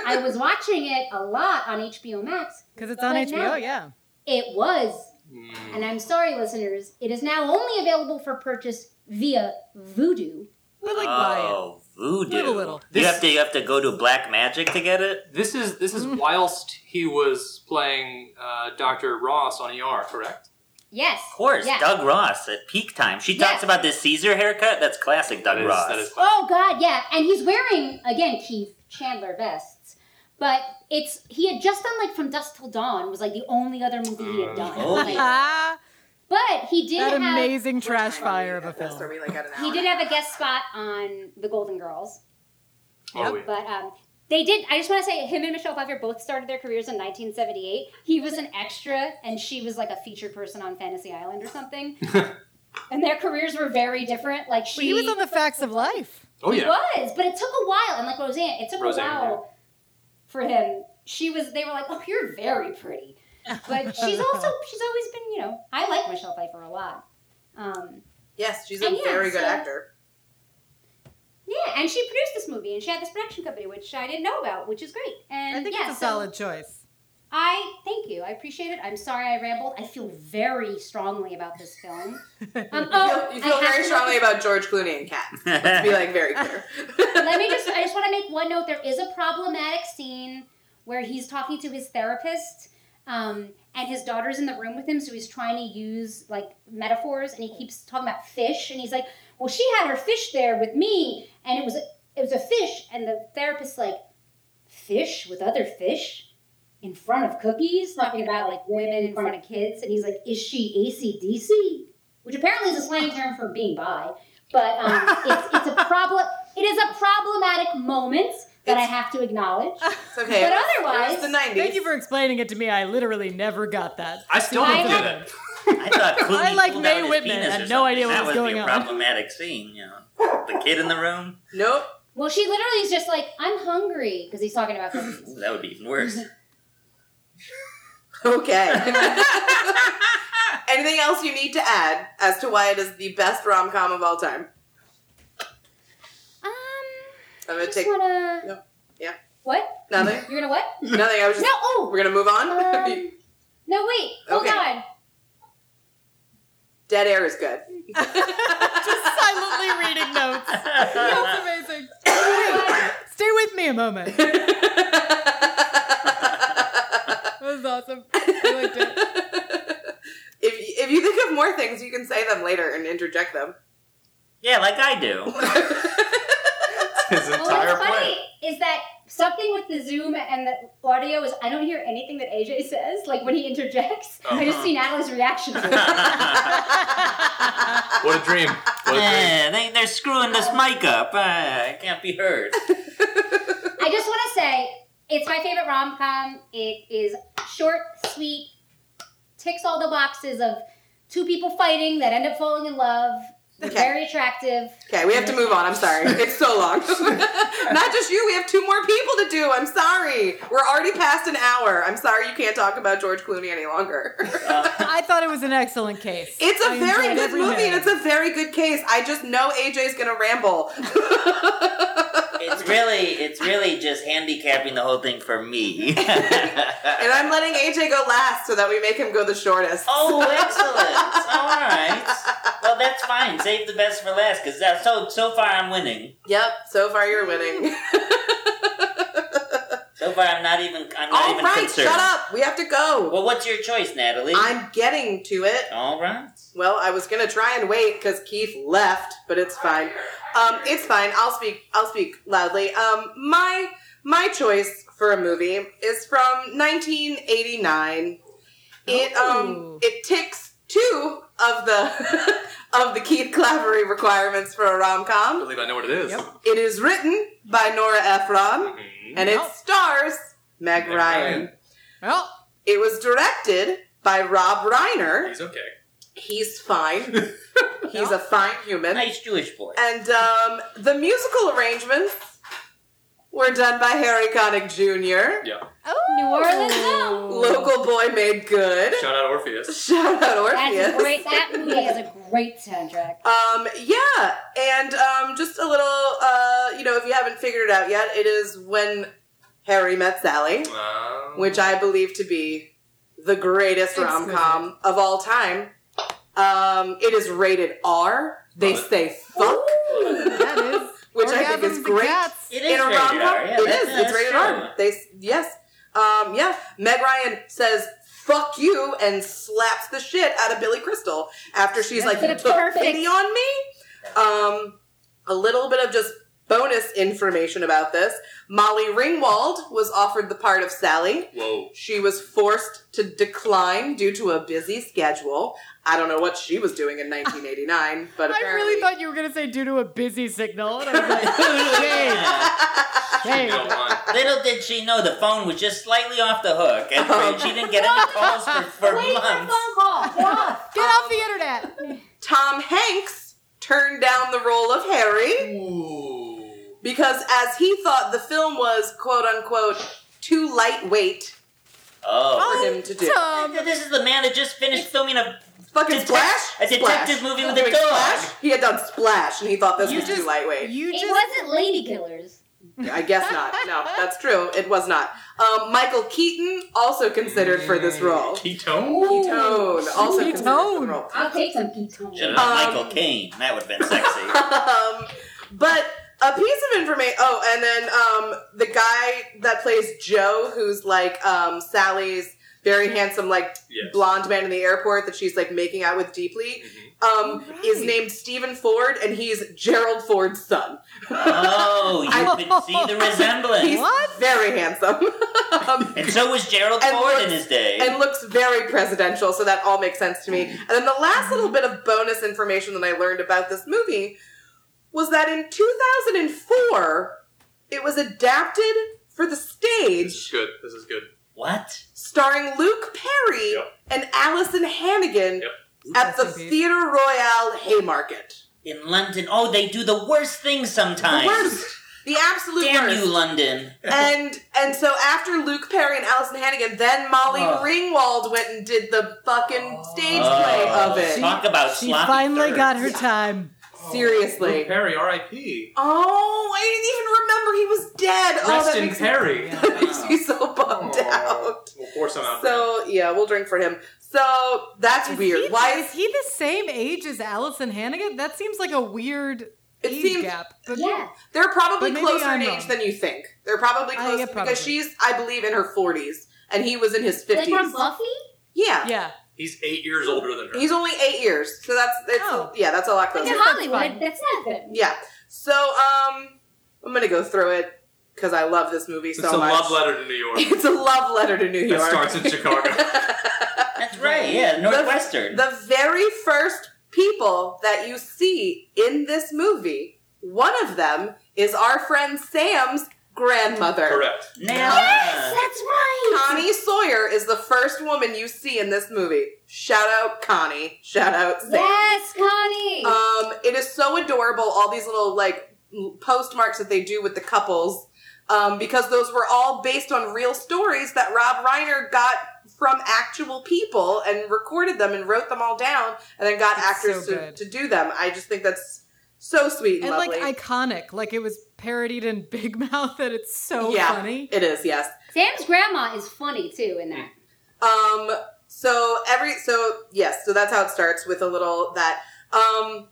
Speaker 6: I was watching it a lot on HBO Max.
Speaker 5: Because it's on
Speaker 6: But
Speaker 5: HBO,
Speaker 6: now-
Speaker 5: yeah.
Speaker 6: It was,
Speaker 3: Mm.
Speaker 6: and
Speaker 4: Mm.
Speaker 6: I'm sorry, listeners, it is now only available for purchase via Vudu.
Speaker 5: But like buy it.
Speaker 4: oh, voodoo.
Speaker 5: Little, little.
Speaker 4: You
Speaker 3: This-
Speaker 4: have to you have to go to Black Magic to get it.
Speaker 3: This is this is whilst he was playing uh, Doctor Ross on ER, correct?
Speaker 6: Yes.
Speaker 4: Of course,
Speaker 6: Yeah.
Speaker 4: Doug Ross at peak time. She talks
Speaker 6: Yes.
Speaker 4: about this Caesar haircut. That's classic Doug
Speaker 3: That is-
Speaker 4: Ross. [LAUGHS]
Speaker 3: that is-
Speaker 6: Oh God, yeah, and he's wearing again Keith Chandler vests, but it's he had just done like From Dusk Till Dawn was like the only other movie he had done.
Speaker 5: [LAUGHS]
Speaker 4: Oh, yeah.
Speaker 6: Like,
Speaker 5: Ah,
Speaker 6: But he did
Speaker 5: that
Speaker 6: have
Speaker 5: amazing trash fire of a
Speaker 2: That's
Speaker 5: film.
Speaker 2: where we like got an
Speaker 6: he
Speaker 2: hour.
Speaker 6: did have a guest spot on The Golden Girls.
Speaker 3: Oh, yeah.
Speaker 6: But um, they did. I just want to say, him and Michelle Pfeiffer both started their careers in 1978. He was an extra, and she was like a featured person on Fantasy Island or
Speaker 3: [LAUGHS]
Speaker 6: something. and their careers were very different. Like she
Speaker 5: Well, he was on the Facts of Life.
Speaker 3: Oh
Speaker 6: He
Speaker 3: yeah.
Speaker 6: was, but it took a while. And like Roseanne, it took
Speaker 3: Roseanne,
Speaker 6: a while for him. She was. They were like, "Oh, you're very
Speaker 5: [LAUGHS]
Speaker 6: pretty," but she's also she's always been. You know, I like Michelle Pfeiffer a lot. Um,
Speaker 2: yes, she's a
Speaker 6: And yeah,
Speaker 2: very good
Speaker 6: so-
Speaker 2: actor.
Speaker 6: yeah, and she produced this movie, and she had this production company, which I didn't know about, which is great. And
Speaker 5: I think
Speaker 6: yeah,
Speaker 5: it's a
Speaker 6: so-
Speaker 5: solid choice.
Speaker 6: I thank you. I appreciate it. I'm sorry I rambled. I feel very strongly about this
Speaker 5: [LAUGHS]
Speaker 6: film. Um, oh,
Speaker 2: you
Speaker 6: I
Speaker 2: feel, you feel
Speaker 6: have
Speaker 2: very
Speaker 6: to-
Speaker 2: strongly about George Clooney and cats. Let's be like very clear.
Speaker 6: Let me just. I just want to make one note. There is a problematic scene where he's talking to his therapist, Um, and his daughter's in the room with him, so he's trying to use like metaphors, and he keeps talking about fish, and he's like, "Well, she had her fish there with me, and it was a, it was a fish." And the therapist's like, "Fish with other fish." In front of cookies, talking about like women in front of kids, and he's like, "Is she ACDC?" Which apparently is a slang term for being bi, but um, it's, it's a problem. It is a problematic moment that I
Speaker 2: It's-
Speaker 6: have to
Speaker 2: [LAUGHS] [LAUGHS]
Speaker 6: acknowledge.
Speaker 2: It's okay. It
Speaker 6: But
Speaker 2: was-
Speaker 6: otherwise-
Speaker 2: it was the 90s.
Speaker 5: Thank you for explaining it to me. I literally never got that. [LAUGHS]
Speaker 3: I still
Speaker 6: I
Speaker 3: don't do
Speaker 6: have-
Speaker 3: that.
Speaker 4: I thought Clooney
Speaker 5: I like
Speaker 4: pulled
Speaker 5: Mae
Speaker 4: out his
Speaker 5: Whitman. I
Speaker 4: penis or
Speaker 5: had no
Speaker 4: something.
Speaker 5: idea what
Speaker 4: that
Speaker 5: was
Speaker 4: would
Speaker 5: going
Speaker 4: be a
Speaker 5: on.
Speaker 4: problematic scene. You know, the kid in the room.
Speaker 2: Nope.
Speaker 6: Well, she literally is just like, I'm hungry because he's talking
Speaker 2: [LAUGHS]
Speaker 6: about cookies.
Speaker 4: That would be
Speaker 5: [LAUGHS]
Speaker 4: even worse. [LAUGHS]
Speaker 2: Okay. [LAUGHS] Anything else you need to add as to why it is the best rom com of all time?
Speaker 6: um,
Speaker 2: I'm
Speaker 6: I
Speaker 2: gonna
Speaker 6: just
Speaker 2: take
Speaker 6: wanna.
Speaker 2: no. Yeah.
Speaker 6: What?
Speaker 2: nothing.
Speaker 6: [LAUGHS] You're gonna what? No.
Speaker 2: Nothing. I was just.
Speaker 6: Oh.
Speaker 2: We're gonna move on. [LAUGHS]
Speaker 6: Um, no. Wait. Oh, Hold
Speaker 2: Okay.
Speaker 6: on.
Speaker 2: Dead air is good.
Speaker 5: Silently reading notes.
Speaker 6: [LAUGHS]
Speaker 5: That's amazing. Stay with me a moment. That was awesome. I liked it.
Speaker 2: If you, if you think of more things, you can say them later and interject them.
Speaker 4: Yeah, like I do.
Speaker 3: His
Speaker 6: Well,
Speaker 3: entire
Speaker 4: [LAUGHS]
Speaker 6: what's
Speaker 3: play.
Speaker 6: funny is that something with the Zoom and the audio is I don't hear anything that AJ says. Like when he interjects,
Speaker 2: Oh,
Speaker 6: I just see Natalie's reaction to it.
Speaker 2: [LAUGHS]
Speaker 3: What a dream. What a dream.
Speaker 4: Eh, they, they're screwing this mic up. Uh, I can't be heard.
Speaker 6: I just want to say it's my favorite rom com. It is short, sweet, ticks all the boxes of two people fighting that end up falling in love. They're
Speaker 2: Okay.
Speaker 6: Very attractive.
Speaker 2: Okay, we have to move on. I'm sorry. It's so long. [LAUGHS] Not just you, we have two more people to do. I'm sorry. We're already past an hour. I'm sorry you can't talk about George Clooney any longer.
Speaker 5: I thought it was an excellent case.
Speaker 2: It's a
Speaker 5: I
Speaker 2: very
Speaker 5: enjoyed
Speaker 2: good
Speaker 5: every
Speaker 2: movie
Speaker 5: minute.
Speaker 2: and it's a very good case. I just know AJ's gonna ramble. [LAUGHS]
Speaker 4: It's really, it's really just handicapping the whole thing for me. [LAUGHS]
Speaker 2: and I'm letting AJ go last so that we make him go the shortest.
Speaker 4: oh, excellent! All right. Well, that's fine. Save the best for last, because so so far I'm winning.
Speaker 2: Yep, so far you're winning. [LAUGHS]
Speaker 4: So far, I'm not even. I'm not
Speaker 2: All
Speaker 4: even
Speaker 2: right,
Speaker 4: concerned.
Speaker 2: shut up. We have to go.
Speaker 4: Well, what's your choice, Natalie?
Speaker 2: I'm getting to it.
Speaker 4: All right.
Speaker 2: Well, I was gonna try and wait because Keith left, but it's fine. Um, it's fine. I'll speak. I'll speak loudly. Um, my my choice for a movie is from 1989. It um
Speaker 5: Ooh.
Speaker 2: it ticks two of the [LAUGHS] of the Keith Clavery requirements for a rom
Speaker 3: I
Speaker 2: com.
Speaker 3: believe I know what it is.
Speaker 5: Yep.
Speaker 2: It is written by Nora Ephron
Speaker 3: Mhm.
Speaker 2: and it
Speaker 5: Yep.
Speaker 2: stars Meg
Speaker 3: Meg
Speaker 2: Ryan.
Speaker 3: Ryan.
Speaker 5: Well,
Speaker 2: It was directed by Rob Reiner.
Speaker 3: He's okay.
Speaker 2: He's
Speaker 6: [LAUGHS]
Speaker 2: fine. He's a fine human.
Speaker 4: Nice Jewish boy.
Speaker 2: And um, the musical arrangements were done by Harry Connick Jr.
Speaker 3: Yeah.
Speaker 5: Oh.
Speaker 6: New Orleans. Zoo.
Speaker 2: Local boy made good.
Speaker 3: Shout out Orpheus.
Speaker 2: Shout out
Speaker 6: That's
Speaker 2: Orpheus.
Speaker 6: a great. That movie is a great
Speaker 2: [LAUGHS]
Speaker 6: soundtrack.
Speaker 2: Um, yeah, and um, just a little, uh, you know, if you haven't figured it out yet, it is when Harry met Sally,
Speaker 3: Um,
Speaker 2: which I believe to be the greatest rom
Speaker 5: Exquisite.
Speaker 2: com of all time. Um, it is rated R. They
Speaker 3: Love it.
Speaker 2: say fuck,
Speaker 5: that is.
Speaker 2: [LAUGHS] which I think
Speaker 5: Orgasms
Speaker 2: is
Speaker 5: and
Speaker 2: great.
Speaker 5: Cats.
Speaker 4: It
Speaker 2: in a
Speaker 4: rated
Speaker 2: rom com.
Speaker 4: R, yeah,
Speaker 2: it
Speaker 4: that's-
Speaker 2: is.
Speaker 4: that's
Speaker 2: It's rated
Speaker 4: true.
Speaker 2: R. They s- yes. Um, yeah. Meg Ryan says "fuck you" and slaps the shit out of Billy Crystal after she's like, "You
Speaker 6: That's
Speaker 2: took
Speaker 6: perfect.
Speaker 2: pity on me." Um, a little bit of just bonus information about this: Molly Ringwald was offered the part of Sally.
Speaker 3: Whoa.
Speaker 2: She was forced to decline due to a busy schedule. I don't know what she was doing
Speaker 5: [LAUGHS]
Speaker 2: in 1989, but
Speaker 5: I
Speaker 2: apparently
Speaker 5: really thought you were going to say due to a busy signal. And I was [LAUGHS] like,
Speaker 4: Yeah.
Speaker 5: shame,
Speaker 3: No
Speaker 5: shame.
Speaker 3: one.
Speaker 4: Uh,
Speaker 2: [LAUGHS]
Speaker 4: Little did she know the phone was just slightly off the hook, and
Speaker 2: Oh.
Speaker 4: for- she didn't get any calls for, for
Speaker 6: Wait for a
Speaker 4: months.
Speaker 6: phone call. Get off.
Speaker 5: Get off the internet.
Speaker 2: Tom Hanks turned down the role of Harry.
Speaker 3: Ooh.
Speaker 2: because as he thought the film was quote unquote too lightweight
Speaker 4: Oh.
Speaker 2: for him to do.
Speaker 5: Tom.
Speaker 4: This is the man that just finished filming a
Speaker 2: Fucking
Speaker 4: detec-
Speaker 2: splash,
Speaker 4: a detective
Speaker 2: Splash.
Speaker 4: movie
Speaker 2: He was
Speaker 4: with a
Speaker 2: doing
Speaker 4: dog.
Speaker 2: Splash. He had done splash, and he thought this
Speaker 5: You
Speaker 2: was
Speaker 5: just-
Speaker 2: too lightweight.
Speaker 5: You
Speaker 6: It
Speaker 5: just.
Speaker 6: wasn't Lady Killers.
Speaker 2: I guess not. No,
Speaker 5: [LAUGHS]
Speaker 2: that's true. It was not. Um, Michael Keaton also considered for this role.
Speaker 3: Ketone?
Speaker 2: Ketone also considered for the
Speaker 5: Ketone.
Speaker 2: role.
Speaker 6: I'll take some ketone.
Speaker 4: Should have
Speaker 2: Um,
Speaker 4: Michael Caine. That would have been
Speaker 2: [LAUGHS]
Speaker 4: sexy.
Speaker 2: um, but a piece of information. Oh, and then um, the guy that plays Joe, who's like um, Sally's. very handsome, like
Speaker 3: Yes.
Speaker 2: blonde man in the airport that she's like making out with deeply, um, is named Stephen Ford, and he's Gerald Ford's son.
Speaker 4: Oh,
Speaker 5: I-
Speaker 4: you could see
Speaker 2: [LAUGHS]
Speaker 4: the
Speaker 2: He's
Speaker 4: resemblance.
Speaker 5: What?
Speaker 2: very handsome, [LAUGHS] um,
Speaker 4: And so was Gerald
Speaker 2: And
Speaker 4: Ford
Speaker 2: looks-
Speaker 4: in his day.
Speaker 2: and looks very presidential. So that all makes sense to me. And then the last little bit of bonus information that I learned about this movie was that in 2004, it was adapted for the
Speaker 3: This
Speaker 2: stage
Speaker 3: is good. This is good.
Speaker 4: what?
Speaker 2: starring Luke Perry
Speaker 3: Yep.
Speaker 2: and Allison Hannigan
Speaker 3: Yep.
Speaker 2: at the
Speaker 5: Rest in peace.
Speaker 2: Theatre Royale Haymarket.
Speaker 4: In London. Oh, they do the worst things sometimes.
Speaker 2: The worst. The absolute
Speaker 4: Damn
Speaker 2: worst.
Speaker 4: you, London.
Speaker 2: And and so after Luke Perry and Allison Hannigan, then Molly
Speaker 5: Ah.
Speaker 4: Ugh.
Speaker 2: Ringwald went and did the fucking stage play
Speaker 4: Oh,
Speaker 2: of it.
Speaker 4: Talk about
Speaker 5: She
Speaker 4: sloppy
Speaker 5: finally
Speaker 4: thirds.
Speaker 5: got her time.
Speaker 2: Seriously.
Speaker 3: Oh, Luke Perry, R.I.P.
Speaker 2: Oh, I didn't even remember he was dead. oh,
Speaker 3: Rest
Speaker 2: that
Speaker 3: in
Speaker 2: makes
Speaker 3: Perry. Oh,
Speaker 2: Me, [LAUGHS] that makes me so bummed
Speaker 3: Aw. We'll pour some
Speaker 2: out.
Speaker 3: out.
Speaker 2: So yeah, we'll drink for him. So that's
Speaker 5: Is
Speaker 2: weird.
Speaker 5: he-
Speaker 2: Why
Speaker 5: is he the same age as Allison Hannigan? That seems like a weird
Speaker 2: It
Speaker 5: age
Speaker 2: seems-
Speaker 5: gap. But
Speaker 6: Yeah.
Speaker 2: They're probably
Speaker 5: But maybe
Speaker 2: closer in
Speaker 5: I'm
Speaker 2: age
Speaker 5: wrong.
Speaker 2: than you think. They're probably
Speaker 5: Uh,
Speaker 2: close
Speaker 5: yeah, probably.
Speaker 2: because she's, I believe, in her forties, and he was in his
Speaker 6: Like
Speaker 2: fifties.
Speaker 6: from Buffy?
Speaker 2: yeah.
Speaker 5: yeah,
Speaker 3: He's eight years older than her.
Speaker 2: he's only eight years, so that's it's,
Speaker 5: Oh.
Speaker 2: yeah, that's a lot
Speaker 6: Like
Speaker 2: closer.
Speaker 6: in
Speaker 5: That's fine.
Speaker 6: Hollywood. That's nothing.
Speaker 2: Yeah. So um, I'm gonna go through it because I love this movie
Speaker 3: it's
Speaker 2: so
Speaker 3: a
Speaker 2: much.
Speaker 3: love letter to New
Speaker 2: [LAUGHS]
Speaker 3: York.
Speaker 2: It's a love letter to New
Speaker 3: that
Speaker 2: York.
Speaker 3: starts in Chicago.
Speaker 2: [LAUGHS]
Speaker 4: That's right, yeah, Northwestern.
Speaker 2: the very first people that you see in this movie, one of them is our friend Sam's grandmother.
Speaker 3: Correct.
Speaker 4: now,
Speaker 6: Yes, that's right.
Speaker 2: Connie Sawyer is the first woman you see in this movie. Shout out Connie. Shout out Sam.
Speaker 6: Yes, Connie.
Speaker 2: Um, it is so adorable. All these little like l- postmarks that they do with the couples, um, because those were all based on real stories that Rob Reiner got from actual people and recorded them and wrote them all down, and then got
Speaker 5: It's
Speaker 2: actors
Speaker 5: so
Speaker 2: to,
Speaker 5: good.
Speaker 2: to do them. I just think that's so sweet and,
Speaker 5: and
Speaker 2: lovely.
Speaker 5: like iconic. Like it was parodied in Big [LAUGHS] Mouth, and it's so
Speaker 2: yeah,
Speaker 5: funny.
Speaker 2: it is. Yes.
Speaker 6: Sam's grandma is funny too in that.
Speaker 2: Um, so every so yes, so that's how it starts with a little that. Um,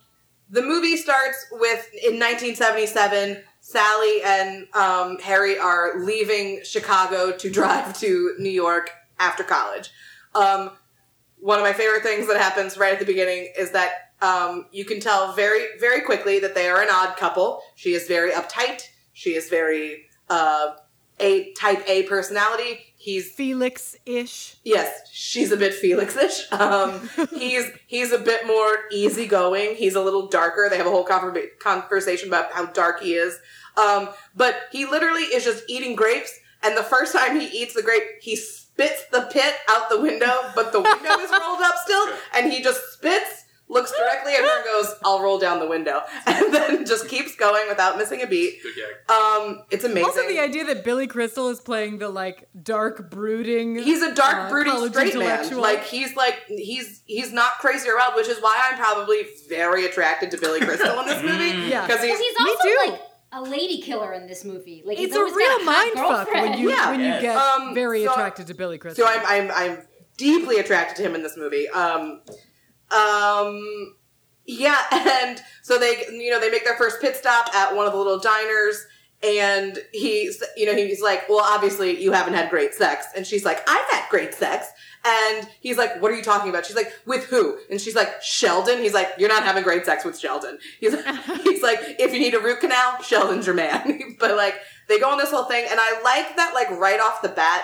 Speaker 2: the movie starts with in 1977. Sally and um, Harry are leaving Chicago to drive to New York after college. Um, one of my favorite things that happens right at the beginning is that um, you can tell very very quickly that they are an odd couple. She is very uptight. She is very uh, a type A personality. He's
Speaker 5: Felix ish.
Speaker 2: Yes, she's a bit Felix-ish.
Speaker 5: [LAUGHS]
Speaker 2: Um, he's he's a bit more easygoing. He's a little darker. They have a whole conver- conversation about how dark he is. Um, but he literally is just eating grapes. And the first time he eats the grape, he spits the pit out the window, but the window is rolled up still, and he just spits. Looks directly at her and goes, "I'll roll down the window," [LAUGHS] and then just keeps going without missing a beat.
Speaker 3: Good gag.
Speaker 2: Um, it's amazing.
Speaker 5: Also, the idea that Billy Crystal is playing the like dark brooding.
Speaker 2: He's a dark,
Speaker 5: uh,
Speaker 2: brooding
Speaker 5: college
Speaker 2: straight man.
Speaker 5: intellectual.
Speaker 2: Like he's like he's he's not crazy or wild, which is why I'm probably very attracted to Billy Crystal in this movie.
Speaker 5: Yeah.
Speaker 2: because he's
Speaker 6: Because he's
Speaker 5: Me
Speaker 6: also
Speaker 5: too.
Speaker 6: like a lady killer in this movie. Like he's
Speaker 5: it's a
Speaker 6: always got
Speaker 5: real
Speaker 6: a
Speaker 5: mind
Speaker 6: hot
Speaker 5: fuck when
Speaker 6: girlfriend.
Speaker 5: you
Speaker 2: Yeah.
Speaker 5: when you
Speaker 4: Yes.
Speaker 5: get
Speaker 2: Um,
Speaker 5: very
Speaker 2: so-
Speaker 5: attracted to Billy Crystal.
Speaker 2: so I'm I'm I'm deeply attracted to him in this movie. Um, um, yeah, [LAUGHS] and so they you know they make their first pit stop at one of the little diners. And he's, you know, he's like, well, obviously you haven't had great sex. And she's like, I've had great sex. And he's like, What are you talking about? She's like, With who? And she's like, Sheldon. He's like, You're not having great sex with Sheldon. He's like, he's like If you need a root canal, Sheldon's your man. [LAUGHS] but like, they go on this whole thing. And I like that, like, right off the bat,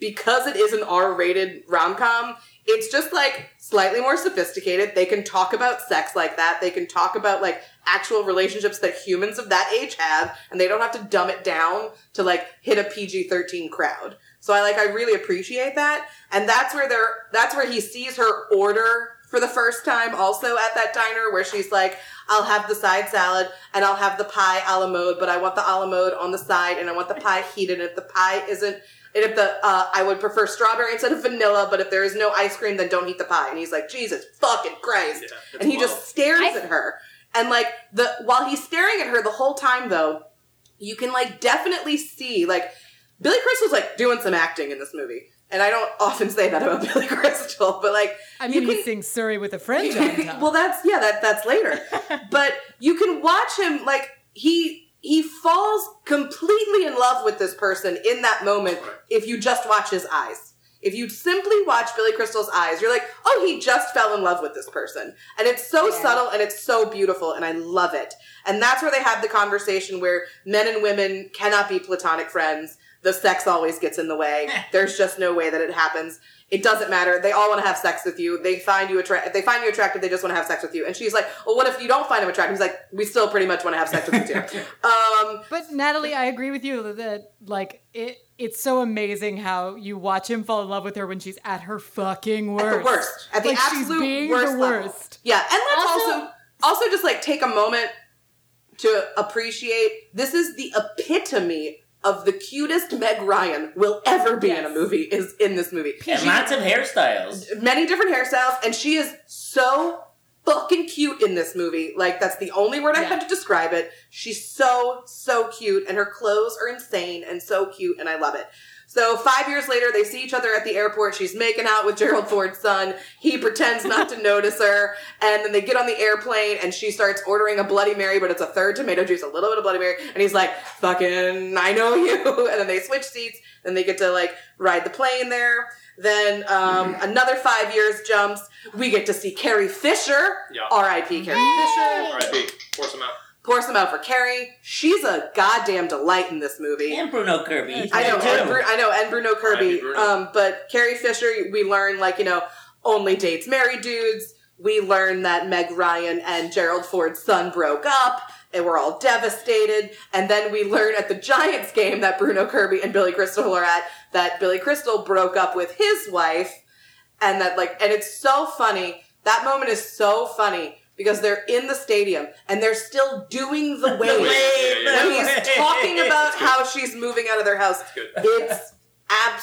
Speaker 2: because it is an R rated rom com, it's just like slightly more sophisticated. They can talk about sex like that. They can talk about like actual relationships that humans of that age have. And they don't have to dumb it down to like hit a PG 13 crowd. So I like I really appreciate that. And that's where they're that's where he sees her order for the first time also at that diner where she's like, I'll have the side salad and I'll have the pie a la mode, but I want the a la mode on the side and I want the pie
Speaker 3: [LAUGHS]
Speaker 2: heated. If the pie isn't and if the uh, I would prefer strawberry instead of vanilla, but if there is no ice cream, then don't eat the pie. And he's like, Jesus fucking Christ.
Speaker 3: Yeah, that's
Speaker 2: and he
Speaker 3: wild.
Speaker 2: just stares
Speaker 6: I-
Speaker 2: at her. And like the while he's staring at her the whole time though, you can like definitely see like Billy Crystal's like doing some acting in this movie. And I don't often say that about [LAUGHS] Billy Crystal, but like
Speaker 5: I
Speaker 2: you
Speaker 5: mean,
Speaker 2: can-
Speaker 5: he sings Surrey with a
Speaker 2: [LAUGHS]
Speaker 5: French on top.
Speaker 2: well, that's yeah, that that's later. but you can watch him like he he falls completely in love with this person in that moment if you just watch his eyes. If you simply watch Billy Crystal's eyes, you're like, oh, he just fell in love with this person. And it's so
Speaker 6: Yeah.
Speaker 2: subtle and it's so beautiful and I love it. And that's where they have the conversation where men and women cannot be platonic friends. The sex always gets in the way. There's just no way that it happens. It doesn't matter. They all want to have sex with you. They find you attract. They find you attractive. They just want to have sex with you. And she's like, "Well, what if you don't find him attractive?" He's like, "We still pretty much want to have sex with you too." um,
Speaker 5: But Natalie, I agree with you that like it. It's so amazing how you watch him fall in love with her when she's at her fucking worst.
Speaker 2: At the worst. At the
Speaker 5: Like, she's
Speaker 2: absolute
Speaker 5: being
Speaker 2: worst.
Speaker 5: The
Speaker 2: level.
Speaker 5: worst.
Speaker 2: Yeah, and let's
Speaker 6: Also-
Speaker 2: also, also just like take a moment to appreciate this is the epitome of the cutest Meg Ryan will ever be in a
Speaker 5: Yes.
Speaker 2: movie is in this movie.
Speaker 4: And lots of hairstyles.
Speaker 2: Many different hairstyles, and she is so fucking cute in this movie. Like that's the only word I
Speaker 5: Yeah.
Speaker 2: have to describe it. She's so so cute, and her clothes are insane and so cute, and I love it. So five years later, they see each other at the airport. She's making out with Gerald Ford's son. He pretends not to notice her, and then they get on the airplane, and she starts ordering a Bloody Mary, but it's a third tomato juice, a little bit of Bloody Mary, and he's like, "Fucking, I know you." [LAUGHS] And then they switch seats, and they get to like ride the plane there. Then um, another five years jumps. We get to see Carrie Fisher,
Speaker 3: Yeah.
Speaker 2: R.I.P. Carrie Fisher.
Speaker 3: All right, B, force him out.
Speaker 2: Pour some out for Carrie. She's a goddamn delight in this movie.
Speaker 4: And Bruno Kirby. He's
Speaker 2: I know,
Speaker 4: there,
Speaker 2: and
Speaker 4: too.
Speaker 2: Bru- I know, and Bruno Kirby.
Speaker 3: R.I.P. Bruno.
Speaker 2: Um, but Carrie Fisher, we learn like you know, only dates married dudes. We learn that Meg Ryan and Gerald Ford's son broke up, and we're all devastated. And then we learn at the Giants game that Bruno Kirby and Billy Crystal are at that Billy Crystal broke up with his wife, and that like, and it's so funny. That moment is so funny because they're in the stadium and they're still doing the
Speaker 4: The
Speaker 2: wave
Speaker 4: wave,
Speaker 2: when
Speaker 4: the
Speaker 2: he's
Speaker 4: wave.
Speaker 2: talking about how she's moving out of their house.
Speaker 3: good.
Speaker 2: It's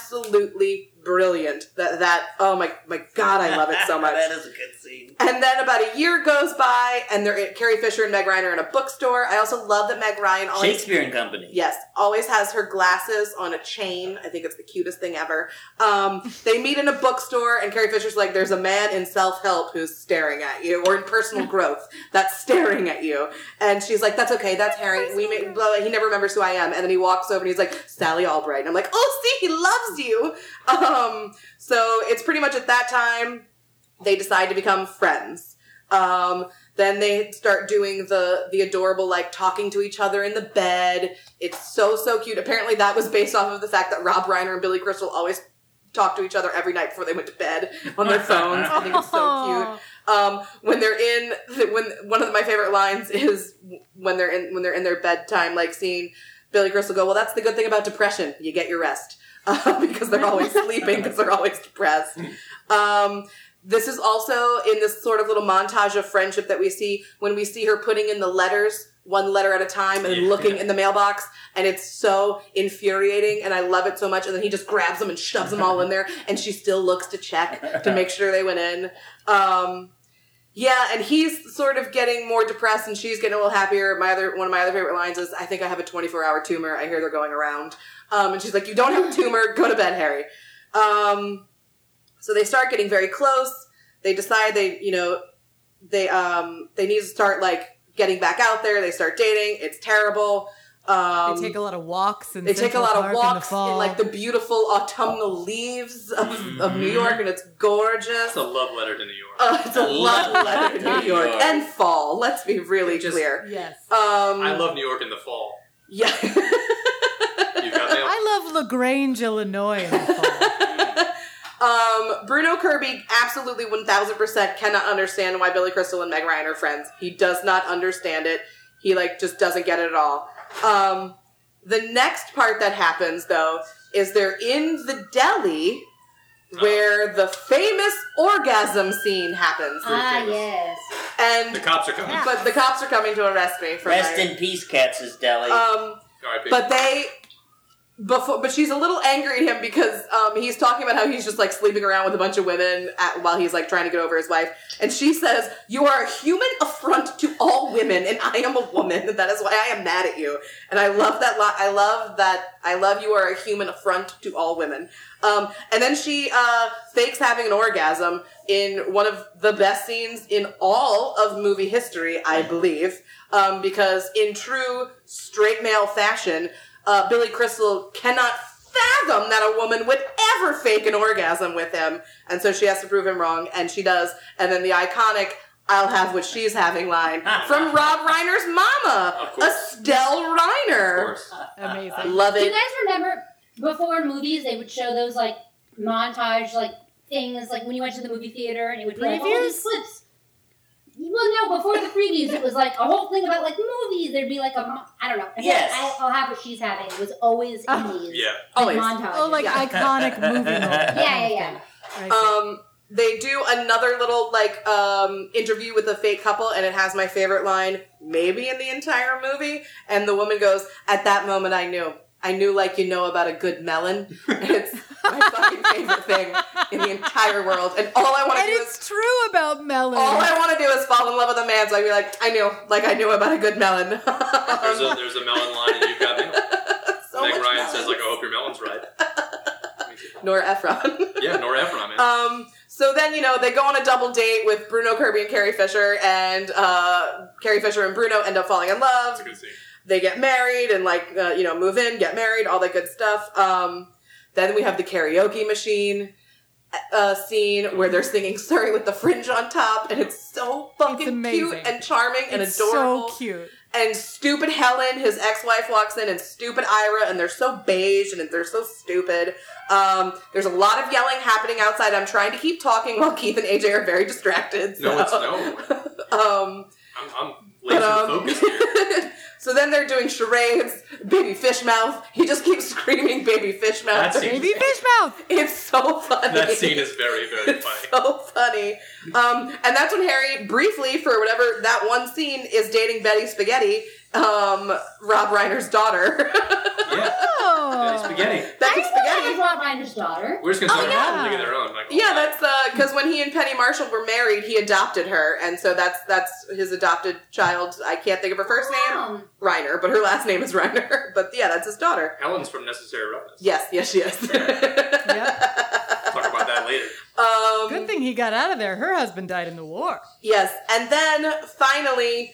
Speaker 2: absolutely brilliant. That that oh my my god, I love it
Speaker 4: [LAUGHS]
Speaker 2: so much.
Speaker 4: that is a good scene.
Speaker 2: And then about a year goes by, and they're Carrie Fisher and Meg Ryan are in a bookstore. I also love that Meg Ryan always
Speaker 4: Shakespeare and Company.
Speaker 2: Yes, always has her glasses on a chain. I think it's the cutest thing ever. Um, they meet in a bookstore, and Carrie Fisher's like, "There's a man in self help who's staring at you, or in personal growth that's staring at you." And she's like, "That's okay, that's Harry. We may, blah, blah, he never remembers who I am." And then he walks over and he's like, "Sally Albright." And I'm like, "Oh, see, he loves you." [LAUGHS] Um, so it's pretty much at that time they decide to become friends. Um, then they start doing the the adorable like talking to each other in the bed. It's so so cute. Apparently that was based off of the fact that Rob Reiner and Billy Crystal always talked to each other every night before they went to bed on their phones. I think it's so cute um, when they're in when one of my favorite lines is when they're in when they're in their bedtime like seeing Billy Crystal go well that's the good thing about depression you get your rest [LAUGHS] uh, because they're always sleeping because they're always depressed um, this is also in this sort of little montage of friendship that we see when we see her putting in the letters one letter at a time and
Speaker 3: Yeah.
Speaker 2: looking in the mailbox and it's so infuriating and I love it so much and then he just grabs them and shoves them all in there and she still looks to check to make sure they went in um, yeah, and he's sort of getting more depressed, and she's getting a little happier. My other one of my other favorite lines is, "I think I have a 24 hour tumor. I hear they're going around." Um, and she's like, "You don't have a tumor. Go to bed, Harry." Um, so they start getting very close. They decide they, you know, they um they need to start like getting back out there. They start dating. It's terrible. Um,
Speaker 5: they take a lot of walks and
Speaker 2: they take a lot of walks
Speaker 5: in,
Speaker 2: in, like the beautiful autumnal leaves of, of New York, and it's gorgeous.
Speaker 3: That's a love letter to New York.
Speaker 2: Oh, it's a love letter to New York and fall. Let's be really
Speaker 3: Just-
Speaker 2: clear.
Speaker 5: yes.
Speaker 2: Um,
Speaker 3: I love New York in the fall.
Speaker 2: Yeah, [LAUGHS]
Speaker 3: You've got mail.
Speaker 5: I love Lagrange, [LAUGHS] Illinois. in the fall.
Speaker 2: um, Bruno Kirby absolutely one thousand percent cannot understand why Billy Crystal and Meg Ryan are friends. He does not understand it. He like just doesn't get it at all. Um, the next part that happens though is they're in the deli where the famous orgasm scene happens,
Speaker 6: [LAUGHS] Ah, yes.
Speaker 2: and
Speaker 3: The cops are coming.
Speaker 2: but the cops are coming to arrest me for
Speaker 4: Rest
Speaker 2: my-
Speaker 4: in peace, Katz's Deli.
Speaker 2: um.
Speaker 3: R.I.P.
Speaker 2: But they before, but she's a little angry at him because um, he's talking about how he's just like sleeping around with a bunch of women at, while he's like trying to get over his wife, and she says, "You are a human affront to all women, and I am a woman, and that is why I am mad at you." And I love that. Li- I love that. I love you are a human affront to all women. Um, and then she uh, fakes having an orgasm in one of the best scenes in all of movie history, I believe, um, because in true straight male fashion, uh, Billy Crystal cannot fathom that a woman would ever fake an orgasm with him. And so she has to prove him wrong, and she does. And then the iconic, I'll have what she's having line
Speaker 3: [LAUGHS]
Speaker 2: from Rob Reiner's mama,
Speaker 3: Of course.
Speaker 2: Estelle
Speaker 3: Of
Speaker 2: Reiner.
Speaker 3: course.
Speaker 5: Amazing.
Speaker 2: Love
Speaker 6: Do you
Speaker 2: it.
Speaker 6: guys remember before in movies they would show those like montage like things like when you went to the movie theater and it would be like all these
Speaker 5: Previews?
Speaker 6: clips. Well, no, before the previews, it was like a whole thing about like movies. There'd be like a mo- I don't know.
Speaker 4: Yes.
Speaker 6: I, I'll have what she's having was always in these
Speaker 3: Yeah.
Speaker 2: Always.
Speaker 6: montages.
Speaker 5: Oh, like
Speaker 2: Yeah.
Speaker 5: iconic movie. moment
Speaker 4: Yeah,
Speaker 6: yeah, yeah.
Speaker 5: I see.
Speaker 2: Um, they do another little like um, interview with a fake couple, and it has my favorite line, maybe in the entire movie. And the woman goes, "At that moment, I knew. I knew, like you know, about a good
Speaker 5: [LAUGHS]
Speaker 2: melon. And it's my fucking favorite thing in the entire world. And all I want to
Speaker 5: and
Speaker 2: do is."
Speaker 5: it's true about Melon.
Speaker 2: All I want to do is fall in love with a man, so I'd be like, I knew, like I knew about a good melon. [LAUGHS]
Speaker 3: There's a there's a melon line and you've got me.
Speaker 2: Um, So
Speaker 3: Meg
Speaker 2: much
Speaker 3: Ryan
Speaker 2: melon.
Speaker 3: says like, I hope your melon's
Speaker 2: [LAUGHS]
Speaker 3: right.
Speaker 2: Nor Ephron. [LAUGHS]
Speaker 3: yeah, Nora Ephron, man.
Speaker 2: Um, so then, you know, they go on a double date with Bruno Kirby and Carrie Fisher, and uh, Carrie Fisher and Bruno end up falling in love.
Speaker 3: That's a good scene.
Speaker 2: They get married and, like, uh, you know, move in, get married, all that good stuff. Um, then we have the karaoke machine uh, scene where they're singing Surrey with the fringe on top, and it's so fucking cute
Speaker 5: amazing.
Speaker 2: and charming and
Speaker 5: it's
Speaker 2: adorable.
Speaker 5: so cute.
Speaker 2: And stupid Helen, his ex-wife, walks in, and stupid Ira, and they're so beige and they're so stupid. Um, there's a lot of yelling happening outside. I'm trying to keep talking while Keith and AJ are very distracted. So.
Speaker 3: No, it's no.
Speaker 2: [LAUGHS] Um,
Speaker 3: I'm I'm laser
Speaker 2: um,
Speaker 3: focused here.
Speaker 2: [LAUGHS] so then they're doing charades. Baby fish mouth. He just keeps [LAUGHS] screaming, "Baby fish mouth."
Speaker 3: That scene-
Speaker 5: Baby
Speaker 2: [LAUGHS]
Speaker 5: Fishmouth.
Speaker 2: It's so funny. [LAUGHS]
Speaker 3: That scene is very, very
Speaker 2: It's
Speaker 3: funny.
Speaker 2: so funny. Um, and that's when Harry, briefly, for whatever that one scene, is dating Betty Spaghetti, um, Rob Reiner's daughter. [LAUGHS]
Speaker 3: Yeah. Daddy
Speaker 5: Oh.
Speaker 3: Spaghetti.
Speaker 2: Betty
Speaker 6: I
Speaker 2: Spaghetti.
Speaker 6: was Rob Reiner's daughter.
Speaker 3: We're just gonna
Speaker 2: Oh,
Speaker 3: start
Speaker 2: yeah.
Speaker 3: off and look at their own, uh, Michael.
Speaker 2: Yeah, that's because when he and Penny Marshall were married, he adopted her, and so that's that's his adopted child. I can't think of her first name,
Speaker 6: Um,
Speaker 2: Reiner, but her last name is Reiner. [LAUGHS] But yeah, that's his daughter.
Speaker 3: Helen's from Necessary Roughness.
Speaker 2: Yes, yes, yes.
Speaker 5: Yep.
Speaker 3: Talk about that later.
Speaker 2: [LAUGHS] um,
Speaker 5: Good thing he got out of there. Her husband died in the
Speaker 2: [LAUGHS]
Speaker 5: war.
Speaker 2: Yes, and then finally,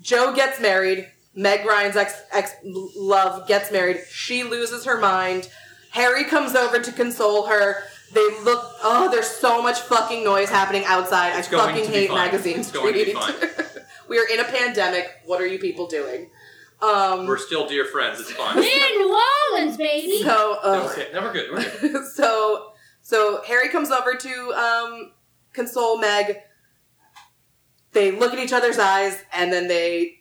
Speaker 2: Joe gets married. Meg Ryan's ex ex love gets married. She loses her mind. Harry comes over to console her. They look. Oh, there's so much fucking noise happening outside.
Speaker 3: It's
Speaker 2: I
Speaker 3: going
Speaker 2: fucking
Speaker 3: to be
Speaker 2: hate
Speaker 3: fine.
Speaker 2: magazines.
Speaker 3: It's going to be fine.
Speaker 2: [LAUGHS] we are in a pandemic. What are you people doing? Um,
Speaker 3: We're still dear friends. It's fine.
Speaker 6: we're in New Orleans, baby.
Speaker 2: so, uh,
Speaker 3: Okay, no, we're good. We're good.
Speaker 2: [LAUGHS] so so Harry comes over to um, console Meg. They look at each other's eyes, and then they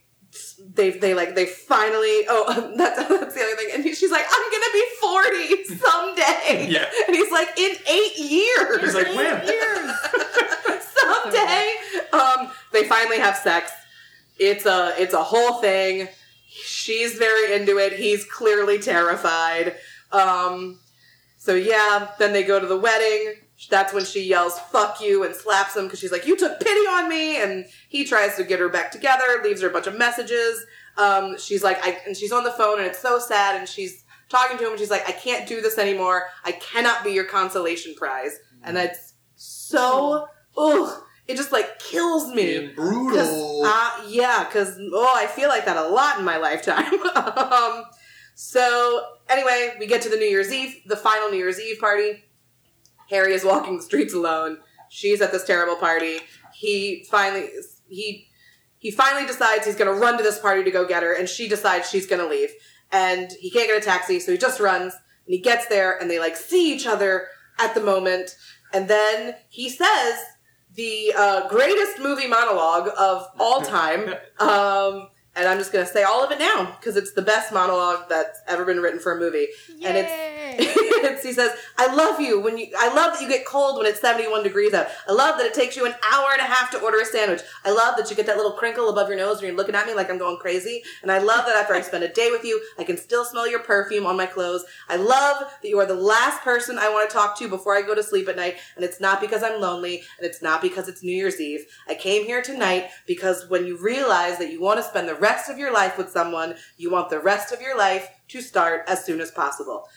Speaker 2: they they like they finally oh [LAUGHS] that's that's the other thing. And he, she's like, I'm gonna be forty someday.
Speaker 3: Yeah.
Speaker 2: And he's like, in eight years.
Speaker 3: He's like, when?
Speaker 5: Years.
Speaker 2: someday. Um, they finally have sex. It's a it's a whole thing. She's very into it. He's clearly terrified. Um, so yeah, then they go to the wedding. That's when she yells "fuck you" and slaps him because she's like, "You took pity on me." And he tries to get her back together. Leaves her a bunch of messages. Um, she's like, I, and she's on the phone, and it's so sad. And she's talking to him, and she's like, "I can't do this anymore. I cannot be your consolation prize." And that's so, ugh, it just like kills me. Cause,
Speaker 3: Being brutal.
Speaker 2: uh, yeah, because oh, I feel like that a lot in my lifetime. [LAUGHS] um, so anyway, we get to the New Year's Eve, the final New Year's Eve party. Harry is walking the streets alone. She's at this terrible party. He finally he he finally decides he's going to run to this party to go get her, and she decides she's going to leave. And he can't get a taxi, so he just runs. And he gets there, and they like see each other at the moment. And then he says the uh, greatest movie monologue of all time. um, and I'm just going to say all of it now because it's the best monologue that's ever been written for a movie. And it's [LAUGHS]
Speaker 5: Yay.
Speaker 2: it's, he says, "I love you when you. I love that you get cold when it's seventy-one degrees out. I love that it takes you an hour and a half to order a sandwich. I love that you get that little crinkle above your nose when you're looking at me like I'm going crazy. And I love that after I spend a day with you, I can still smell your perfume on my clothes. I love that you are the last person I want to talk to before I go to sleep at night. And it's not because I'm lonely, and it's not because it's New Year's Eve. I came here tonight because when you realize that you want to spend the rest of your life with someone, you want the rest of your life." To start as soon as possible.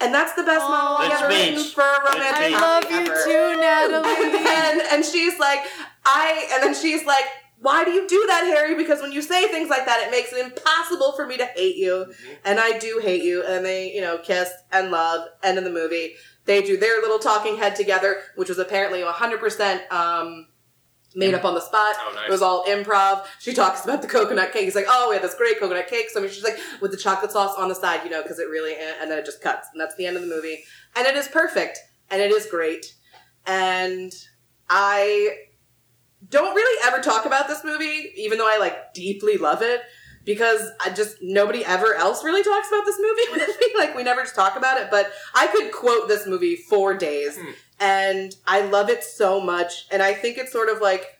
Speaker 2: And that's the best
Speaker 5: Aw.
Speaker 2: monologue
Speaker 4: Good
Speaker 2: ever written
Speaker 4: speech.
Speaker 2: for a
Speaker 4: Good
Speaker 2: romantic
Speaker 5: I
Speaker 4: speech.
Speaker 2: comedy
Speaker 5: love you
Speaker 2: ever.
Speaker 5: too,
Speaker 2: And
Speaker 5: Natalie.
Speaker 2: then and she's like, I and then she's like, Why do you do that, Harry? Because when you say things like that, it makes it impossible for me to hate you.
Speaker 3: Mm-hmm.
Speaker 2: And I do hate you. And they, you know, kiss and love. End of the movie. They do their little talking head together, which was apparently 100% um, made up on the spot.
Speaker 3: Oh, nice.
Speaker 2: It was all improv. She talks about the coconut cake. He's like, oh, we had this great coconut cake. So I mean, she's like, with the chocolate sauce on the side, you know, because it really, and then it just cuts. And that's the end of the movie. And it is perfect. And it is great. And I don't really ever talk about this movie, even though I like deeply love it, because I just nobody ever else really talks about this movie [LAUGHS] with me. Like we never just talk about it, but I could quote this movie for days,
Speaker 3: Hmm.
Speaker 2: and I love it so much. And I think it's sort of like.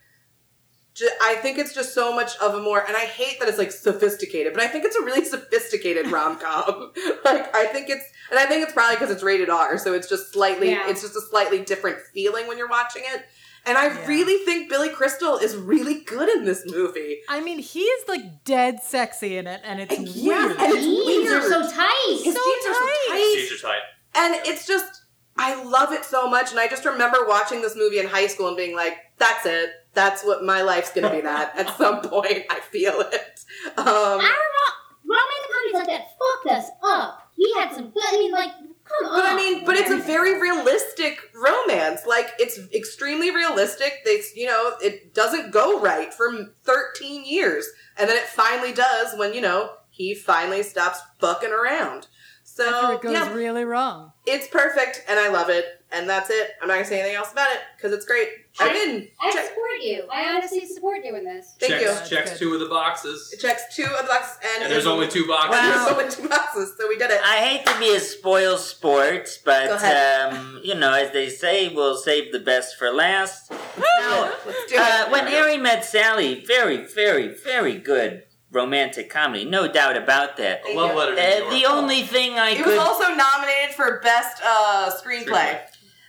Speaker 2: ju- I think it's just so much of a more, and I hate that it's like sophisticated, but I think it's a really [LAUGHS] sophisticated rom com. [LAUGHS] like I think it's, and I think it's probably because it's rated R, so it's just slightly,
Speaker 6: Yeah.
Speaker 2: it's just a slightly different feeling when you're watching it. And I
Speaker 5: Yeah.
Speaker 2: really think Billy Crystal is really good in this movie.
Speaker 5: I mean, he is like dead sexy in it, and it's
Speaker 2: And [LAUGHS] yeah,
Speaker 5: weird.
Speaker 2: and it's
Speaker 6: jeans
Speaker 2: [LAUGHS]
Speaker 6: are
Speaker 2: weird.
Speaker 6: so tight.
Speaker 2: His jeans are so tight.
Speaker 3: Jeez, you're tight.
Speaker 2: And it's just, I love it so much. And I just remember watching this movie in high school and being like, that's it. That's what my life's going to be
Speaker 5: [LAUGHS]
Speaker 2: that. At some point, I feel it.
Speaker 6: I
Speaker 2: Um,
Speaker 6: don't know. Roman comedies like that fucked us up. We had some good. I mean, like, come on.
Speaker 2: But I mean, but it's a very realistic romance. Like it's extremely realistic. It's you know, it doesn't go right for 13 years, and then it finally does when you know he finally stops fucking around.
Speaker 5: After
Speaker 2: So
Speaker 5: it goes
Speaker 2: yeah,
Speaker 5: really wrong.
Speaker 2: it's perfect, and I love it, and that's it. I'm not gonna say anything else about it because it's great. I'm in.
Speaker 6: I
Speaker 2: Check-
Speaker 6: support you. I honestly support you in this.
Speaker 2: Thank
Speaker 3: checks,
Speaker 2: you.
Speaker 5: That's
Speaker 3: Checks
Speaker 5: good.
Speaker 3: two of the boxes.
Speaker 2: It checks two of the boxes, and,
Speaker 3: And there's only two boxes.
Speaker 2: and
Speaker 4: Wow.
Speaker 2: [LAUGHS] there's
Speaker 3: [LAUGHS]
Speaker 2: only two boxes, so we did it.
Speaker 4: I hate to be a spoil sport, but
Speaker 2: Go ahead.
Speaker 4: um, you know, as they say, we'll save the best for last. Now,
Speaker 2: Let's [LAUGHS] do it.
Speaker 4: uh, when Harry met Sally, very, very, very good romantic comedy, no doubt about that.
Speaker 3: A love letter to
Speaker 4: Uh,
Speaker 3: New
Speaker 4: the
Speaker 3: York.
Speaker 4: only thing I
Speaker 2: it
Speaker 4: could
Speaker 2: was also nominated for best uh, screenplay.
Speaker 3: Screenplay.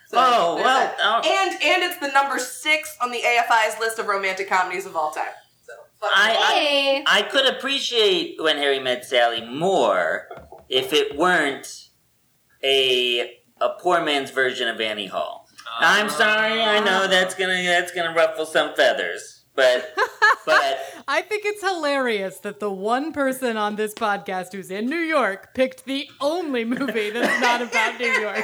Speaker 2: So,
Speaker 4: Oh,
Speaker 2: there's
Speaker 4: well,
Speaker 2: that.
Speaker 4: oh.
Speaker 2: and and it's the number six on the AFI's list of romantic comedies of all time. So fuck
Speaker 4: I-
Speaker 2: it.
Speaker 6: Hey,
Speaker 4: I could appreciate when Harry met Sally more if it weren't a a poor man's version of Annie Hall. I'm sorry, I
Speaker 2: Ah.
Speaker 4: know that's gonna that's gonna ruffle some feathers,
Speaker 2: [LAUGHS]
Speaker 4: but but
Speaker 5: I think it's hilarious that the one person on this podcast who's in New York picked the only movie that's not about New York.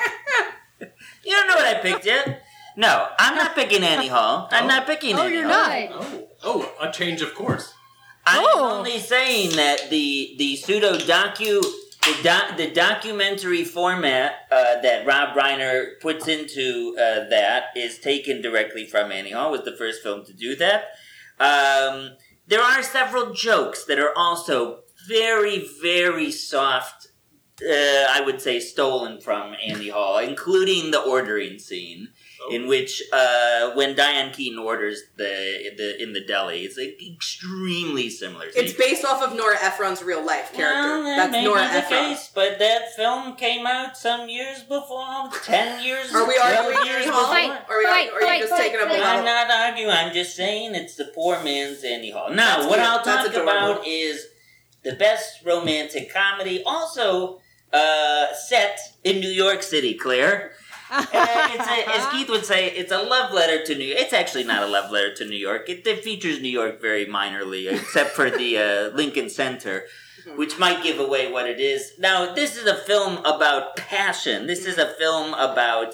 Speaker 4: you don't know what I picked yet. No, I'm not picking Annie Hall. [LAUGHS] I'm not picking.
Speaker 5: Oh,
Speaker 4: Annie
Speaker 5: you're
Speaker 4: Hall.
Speaker 5: not.
Speaker 6: good.
Speaker 3: Oh, oh, a change of course.
Speaker 4: I'm
Speaker 5: Oh.
Speaker 4: only saying that the the pseudo docu the doc, the documentary format uh, that Rob Reiner puts into uh, that is taken directly from Annie Hall. Was the first film to do that. Um, there are several jokes that are also very very soft. Uh, I would say stolen from Annie Hall, including the ordering scene
Speaker 3: Oh.
Speaker 4: in which uh, when Diane Keaton orders the the in the deli, it's like extremely similar.
Speaker 2: It's based off of Nora Ephron's real life character.
Speaker 4: Well, that
Speaker 2: That's
Speaker 4: may
Speaker 2: Nora
Speaker 4: be the
Speaker 2: Ephron.
Speaker 4: case, but that film came out some years before, ten years.
Speaker 2: Are we
Speaker 4: 12
Speaker 2: arguing
Speaker 4: years
Speaker 2: Annie Hall?
Speaker 4: before.
Speaker 6: Fight,
Speaker 2: Or are you-
Speaker 6: fight,
Speaker 2: or are you
Speaker 6: fight,
Speaker 2: just
Speaker 6: fight,
Speaker 2: taking up
Speaker 6: fight.
Speaker 2: the
Speaker 4: I'm not arguing. I'm just saying it's the poor man's Annie Hall. Now,
Speaker 2: That's
Speaker 4: what
Speaker 2: cute.
Speaker 4: I'll
Speaker 2: That's
Speaker 4: talk
Speaker 2: adorable.
Speaker 4: about is the best romantic comedy, also uh, set in New York City. Claire, [LAUGHS] Uh, it's a,
Speaker 5: Uh-huh.
Speaker 4: as Keith would say, it's a love letter to New. York. It's actually not a love letter to New York. It, it features New York very minorly, except for the uh, Lincoln Center. Which might give away what it is. Now, this is a film about passion. This is a film about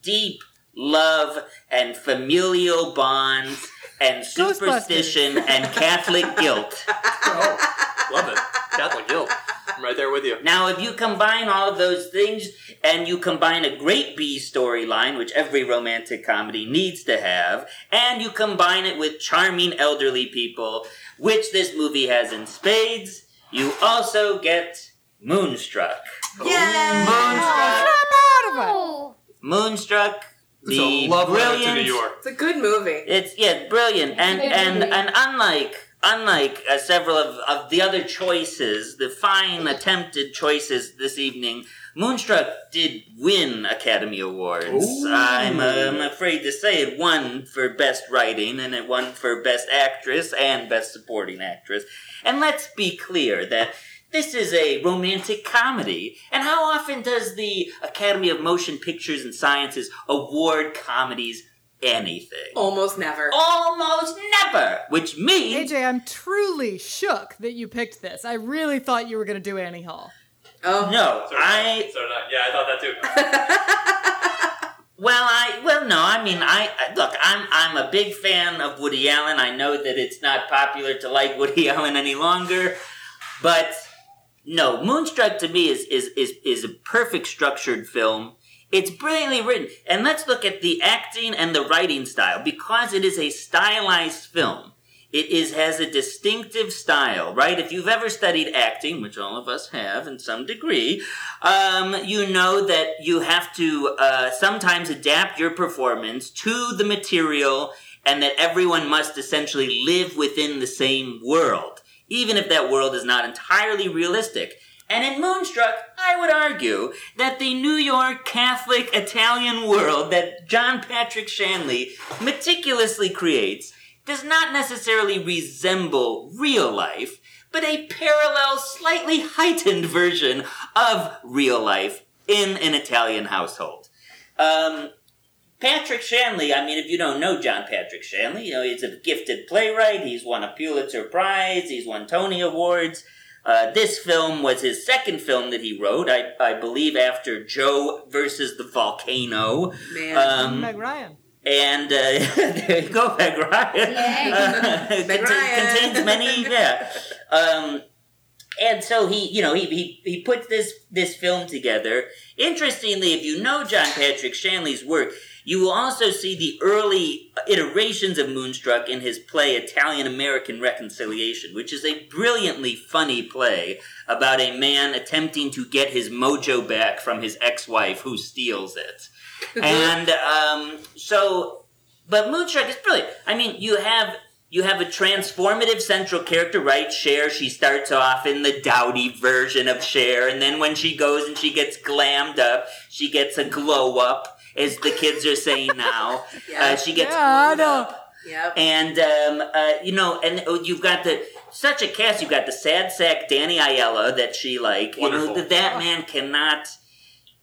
Speaker 4: deep love and familial bonds and superstition and Catholic guilt.
Speaker 3: Oh, love it. Catholic guilt. I'm right there with you.
Speaker 4: Now, if you combine all of those things and you combine a great B storyline, which every romantic comedy needs to have, and you combine it with charming elderly people, which this movie has in spades, you also get Moonstruck.
Speaker 2: Yeah,
Speaker 5: I'm out of it.
Speaker 6: Oh,
Speaker 4: Moonstruck, the
Speaker 3: It's a love letter to
Speaker 4: brilliant-
Speaker 3: New York.
Speaker 2: it's a good movie.
Speaker 4: It's yeah, brilliant, and
Speaker 6: Very
Speaker 4: and
Speaker 6: brilliant.
Speaker 4: and unlike unlike uh, several of, of the other choices, the fine attempted choices this evening, Moonstruck did win Academy Awards.
Speaker 3: Ooh.
Speaker 4: I'm, uh, I'm afraid to say it won for best writing, and it won for best actress and best supporting actress. And let's be clear that. This is a romantic comedy. And how often does the Academy of Motion Pictures and Sciences award comedies anything.
Speaker 2: Almost never.
Speaker 4: Almost never. Which means
Speaker 5: AJ, I'm truly shook that you picked this. I really thought you were going to do Annie Hall.
Speaker 2: Oh,
Speaker 4: no,
Speaker 3: So
Speaker 4: I
Speaker 3: So did I. Yeah, I thought that too.
Speaker 4: [LAUGHS] well, I well, no, I mean, I I- look, I'm I'm a big fan of Woody Allen. I know that it's not popular to like Woody [LAUGHS] Allen any longer, but no, Moonstruck to me is is is is a perfect structured film. It's brilliantly written, and let's look at the acting and the writing style because it is a stylized film. It is has a distinctive style, right? If you've ever studied acting, which all of us have in some degree, um, you know that you have to uh, sometimes adapt your performance to the material, and that everyone must essentially live within the same world, even if that world is not entirely realistic. And in Moonstruck, I would argue that the New York Catholic Italian world that John Patrick Shanley meticulously creates does not necessarily resemble real life, but a parallel, slightly heightened version of real life in an Italian household. Um, Patrick Shanley, I mean, if you don't know John Patrick Shanley, you know, he's a gifted playwright. He's won a Pulitzer Prize. He's won Tony Awards. Uh, this film was his second film that he wrote, I, I believe, after Joe versus the Volcano.
Speaker 2: man.
Speaker 4: Um,
Speaker 5: Meg Ryan.
Speaker 4: and uh, [LAUGHS] there you go, Meg Ryan.
Speaker 6: Yay.
Speaker 4: [LAUGHS] Uh, contain-
Speaker 2: Meg Ryan.
Speaker 4: contains many, yeah. Um, and so he, you know, he, he he puts this this film together. Interestingly, if you know John Patrick Shanley's work, you will also see the early iterations of Moonstruck in his play Italian American Reconciliation, which is a brilliantly funny play about a man attempting to get his mojo back from his ex-wife who steals it
Speaker 5: Uh-huh.
Speaker 4: and um, so, but Moonstruck is brilliant. I mean, you have you have a transformative central character, right? Cher. She starts off in the dowdy version of Cher, and then when she goes and she gets glammed up, she gets a glow up, as the kids are saying
Speaker 5: [LAUGHS]
Speaker 4: now.
Speaker 2: Yeah.
Speaker 4: uh, she gets
Speaker 5: Yeah, I
Speaker 4: glowed
Speaker 5: know.
Speaker 4: up.
Speaker 2: yep.
Speaker 4: And um, uh, you know, and oh, you've got the such a cast. You've got the sad sack Danny Aiello that she like. You know
Speaker 3: Wonderful.
Speaker 4: that that man cannot.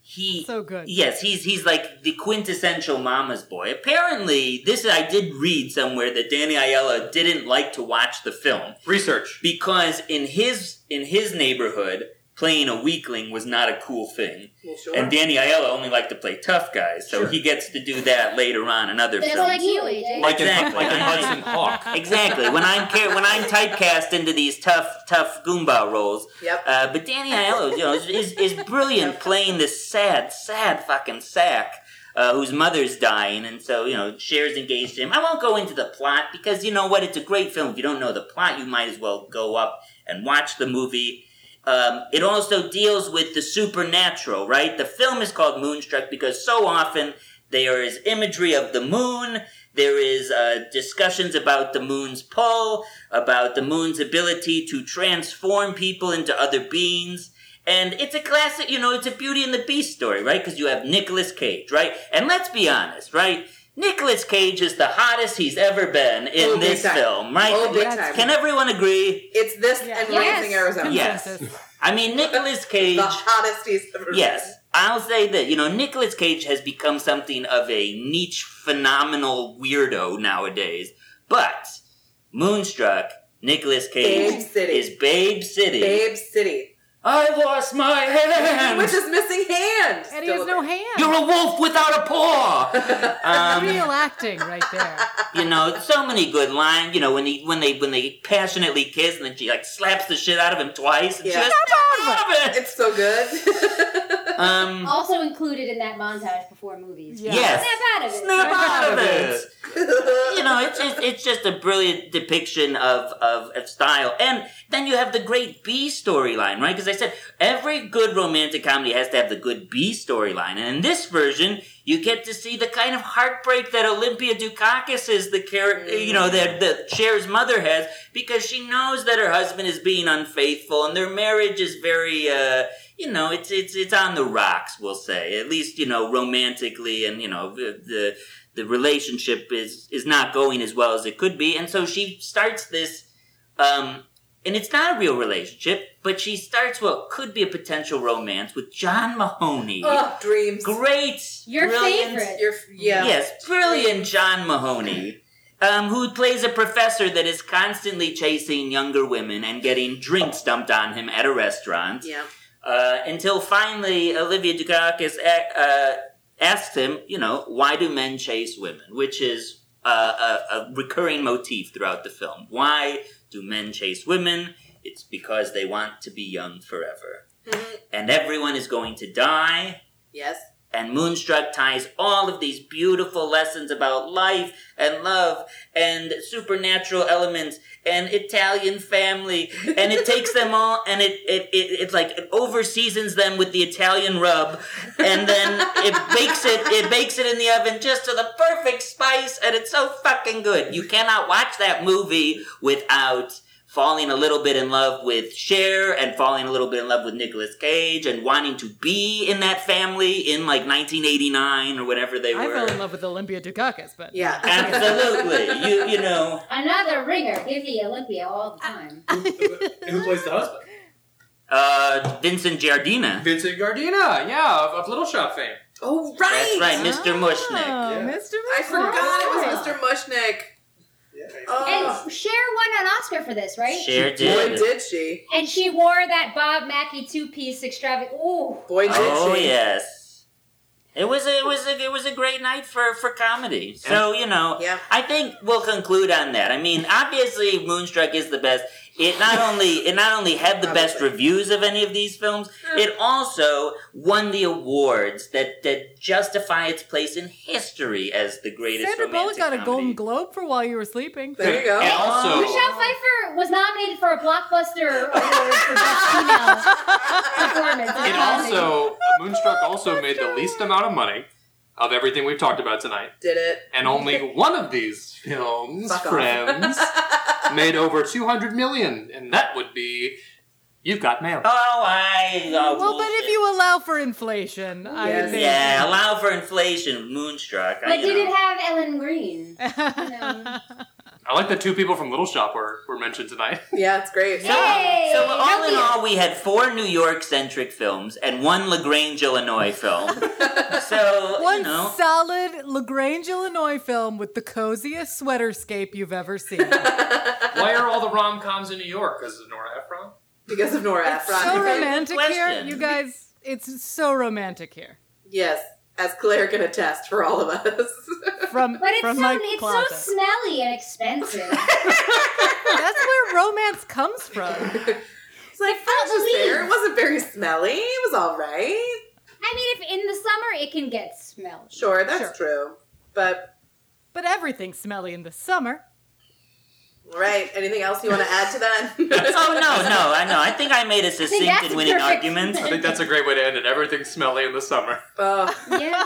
Speaker 4: He
Speaker 5: So good.
Speaker 4: Yes, he's he's like the quintessential mama's boy. Apparently, this I did read somewhere that Danny Aiello didn't like to watch the film
Speaker 3: Research.
Speaker 4: because in his in his neighborhood, playing a weakling was not a cool thing.
Speaker 2: Well, sure.
Speaker 4: And Danny Aiello only liked to play tough guys, so he gets to do that later on in other
Speaker 6: Just
Speaker 4: films.
Speaker 6: like you, AJ.
Speaker 3: Like in,
Speaker 4: Exactly.
Speaker 3: like in Hudson Hawk.
Speaker 4: Exactly. When I'm ca- when I'm typecast into these tough tough goomba roles.
Speaker 2: Yep.
Speaker 4: Uh, but Danny Aiello, you know, is, is, is brilliant playing this sad, sad fucking sack uh, whose mother's dying, and so you know, Cher's engaged to him. I won't go into the plot because you know what? It's a great film. If you don't know the plot, you might as well go up and watch the movie. Um, it also deals with the supernatural, right? The film is called Moonstruck because so often there is imagery of the moon. There is uh, discussions about the moon's pull, about the moon's ability to transform people into other beings. And it's a classic, you know, it's a Beauty and the Beast story, right? Because you have Nicolas Cage, right? And let's be honest, right? Nicolas Cage is the hottest he's ever been in
Speaker 2: Oh, big
Speaker 4: this
Speaker 2: time.
Speaker 4: film, right?
Speaker 2: Oh, big
Speaker 5: Yes.
Speaker 2: time.
Speaker 4: Can everyone agree?
Speaker 2: it's this
Speaker 5: Yeah.
Speaker 2: and
Speaker 6: Yes.
Speaker 2: Raising Arizona.
Speaker 4: Yeah.
Speaker 5: Consensus.
Speaker 4: I mean, Nicolas Cage.
Speaker 2: [LAUGHS] The hottest he's ever been.
Speaker 4: Yes, I'll say that you know Nicolas Cage has become something of a niche, phenomenal weirdo nowadays. But Moonstruck, Nicolas Cage
Speaker 2: Babe City.
Speaker 4: is Babe City.
Speaker 2: Babe City.
Speaker 4: I lost my
Speaker 2: Which
Speaker 4: hand.
Speaker 2: is missing hand.
Speaker 5: And he has no hand.
Speaker 4: [LAUGHS] You're a wolf without a paw.
Speaker 2: [LAUGHS]
Speaker 4: um,
Speaker 5: Real acting right
Speaker 4: [LAUGHS]
Speaker 5: there.
Speaker 4: you know, so many good lines. You know, when he when they when they passionately kiss and then she like slaps the shit out of him twice. And
Speaker 2: Yeah.
Speaker 4: just,
Speaker 5: Stop
Speaker 4: "Stop it."
Speaker 2: It's so
Speaker 4: [LAUGHS]
Speaker 2: good.
Speaker 4: Um,
Speaker 6: also included in that montage before movies.
Speaker 5: Yeah.
Speaker 4: Yes.
Speaker 6: Snap out of it.
Speaker 4: Snap out of it. you
Speaker 2: you
Speaker 4: know, it's just it's just a brilliant depiction of of, of style. And then you have the great B storyline, right? Because I said every good romantic comedy has to have the good B storyline, and in this version, you get to see the kind of heartbreak that Olympia Dukakis is the character, you know, that that Cher's mother has because she knows that her husband is being unfaithful, and their marriage is very. uh you know, it's it's it's on the rocks, we'll say. At least you know romantically, and you know the the, the relationship is is not going as well as it could be, and so she starts this um, and it's not a real relationship, but she starts what could be a potential romance with John Mahoney.
Speaker 2: Ugh, Oh, dreams.
Speaker 4: Great,
Speaker 6: Oh, Your
Speaker 4: brilliant,
Speaker 6: favorite.
Speaker 2: Your f- yeah.
Speaker 4: Yes, brilliant John Mahoney, um, who plays a professor that is constantly chasing younger women and getting drinks dumped on him at a restaurant.
Speaker 2: Yeah.
Speaker 4: Uh, until finally, Olivia Dukakis a- uh, asks him, you know, why do men chase women? Which is uh, a, a recurring motif throughout the film. Why do men chase women? It's because they want to be young forever.
Speaker 2: Mhm.
Speaker 4: And everyone is going to die.
Speaker 2: Yes.
Speaker 4: And Moonstruck ties all of these beautiful lessons about life and love and supernatural elements and Italian family. And it takes them all and it, it, it, it's like it overseasons them with the Italian rub. And then it bakes it, it bakes it in the oven just to the perfect spice. And it's so fucking good. You cannot watch that movie without falling a little bit in love with Cher and falling a little bit in love with Nicolas Cage and wanting to be in that family in like 1989 or whenever they
Speaker 5: I
Speaker 4: were.
Speaker 5: fell in love with Olympia Dukakis, but [LAUGHS]
Speaker 2: Yeah.
Speaker 4: Absolutely, you you know.
Speaker 6: Another ringer. Give me Olympia all the time.
Speaker 3: Who plays the husband?
Speaker 4: Uh, Vincent Giardina.
Speaker 3: Vincent Gardina, yeah, of, of Little Shop fame.
Speaker 2: [LAUGHS] Oh right.
Speaker 4: That's right, Mr.
Speaker 5: Oh, Mr.
Speaker 4: Mushnick.
Speaker 5: Mushnick.
Speaker 2: I forgot it was Mr. Mushnick. Oh.
Speaker 6: And Cher won an Oscar for this, right?
Speaker 4: Uh, Cher
Speaker 2: Boy,
Speaker 4: did.
Speaker 2: did she.
Speaker 6: And she wore that Bob Mackie two-piece extravagant. Ooh,
Speaker 2: Boy, did
Speaker 4: Oh
Speaker 2: she.
Speaker 4: yes. It was a, it was a, it was a great night for for comedy. So you know,
Speaker 2: Yeah.
Speaker 4: I think we'll conclude on that. I mean, obviously, Moonstruck is the best.
Speaker 2: [LAUGHS]
Speaker 4: It not only it not only had the best
Speaker 2: Obviously.
Speaker 4: reviews of any of these films, it also won the awards that that justify its place in history as the greatest.
Speaker 5: Sandra Bullock
Speaker 4: romantic
Speaker 5: got a
Speaker 4: comedy.
Speaker 5: Golden Globe for While You Were Sleeping.
Speaker 2: There you go.
Speaker 3: And also,
Speaker 6: Michelle Pfeiffer was nominated for a blockbuster award for best female performance. in
Speaker 3: it
Speaker 6: a comedy.
Speaker 3: also Moonstruck also made the least amount of money of everything we've talked about tonight,
Speaker 2: Did it.
Speaker 3: and only one of these films,
Speaker 2: Fuck off.
Speaker 3: [LAUGHS] friends, made over two hundred million, and that would be You've Got Mail.
Speaker 4: Oh, I. oh,
Speaker 5: Well, but if
Speaker 4: bullshit.
Speaker 5: you allow for inflation, I
Speaker 2: Yes.
Speaker 5: would think.
Speaker 4: yeah, allow for inflation, Moonstruck. I,
Speaker 6: But
Speaker 4: you
Speaker 6: did
Speaker 4: know.
Speaker 6: it have Ellen Green? No.
Speaker 3: I like that two people from Little Shop were, were mentioned
Speaker 2: [LAUGHS]
Speaker 3: tonight.
Speaker 2: Yeah, it's great.
Speaker 4: So, uh,
Speaker 6: Yay!
Speaker 4: so all
Speaker 6: How
Speaker 4: in
Speaker 6: weird.
Speaker 4: all, we had four New York centric films and one LaGrange, Illinois film. so,
Speaker 5: One
Speaker 4: you know,
Speaker 5: solid Lagrange, Illinois film with the coziest sweaterscape you've ever
Speaker 4: [LAUGHS]
Speaker 5: seen. it's
Speaker 3: Why are all the rom coms in New York? Because of Nora Ephron?
Speaker 2: Because of Nora Ephron.
Speaker 5: so romantic here,
Speaker 4: question.
Speaker 5: you guys. It's so romantic here.
Speaker 2: Yes, as Claire can attest for all of us. [LAUGHS]
Speaker 5: From
Speaker 6: But it's
Speaker 5: from
Speaker 6: so
Speaker 5: my
Speaker 6: it's
Speaker 5: closet.
Speaker 6: so smelly and expensive.
Speaker 5: [LAUGHS] That's where romance comes from.
Speaker 2: It's like, I was there. It wasn't very smelly. It was all right.
Speaker 6: I mean, if in the summer it can get smelly.
Speaker 2: Sure, that's true. But,
Speaker 5: But everything's smelly in the summer.
Speaker 2: right, anything else you want to add to that?
Speaker 4: oh no, no, I know. I think I made a succinct
Speaker 6: that's
Speaker 4: and winning
Speaker 6: perfect.
Speaker 4: argument.
Speaker 3: [LAUGHS] I think that's a great way to end it. Everything's smelly in the summer.
Speaker 2: [LAUGHS] Oh,
Speaker 6: Yeah.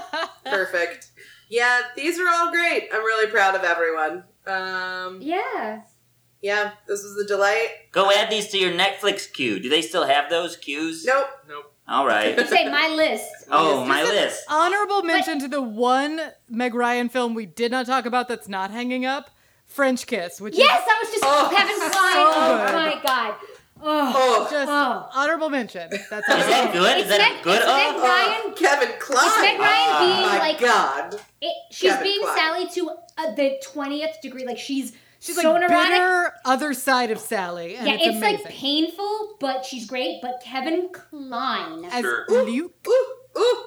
Speaker 2: perfect. Yeah, these are all great. I'm really proud of everyone. Um,
Speaker 6: Yeah.
Speaker 2: yeah, this was a delight.
Speaker 4: Go add these to your Netflix queue. Do they still have those queues?
Speaker 2: Nope.
Speaker 3: Nope.
Speaker 4: All right.
Speaker 6: [LAUGHS] You say my list.
Speaker 5: [LAUGHS]
Speaker 4: Oh,
Speaker 2: Yes,
Speaker 4: my
Speaker 5: Just an
Speaker 4: list.
Speaker 5: Honorable mention to the one Meg Ryan film we did not talk about that's not hanging up French Kiss, which
Speaker 6: Yes, I was just
Speaker 2: Oh,
Speaker 6: having fun. Oh my god. Oh.
Speaker 5: is
Speaker 2: Oh,
Speaker 5: just
Speaker 6: Oh.
Speaker 5: honorable mention. That's
Speaker 4: Is
Speaker 5: all.
Speaker 4: that good? Is
Speaker 6: It's
Speaker 4: that
Speaker 6: Meg-
Speaker 4: good?
Speaker 6: it's
Speaker 4: Oh,
Speaker 6: Meg Ryan.
Speaker 2: Kevin Klein. Oh,
Speaker 6: It's Meg Ryan
Speaker 4: Ah.
Speaker 6: being
Speaker 2: my
Speaker 6: like
Speaker 2: God.
Speaker 6: it, she's
Speaker 2: Kevin
Speaker 6: being
Speaker 2: Klein.
Speaker 6: Sally to uh, the twentieth degree. Like she's
Speaker 5: She's
Speaker 6: so
Speaker 5: like
Speaker 6: neurotic.
Speaker 5: bitter other side of Sally, and
Speaker 6: yeah,
Speaker 5: it's,
Speaker 6: it's, like
Speaker 5: amazing.
Speaker 6: painful, but she's great. But Kevin Klein,
Speaker 5: As
Speaker 3: Sure.
Speaker 5: Luke,
Speaker 2: Ooh, ooh.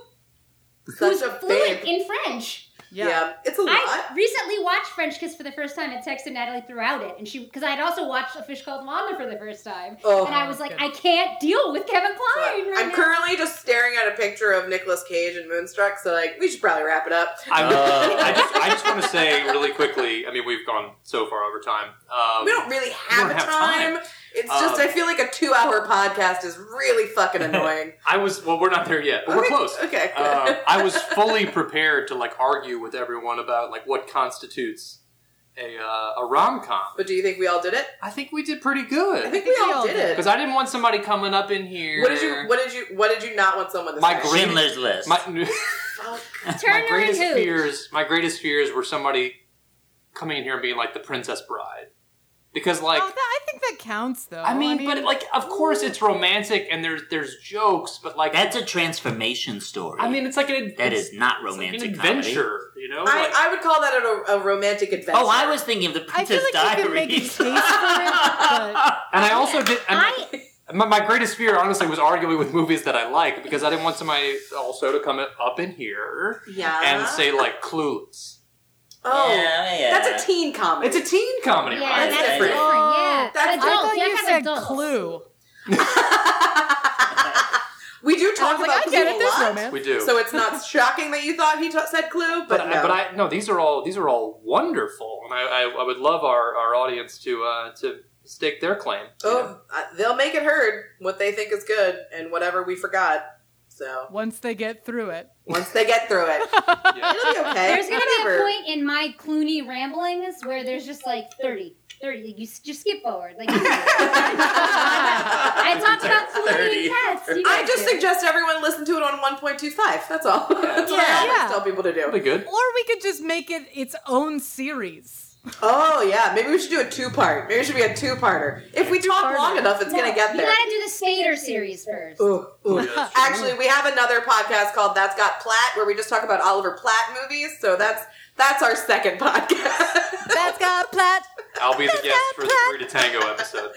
Speaker 6: who's
Speaker 2: Such a
Speaker 6: fluent
Speaker 2: babe.
Speaker 6: in French.
Speaker 5: yeah.
Speaker 2: it's a lot.
Speaker 6: I recently watched French Kiss for the first time and texted Natalie throughout it, and she because I had also watched A Fish Called Wanda for the first time,
Speaker 2: Oh.
Speaker 6: and I was like,
Speaker 5: Good.
Speaker 6: I can't deal with Kevin Klein. Right
Speaker 2: I'm
Speaker 6: now.
Speaker 2: currently just staring at a picture of Nicolas Cage and Moonstruck, so like we should probably wrap it up.
Speaker 3: I'm,
Speaker 4: Oh.
Speaker 3: I just, I just want to say really quickly. I mean, we've gone so far over time. Um,
Speaker 2: We don't really have
Speaker 3: don't
Speaker 2: a
Speaker 3: have
Speaker 2: time. It's just
Speaker 3: Um,
Speaker 2: I feel like a two hour podcast is really
Speaker 3: [LAUGHS]
Speaker 2: fucking annoying.
Speaker 3: I was well. We're not there yet, but we're
Speaker 2: Okay,
Speaker 3: close.
Speaker 2: Okay. good.
Speaker 3: Uh, I was fully prepared to like argue with everyone about like what constitutes a uh, a rom com.
Speaker 2: but do you think we all did it?
Speaker 3: I think we did pretty
Speaker 2: I
Speaker 3: good
Speaker 2: think we all did it.
Speaker 3: because I didn't want somebody coming up in here.
Speaker 2: What did you? What did you? What did you not want someone to
Speaker 3: My
Speaker 2: say? Oh,
Speaker 3: great-
Speaker 4: Schindler's List.
Speaker 3: [LAUGHS] my, my
Speaker 6: Turner and
Speaker 3: greatest
Speaker 6: Hooch.
Speaker 3: fears my greatest fears were somebody coming in here and being like the princess bride because like
Speaker 5: Oh, that, I think that counts, though.
Speaker 3: I mean, but like, of course, it's romantic and there's there's jokes, but like,
Speaker 4: That's a transformation story.
Speaker 3: I mean, it's like an
Speaker 4: that
Speaker 3: it's
Speaker 4: is not
Speaker 3: like
Speaker 4: romantic
Speaker 3: an
Speaker 4: comedy.
Speaker 3: adventure, you know?
Speaker 2: I,
Speaker 3: Like,
Speaker 2: I would call that a, a romantic adventure.
Speaker 4: Oh, I was thinking of the
Speaker 5: I feel
Speaker 4: Princess
Speaker 5: like you can make a case
Speaker 4: [LAUGHS] Diaries.
Speaker 5: for it,
Speaker 3: [LAUGHS]
Speaker 5: but
Speaker 3: and I also did. And
Speaker 6: I
Speaker 3: my, my greatest fear, honestly, was arguing with movies that I like because I didn't want somebody also to come up in here
Speaker 2: Yeah.
Speaker 3: and say like Clueless.
Speaker 2: Oh,
Speaker 4: Yeah, yeah.
Speaker 2: that's a teen comedy.
Speaker 3: It's a teen comedy,
Speaker 6: yeah,
Speaker 3: right?
Speaker 6: that's
Speaker 2: That's
Speaker 6: different.
Speaker 2: different.
Speaker 6: Yeah,
Speaker 2: That's- I
Speaker 5: I
Speaker 6: adults.
Speaker 5: thought
Speaker 6: yeah,
Speaker 5: you
Speaker 6: kind of
Speaker 5: said
Speaker 6: adults.
Speaker 5: Clue.
Speaker 2: [LAUGHS] we do
Speaker 5: I
Speaker 2: talk
Speaker 5: was like,
Speaker 2: about
Speaker 5: I get
Speaker 2: Clue
Speaker 5: it.
Speaker 2: a
Speaker 5: There's
Speaker 2: lot,
Speaker 5: romance.
Speaker 3: We do.
Speaker 2: so it's not shocking that you thought he t- said Clue, but,
Speaker 3: but
Speaker 2: no.
Speaker 3: I, but I no these are all these are all wonderful, and I I, I would love our, our audience to uh, to stake their claim. you know?
Speaker 2: oh, uh, they'll make it heard what they think is good and whatever we forgot. So
Speaker 5: Once they get through it,
Speaker 2: once they get through it,
Speaker 3: Yeah.
Speaker 2: it'll
Speaker 6: [LAUGHS]
Speaker 2: be okay.
Speaker 6: There's gonna be a
Speaker 2: Whatever.
Speaker 6: point in my Clooney ramblings where there's just like 30, 30. Like you s- just skip forward. Like
Speaker 3: [LAUGHS]
Speaker 6: you do. I talked about Clooney
Speaker 4: 30.
Speaker 6: and pets. You
Speaker 2: I
Speaker 6: guys
Speaker 2: just
Speaker 6: do.
Speaker 2: suggest everyone listen to it on 1.25. That's all. [LAUGHS] That's what I
Speaker 4: Yeah.
Speaker 2: always
Speaker 5: Yeah.
Speaker 2: tell people to
Speaker 3: That'll
Speaker 2: do.
Speaker 3: be good.
Speaker 5: or we could just make it its own series.
Speaker 2: Oh yeah, maybe we should do a two-part. Maybe it should be a two-parter. If we talk long enough, it's gonna get
Speaker 6: You
Speaker 2: there.
Speaker 6: gotta do the Spader series first.
Speaker 2: Ooh, ooh.
Speaker 3: Yeah, that's
Speaker 2: Actually, we have another podcast called That's Got Platt, where we just talk about Oliver Platt movies. So that's that's our second podcast.
Speaker 5: That's got plat.
Speaker 3: [LAUGHS] I'll be the guest for the Free to Tango episode.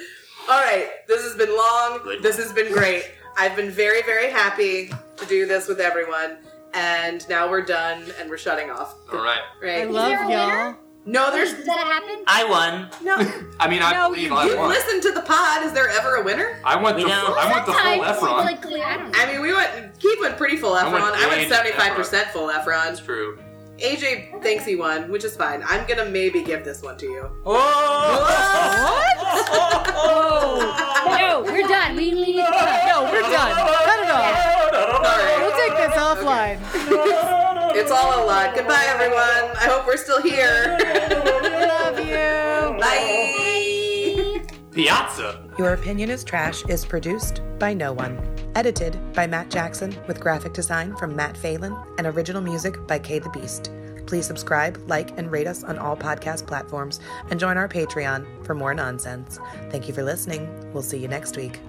Speaker 2: All right, this has been long.
Speaker 4: Good.
Speaker 2: This has been great. I've been very very happy to do this with everyone, and now we're done and we're shutting off.
Speaker 3: All right.
Speaker 5: I
Speaker 2: Right?
Speaker 5: love
Speaker 6: there a
Speaker 5: y'all.
Speaker 6: winner?
Speaker 2: no, there's
Speaker 6: Does that happen?
Speaker 4: I won.
Speaker 2: no.
Speaker 3: I mean, I
Speaker 5: No,
Speaker 3: believe
Speaker 5: you-
Speaker 3: I
Speaker 2: You
Speaker 3: won.
Speaker 2: listened to the pod. Is there ever a winner?
Speaker 3: I want
Speaker 4: We
Speaker 3: the full,
Speaker 4: know.
Speaker 3: I want the full
Speaker 6: Sometimes,
Speaker 3: Efron.
Speaker 6: Like, Clooney- I don't know.
Speaker 2: I mean, we went. Keith went pretty full
Speaker 3: I
Speaker 2: Efron.
Speaker 3: went
Speaker 2: I went
Speaker 3: great
Speaker 2: seventy five percent full Efron.
Speaker 3: That's true.
Speaker 2: AJ thinks he won, which is fine. I'm gonna maybe give this one to you. [LAUGHS]
Speaker 6: no, we're done. We need to
Speaker 5: No, we're done. Cut it off.
Speaker 2: Sorry.
Speaker 5: We'll take this offline.
Speaker 2: It's all a lot. Goodbye, everyone. I hope we're still
Speaker 5: [LAUGHS]
Speaker 2: here.
Speaker 5: We love you.
Speaker 2: Bye.
Speaker 3: Piazza.
Speaker 7: Your Opinion is Trash is produced by no one. Edited by Matt Jackson with graphic design from Matt Phelan and original music by Kay the Beast. Please subscribe, like, and rate us on all podcast platforms and join our Patreon for more nonsense. Thank you for listening. We'll see you next week.